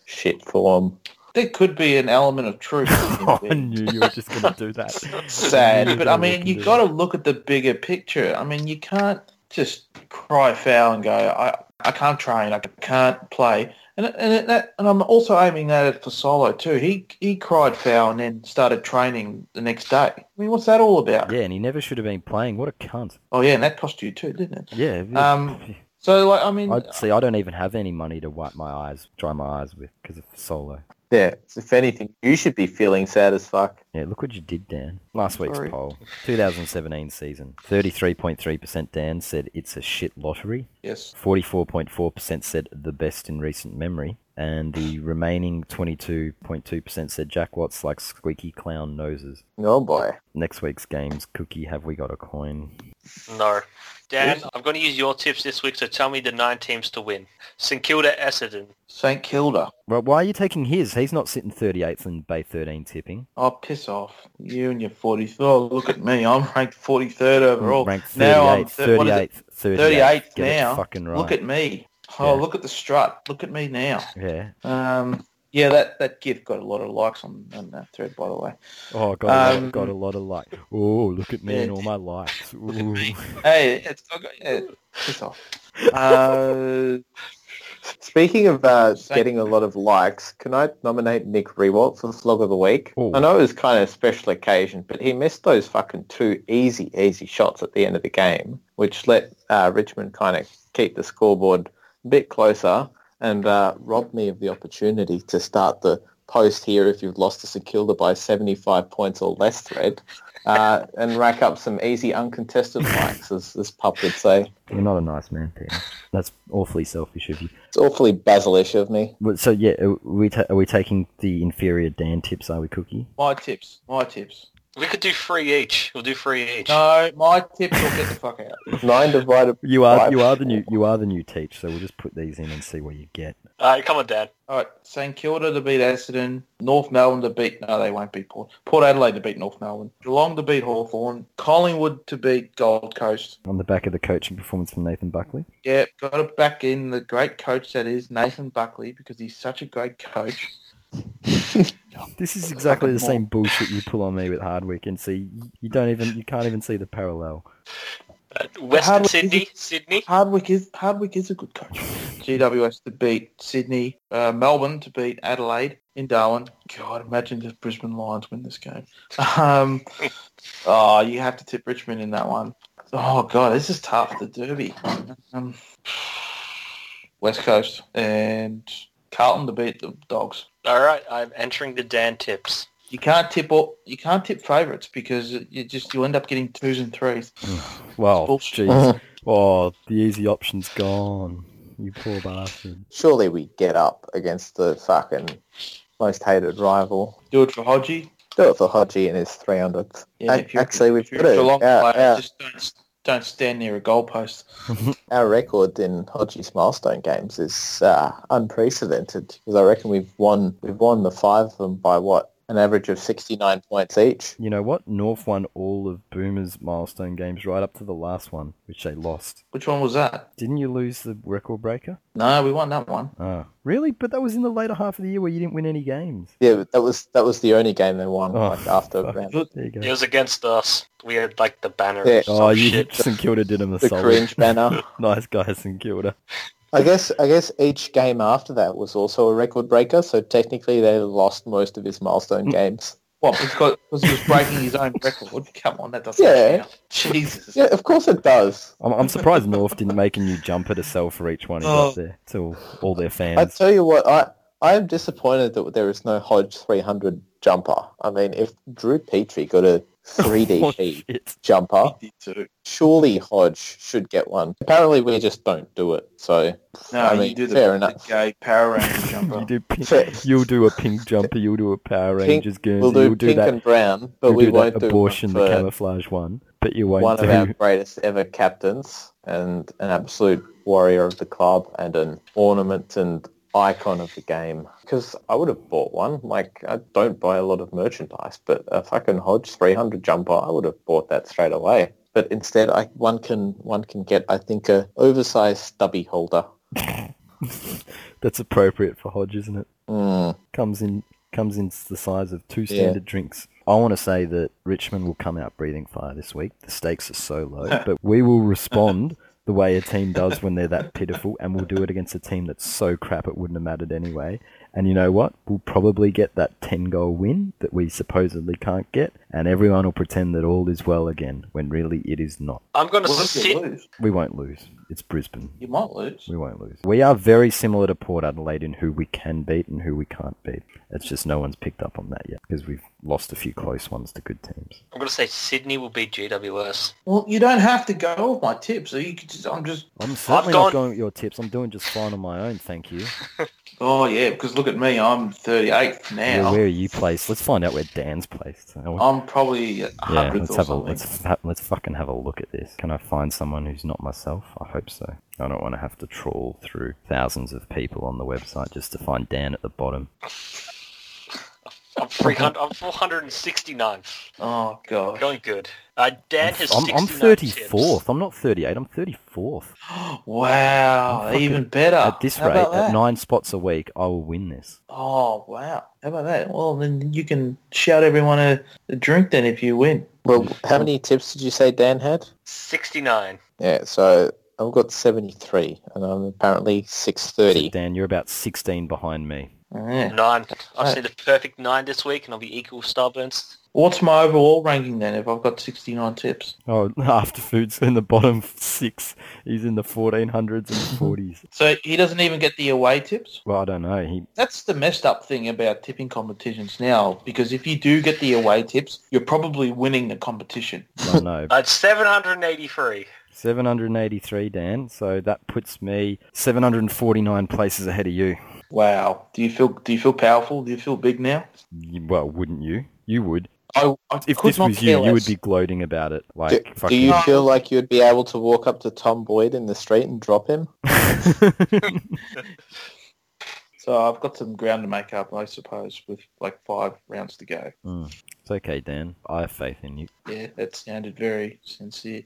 Speaker 5: shit form.
Speaker 6: There could be an element of truth. in
Speaker 2: Oh, I
Speaker 6: there.
Speaker 2: knew you were just going to do that.
Speaker 5: Sad.
Speaker 6: but I mean, you got to look at the bigger picture. I mean, you can't just cry foul and go, I, I can't train, I can't play. And and that, and I'm also aiming that at Fasolo too. He he cried foul and then started training the next day. I mean, what's that all about?
Speaker 2: Yeah, and he never should have been playing. What a cunt.
Speaker 6: Oh yeah, and that cost you too, didn't it?
Speaker 2: Yeah.
Speaker 6: Um, So like, I mean,
Speaker 2: I see. I don't even have any money to wipe my eyes, dry my eyes with, because of solo.
Speaker 5: Yeah, if anything, you should be feeling sad as fuck.
Speaker 2: Yeah, look what you did, Dan. Last week's
Speaker 6: Sorry.
Speaker 2: poll, 2017 season, 33.3% Dan said it's a shit lottery,
Speaker 6: yes,
Speaker 2: 44.4% said the best in recent memory, and the remaining 22.2% said Jack Watts like squeaky clown noses.
Speaker 5: Oh boy.
Speaker 2: Next week's games, Cookie, have we got a coin?
Speaker 3: No. Dan, I'm going to use your tips this week, so tell me the nine teams to win. St Kilda, Essendon.
Speaker 6: St Kilda.
Speaker 2: Well, why are you taking his? He's not sitting 38th in Bay 13 tipping.
Speaker 6: Oh, piss off. You and your 40th. Oh, look at me. I'm ranked 43rd overall.
Speaker 2: Ranked 38th,
Speaker 6: now I'm thir- what is it?
Speaker 2: 38th, 38th,
Speaker 6: 38th
Speaker 2: Get it
Speaker 6: now.
Speaker 2: fucking right.
Speaker 6: Look at me. Oh,
Speaker 2: Yeah.
Speaker 6: look at the strut. Look at me now.
Speaker 2: yeah.
Speaker 6: Um, yeah, that, that gif got a lot of likes on, on that thread, by the way.
Speaker 2: Oh, got, a lot-
Speaker 6: Um,
Speaker 2: got a lot of like. Oh, look at me and
Speaker 6: yeah.
Speaker 2: all my
Speaker 1: at
Speaker 2: likes. Ooh.
Speaker 1: me.
Speaker 6: Hey, it's, I got, yeah, piss off. Uh,
Speaker 5: Speaking of uh,
Speaker 6: Same.
Speaker 5: getting a lot of likes, can I nominate Nick Rewalt for Flog of the Week?
Speaker 2: Ooh.
Speaker 5: I know it was kind of a special occasion, but he missed those fucking two easy, easy shots at the end of the game, which let uh, Richmond kind of keep the scoreboard a bit closer and uh, robbed me of the opportunity to start the post here if you've lost to St Kilda by 75 points or less thread uh, and rack up some easy uncontested likes, as this pup would say.
Speaker 2: You're not a nice man, Peter. That's awfully selfish of you.
Speaker 5: It's awfully basilish of me.
Speaker 2: Well, So yeah, are we ta- are we taking the inferior Dan tips? Are we Cookie?
Speaker 6: my tips. My tips.
Speaker 3: We could do three each. We'll do three each.
Speaker 6: No, my tips will get the fuck out.
Speaker 5: Nine divided
Speaker 2: You are
Speaker 5: Five.
Speaker 2: you are the new you are the new teach. So we'll just put these in and see what you get.
Speaker 3: All right, come on, Dan.
Speaker 6: All right, St Kilda to beat Essendon, North Melbourne to beat, no, they won't beat Port. Port Adelaide to beat North Melbourne, Geelong to beat Hawthorn, Collingwood to beat Gold Coast.
Speaker 2: On the back of the coaching performance from Nathan Buckley.
Speaker 6: Yeah, got to back in the great coach that is Nathan Buckley because he's such a great coach.
Speaker 2: This is exactly the
Speaker 6: Fucking
Speaker 2: same bullshit you pull on me with Hardwick, and see you don't even you can't even see the parallel.
Speaker 3: Uh,
Speaker 6: How
Speaker 3: Western
Speaker 6: do-
Speaker 3: Sydney, Sydney.
Speaker 6: Hardwick is Hardwick is a good coach. GWS to beat Sydney, uh, Melbourne to beat Adelaide in Darwin. God, imagine if Brisbane Lions win this game. Um, oh, you have to tip Richmond in that one. Oh God, this is tough. The Derby, um, West Coast and Carlton to beat the Dogs.
Speaker 3: All right, I'm entering the Dan tips.
Speaker 6: You can't tip all, you can't tip favourites because you just you'll end up getting twos and threes.
Speaker 2: Well,
Speaker 6: Bullshit.
Speaker 2: jeez. Oh, the easy option's gone. You poor bastard.
Speaker 5: surely we get up against the fucking most hated rival.
Speaker 6: Do it for Hodgie.
Speaker 5: Do it for Hodgie in his 300th.
Speaker 6: Yeah,
Speaker 5: Ac-
Speaker 6: if you're-
Speaker 5: actually, we've
Speaker 6: if you're
Speaker 5: got it.
Speaker 6: a long
Speaker 5: Our,
Speaker 6: player,
Speaker 5: our,
Speaker 6: just don't, don't stand near a goalpost.
Speaker 5: our record in Hodgie's milestone games is uh, unprecedented because I reckon we've won we've won the five of them by what an average of 69 points each.
Speaker 2: You know what? North won all of Boomer's milestone games right up to the last one, which they lost.
Speaker 6: Which one was that?
Speaker 2: Didn't you lose the record breaker?
Speaker 6: No, we won that one.
Speaker 2: Oh, really? But that was in the later half of the year where you didn't win any games.
Speaker 5: Yeah, but that was that was the only game they won
Speaker 2: Oh,
Speaker 5: like after
Speaker 2: fuck.
Speaker 5: round.
Speaker 2: There you go.
Speaker 3: It was against us. We had like the banner.
Speaker 5: Yeah.
Speaker 3: Yeah.
Speaker 2: Oh, you
Speaker 3: shit.
Speaker 2: St Kilda did him a
Speaker 5: The
Speaker 2: solid.
Speaker 5: cringe banner.
Speaker 2: Nice guy, St Kilda.
Speaker 5: I guess I guess each game after that was also a record breaker. So technically, they lost most of his milestone
Speaker 2: Hmm.
Speaker 5: games.
Speaker 6: What? Because, because he was breaking his own record. Come on, that doesn't
Speaker 5: Yeah.
Speaker 6: count. Jesus.
Speaker 5: Yeah, of course it does.
Speaker 2: I'm, I'm surprised North didn't make a new jumper to sell for each one he
Speaker 6: Oh.
Speaker 2: got there to all, all their
Speaker 5: I
Speaker 2: fans.
Speaker 5: tell you what, I I am disappointed that there is no Hodge 300 jumper. I mean, if Drew Petrie got a 3D
Speaker 2: Oh,
Speaker 5: sheet
Speaker 2: shit.
Speaker 5: jumper,
Speaker 6: He did too.
Speaker 5: surely Hodge should get one. Apparently, we just don't do it. So
Speaker 6: No,
Speaker 5: I mean,
Speaker 6: you do the,
Speaker 5: fair
Speaker 6: the
Speaker 5: enough.
Speaker 6: gay Power Ranger
Speaker 2: You
Speaker 6: jumper.
Speaker 2: do pink,
Speaker 5: Fair.
Speaker 2: you'll do a pink jumper, you'll do a Power
Speaker 5: Pink-
Speaker 2: Rangers Guernsey,
Speaker 5: we'll do
Speaker 2: you'll do
Speaker 5: pink
Speaker 2: that,
Speaker 5: and brown, but
Speaker 2: you'll
Speaker 5: we
Speaker 2: do
Speaker 5: won't
Speaker 2: that
Speaker 5: do
Speaker 2: abortion,
Speaker 5: it
Speaker 2: the
Speaker 5: for
Speaker 2: camouflage one, but you
Speaker 5: one
Speaker 2: won't
Speaker 5: of our
Speaker 2: do...
Speaker 5: greatest ever captains and an absolute warrior of the club and an ornament and icon of the game. Because I would have bought one. Like, I don't buy a lot of merchandise, but a fucking Hodge 300 jumper, I would have bought that straight away. But instead, I, one can one can get, I think, a oversized stubby holder.
Speaker 2: That's appropriate for Hodge, isn't it?
Speaker 5: Mm.
Speaker 2: comes in comes in the size of two
Speaker 5: Yeah.
Speaker 2: standard drinks. I want to say that Richmond will come out breathing fire this week. The stakes are so low, but we will respond the way a team does when they're that pitiful, and we'll do it against a team that's so crap it wouldn't have mattered anyway. And you know what? We'll probably get that 10 goal win that we supposedly can't get, and everyone will pretend that all is well again when really it is not.
Speaker 3: I'm going to
Speaker 6: Well, if you
Speaker 3: sit.
Speaker 6: lose,
Speaker 2: We won't lose. It's Brisbane.
Speaker 6: you might lose.
Speaker 2: We won't lose. We are very similar to Port Adelaide in who we can beat and who we can't beat. It's just no one's picked up on that yet because we've lost a few close ones to good teams.
Speaker 3: I'm going to say Sydney will beat GWS.
Speaker 6: Well, you don't have to go off my tip, so you could just, I'm just,
Speaker 2: I'm certainly not
Speaker 3: gone-
Speaker 2: going with your tips. I'm doing just fine on my own, thank you.
Speaker 6: oh yeah, because look at me, I'm 38th
Speaker 2: Yeah,
Speaker 6: now.
Speaker 2: where are you placed? Let's find out where Dan's placed. I want-
Speaker 6: I'm probably 100th
Speaker 2: Yeah,
Speaker 6: Oh, or
Speaker 2: let's have a
Speaker 6: something.
Speaker 2: let's ha- let's fucking have a look at this. Can I find someone who's not myself? I hope so. I don't want to have to trawl through thousands of people on the website just to find Dan at the bottom.
Speaker 3: I'm 300. I'm 469.
Speaker 6: Oh god.
Speaker 3: Going good. Uh, Dan has
Speaker 2: I'm,
Speaker 3: 69
Speaker 2: I'm 34th. I'm not 38. I'm 34th.
Speaker 6: Wow,
Speaker 2: I'm fucking-
Speaker 6: even better.
Speaker 2: at this
Speaker 6: Ah, How
Speaker 2: rate,
Speaker 6: about
Speaker 2: at
Speaker 6: that?
Speaker 2: nine spots a week, I will win this.
Speaker 6: Oh wow. How about that? Well, then you can shout everyone a, a drink then if you win.
Speaker 5: Well, how many tips did you say Dan had?
Speaker 3: 69.
Speaker 5: Yeah, so I've got 73, and I'm apparently
Speaker 2: So
Speaker 5: 630.
Speaker 2: Dan, you're about 16 behind me.
Speaker 6: Yeah.
Speaker 3: Nine. I've
Speaker 6: Right.
Speaker 3: seen the perfect nine this week, and I'll be equal Starburns.
Speaker 6: What's my overall ranking then if I've got 69 tips?
Speaker 2: Oh, after food's in the bottom six. He's in the 1400s and 40s.
Speaker 6: So he doesn't even get the away tips?
Speaker 2: Well, I don't know. He
Speaker 6: That's the messed up thing about tipping competitions now because if you do get the away tips, you're probably winning the competition.
Speaker 2: I don't know.
Speaker 3: At 783.
Speaker 2: 783, Dan. So that puts me 749 places ahead of you.
Speaker 6: Wow. Do you feel do you feel powerful? Do you feel big now?
Speaker 2: You- Well, wouldn't you? You would.
Speaker 6: I, I
Speaker 2: If
Speaker 6: could
Speaker 2: this
Speaker 6: not
Speaker 2: was you,
Speaker 6: care
Speaker 2: you would
Speaker 6: less.
Speaker 2: be gloating about it. Like,
Speaker 5: Do, do
Speaker 2: fucking.
Speaker 5: you feel like you'd be able to walk up to Tom Boyd in the street and drop him?
Speaker 6: So I've got some ground to make up, I suppose, with like five rounds to go.
Speaker 2: it's okay, Dan. I have faith in you.
Speaker 6: Yeah, that sounded very sincere.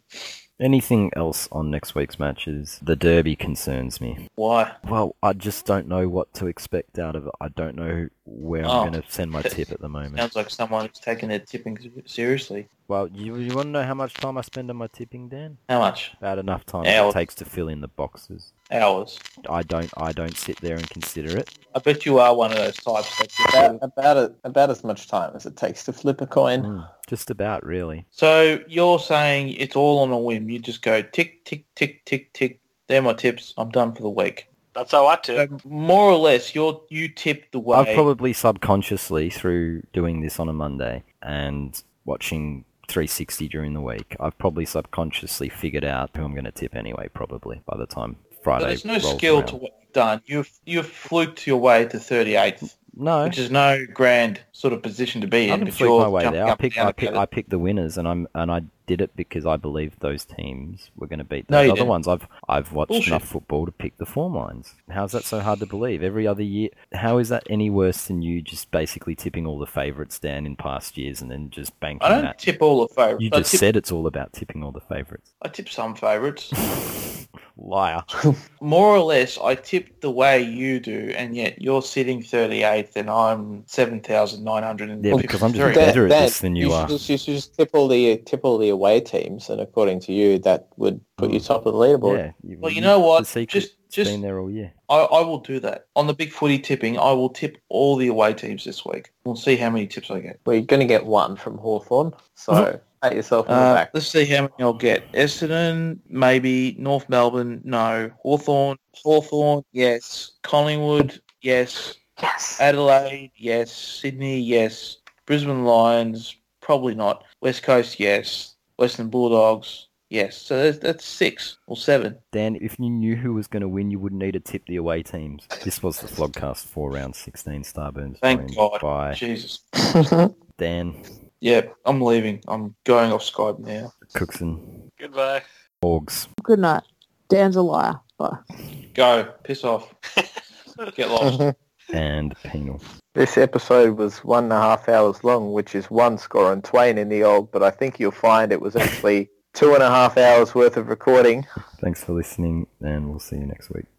Speaker 2: Anything else on next week's matches? The derby concerns me.
Speaker 6: Why?
Speaker 2: Well, I just don't know what to expect out of it. I don't know where
Speaker 6: Oh.
Speaker 2: I'm going to send my tip at the moment.
Speaker 6: Sounds like someone who's taking their tipping seriously.
Speaker 2: Well, you, you want to know how much time I spend on my tipping, Dan?
Speaker 6: How much?
Speaker 2: About enough time
Speaker 6: Hours.
Speaker 2: it takes to fill in the boxes.
Speaker 6: Hours.
Speaker 2: I don't. I don't sit there and consider it.
Speaker 6: I bet you are one of those types. That's
Speaker 5: About, about, a, about as much time as it takes to flip a coin.
Speaker 2: Mm, just about, really.
Speaker 6: So you're saying it's all on a whim. You just go tick, tick, tick, tick, tick. They're my tips. I'm done for the week.
Speaker 3: That's how I do.
Speaker 6: So more or less, you're you tip the way.
Speaker 2: I've probably subconsciously through doing this on a Monday and watching 360 during the week. I've probably subconsciously figured out who I'm going to tip anyway. Probably by the time
Speaker 6: So
Speaker 2: Friday.
Speaker 6: there's no
Speaker 2: rolls
Speaker 6: skill
Speaker 2: around.
Speaker 6: to what you've done. You've you've fluked your way to 38th,
Speaker 2: No,
Speaker 6: which is no grand sort of position to be in.
Speaker 2: I can
Speaker 6: but
Speaker 2: fluke
Speaker 6: you're
Speaker 2: my way
Speaker 6: jumping
Speaker 2: there. I
Speaker 6: up
Speaker 2: picked,
Speaker 6: and
Speaker 2: I
Speaker 6: down
Speaker 2: picked,
Speaker 6: about
Speaker 2: I
Speaker 6: it.
Speaker 2: picked the winners, and I'm and I did it because I believed those teams were going to beat
Speaker 6: No,
Speaker 2: those
Speaker 6: you
Speaker 2: other
Speaker 6: didn't.
Speaker 2: ones. I've I've watched
Speaker 6: Bullshit.
Speaker 2: enough football to pick the form lines. How's that so hard to believe? Every other year, how is that any worse than you just basically tipping all the favourites down in past years and then just banking
Speaker 6: I don't
Speaker 2: that?
Speaker 6: tip all the favourites.
Speaker 2: You
Speaker 6: I
Speaker 2: just
Speaker 6: tip,
Speaker 2: said it's all about tipping all the favourites.
Speaker 6: I tip some favourites.
Speaker 2: Liar.
Speaker 6: More or less, I tip the way you do, and yet you're sitting 38th, and I'm 7,953.
Speaker 2: Yeah, because I'm just
Speaker 5: Dan-
Speaker 2: better at
Speaker 5: Dan,
Speaker 2: this than you are.
Speaker 5: should- You should, just tip all the tip all the away teams, and according to you, that would put you top of the leaderboard.
Speaker 2: Mm. Yeah.
Speaker 6: Well, you know what?
Speaker 2: The secret
Speaker 6: Just- just-
Speaker 2: been there all year.
Speaker 6: I, I will do that. On the big footy tipping, I will tip all the away teams this week. We'll see how many tips I get.
Speaker 5: Well, you're going to get one from Hawthorn,
Speaker 2: Mm-hmm.
Speaker 5: so pat yourself on the
Speaker 6: Uh,
Speaker 5: back.
Speaker 6: let's see how many I'll get. Essendon, maybe. North Melbourne, no. Hawthorn, Hawthorn, yes. Collingwood, yes.
Speaker 4: Yes.
Speaker 6: Adelaide, yes. Sydney, yes. Brisbane Lions, probably not. West Coast, yes. Western Bulldogs, yes. So that's, that's six or seven.
Speaker 2: Dan, if you knew who was going to win, you wouldn't need to tip the away teams. This was the Flogcast for round 16. Starburns
Speaker 6: Thank
Speaker 2: joined
Speaker 6: God.
Speaker 2: by
Speaker 6: Jesus.
Speaker 2: Dan
Speaker 6: Yeah, I'm leaving. I'm going off Skype now.
Speaker 2: Cookson.
Speaker 3: Goodbye.
Speaker 2: Orgs.
Speaker 4: Good night. Dan's a liar. Bye.
Speaker 6: Go. Piss off. Get lost.
Speaker 2: And Penal.
Speaker 5: This episode was one and a half hours long, which is one score and twain in the old, but I think you'll find it was actually two and a half hours worth of recording.
Speaker 2: Thanks for listening, and we'll see you next week.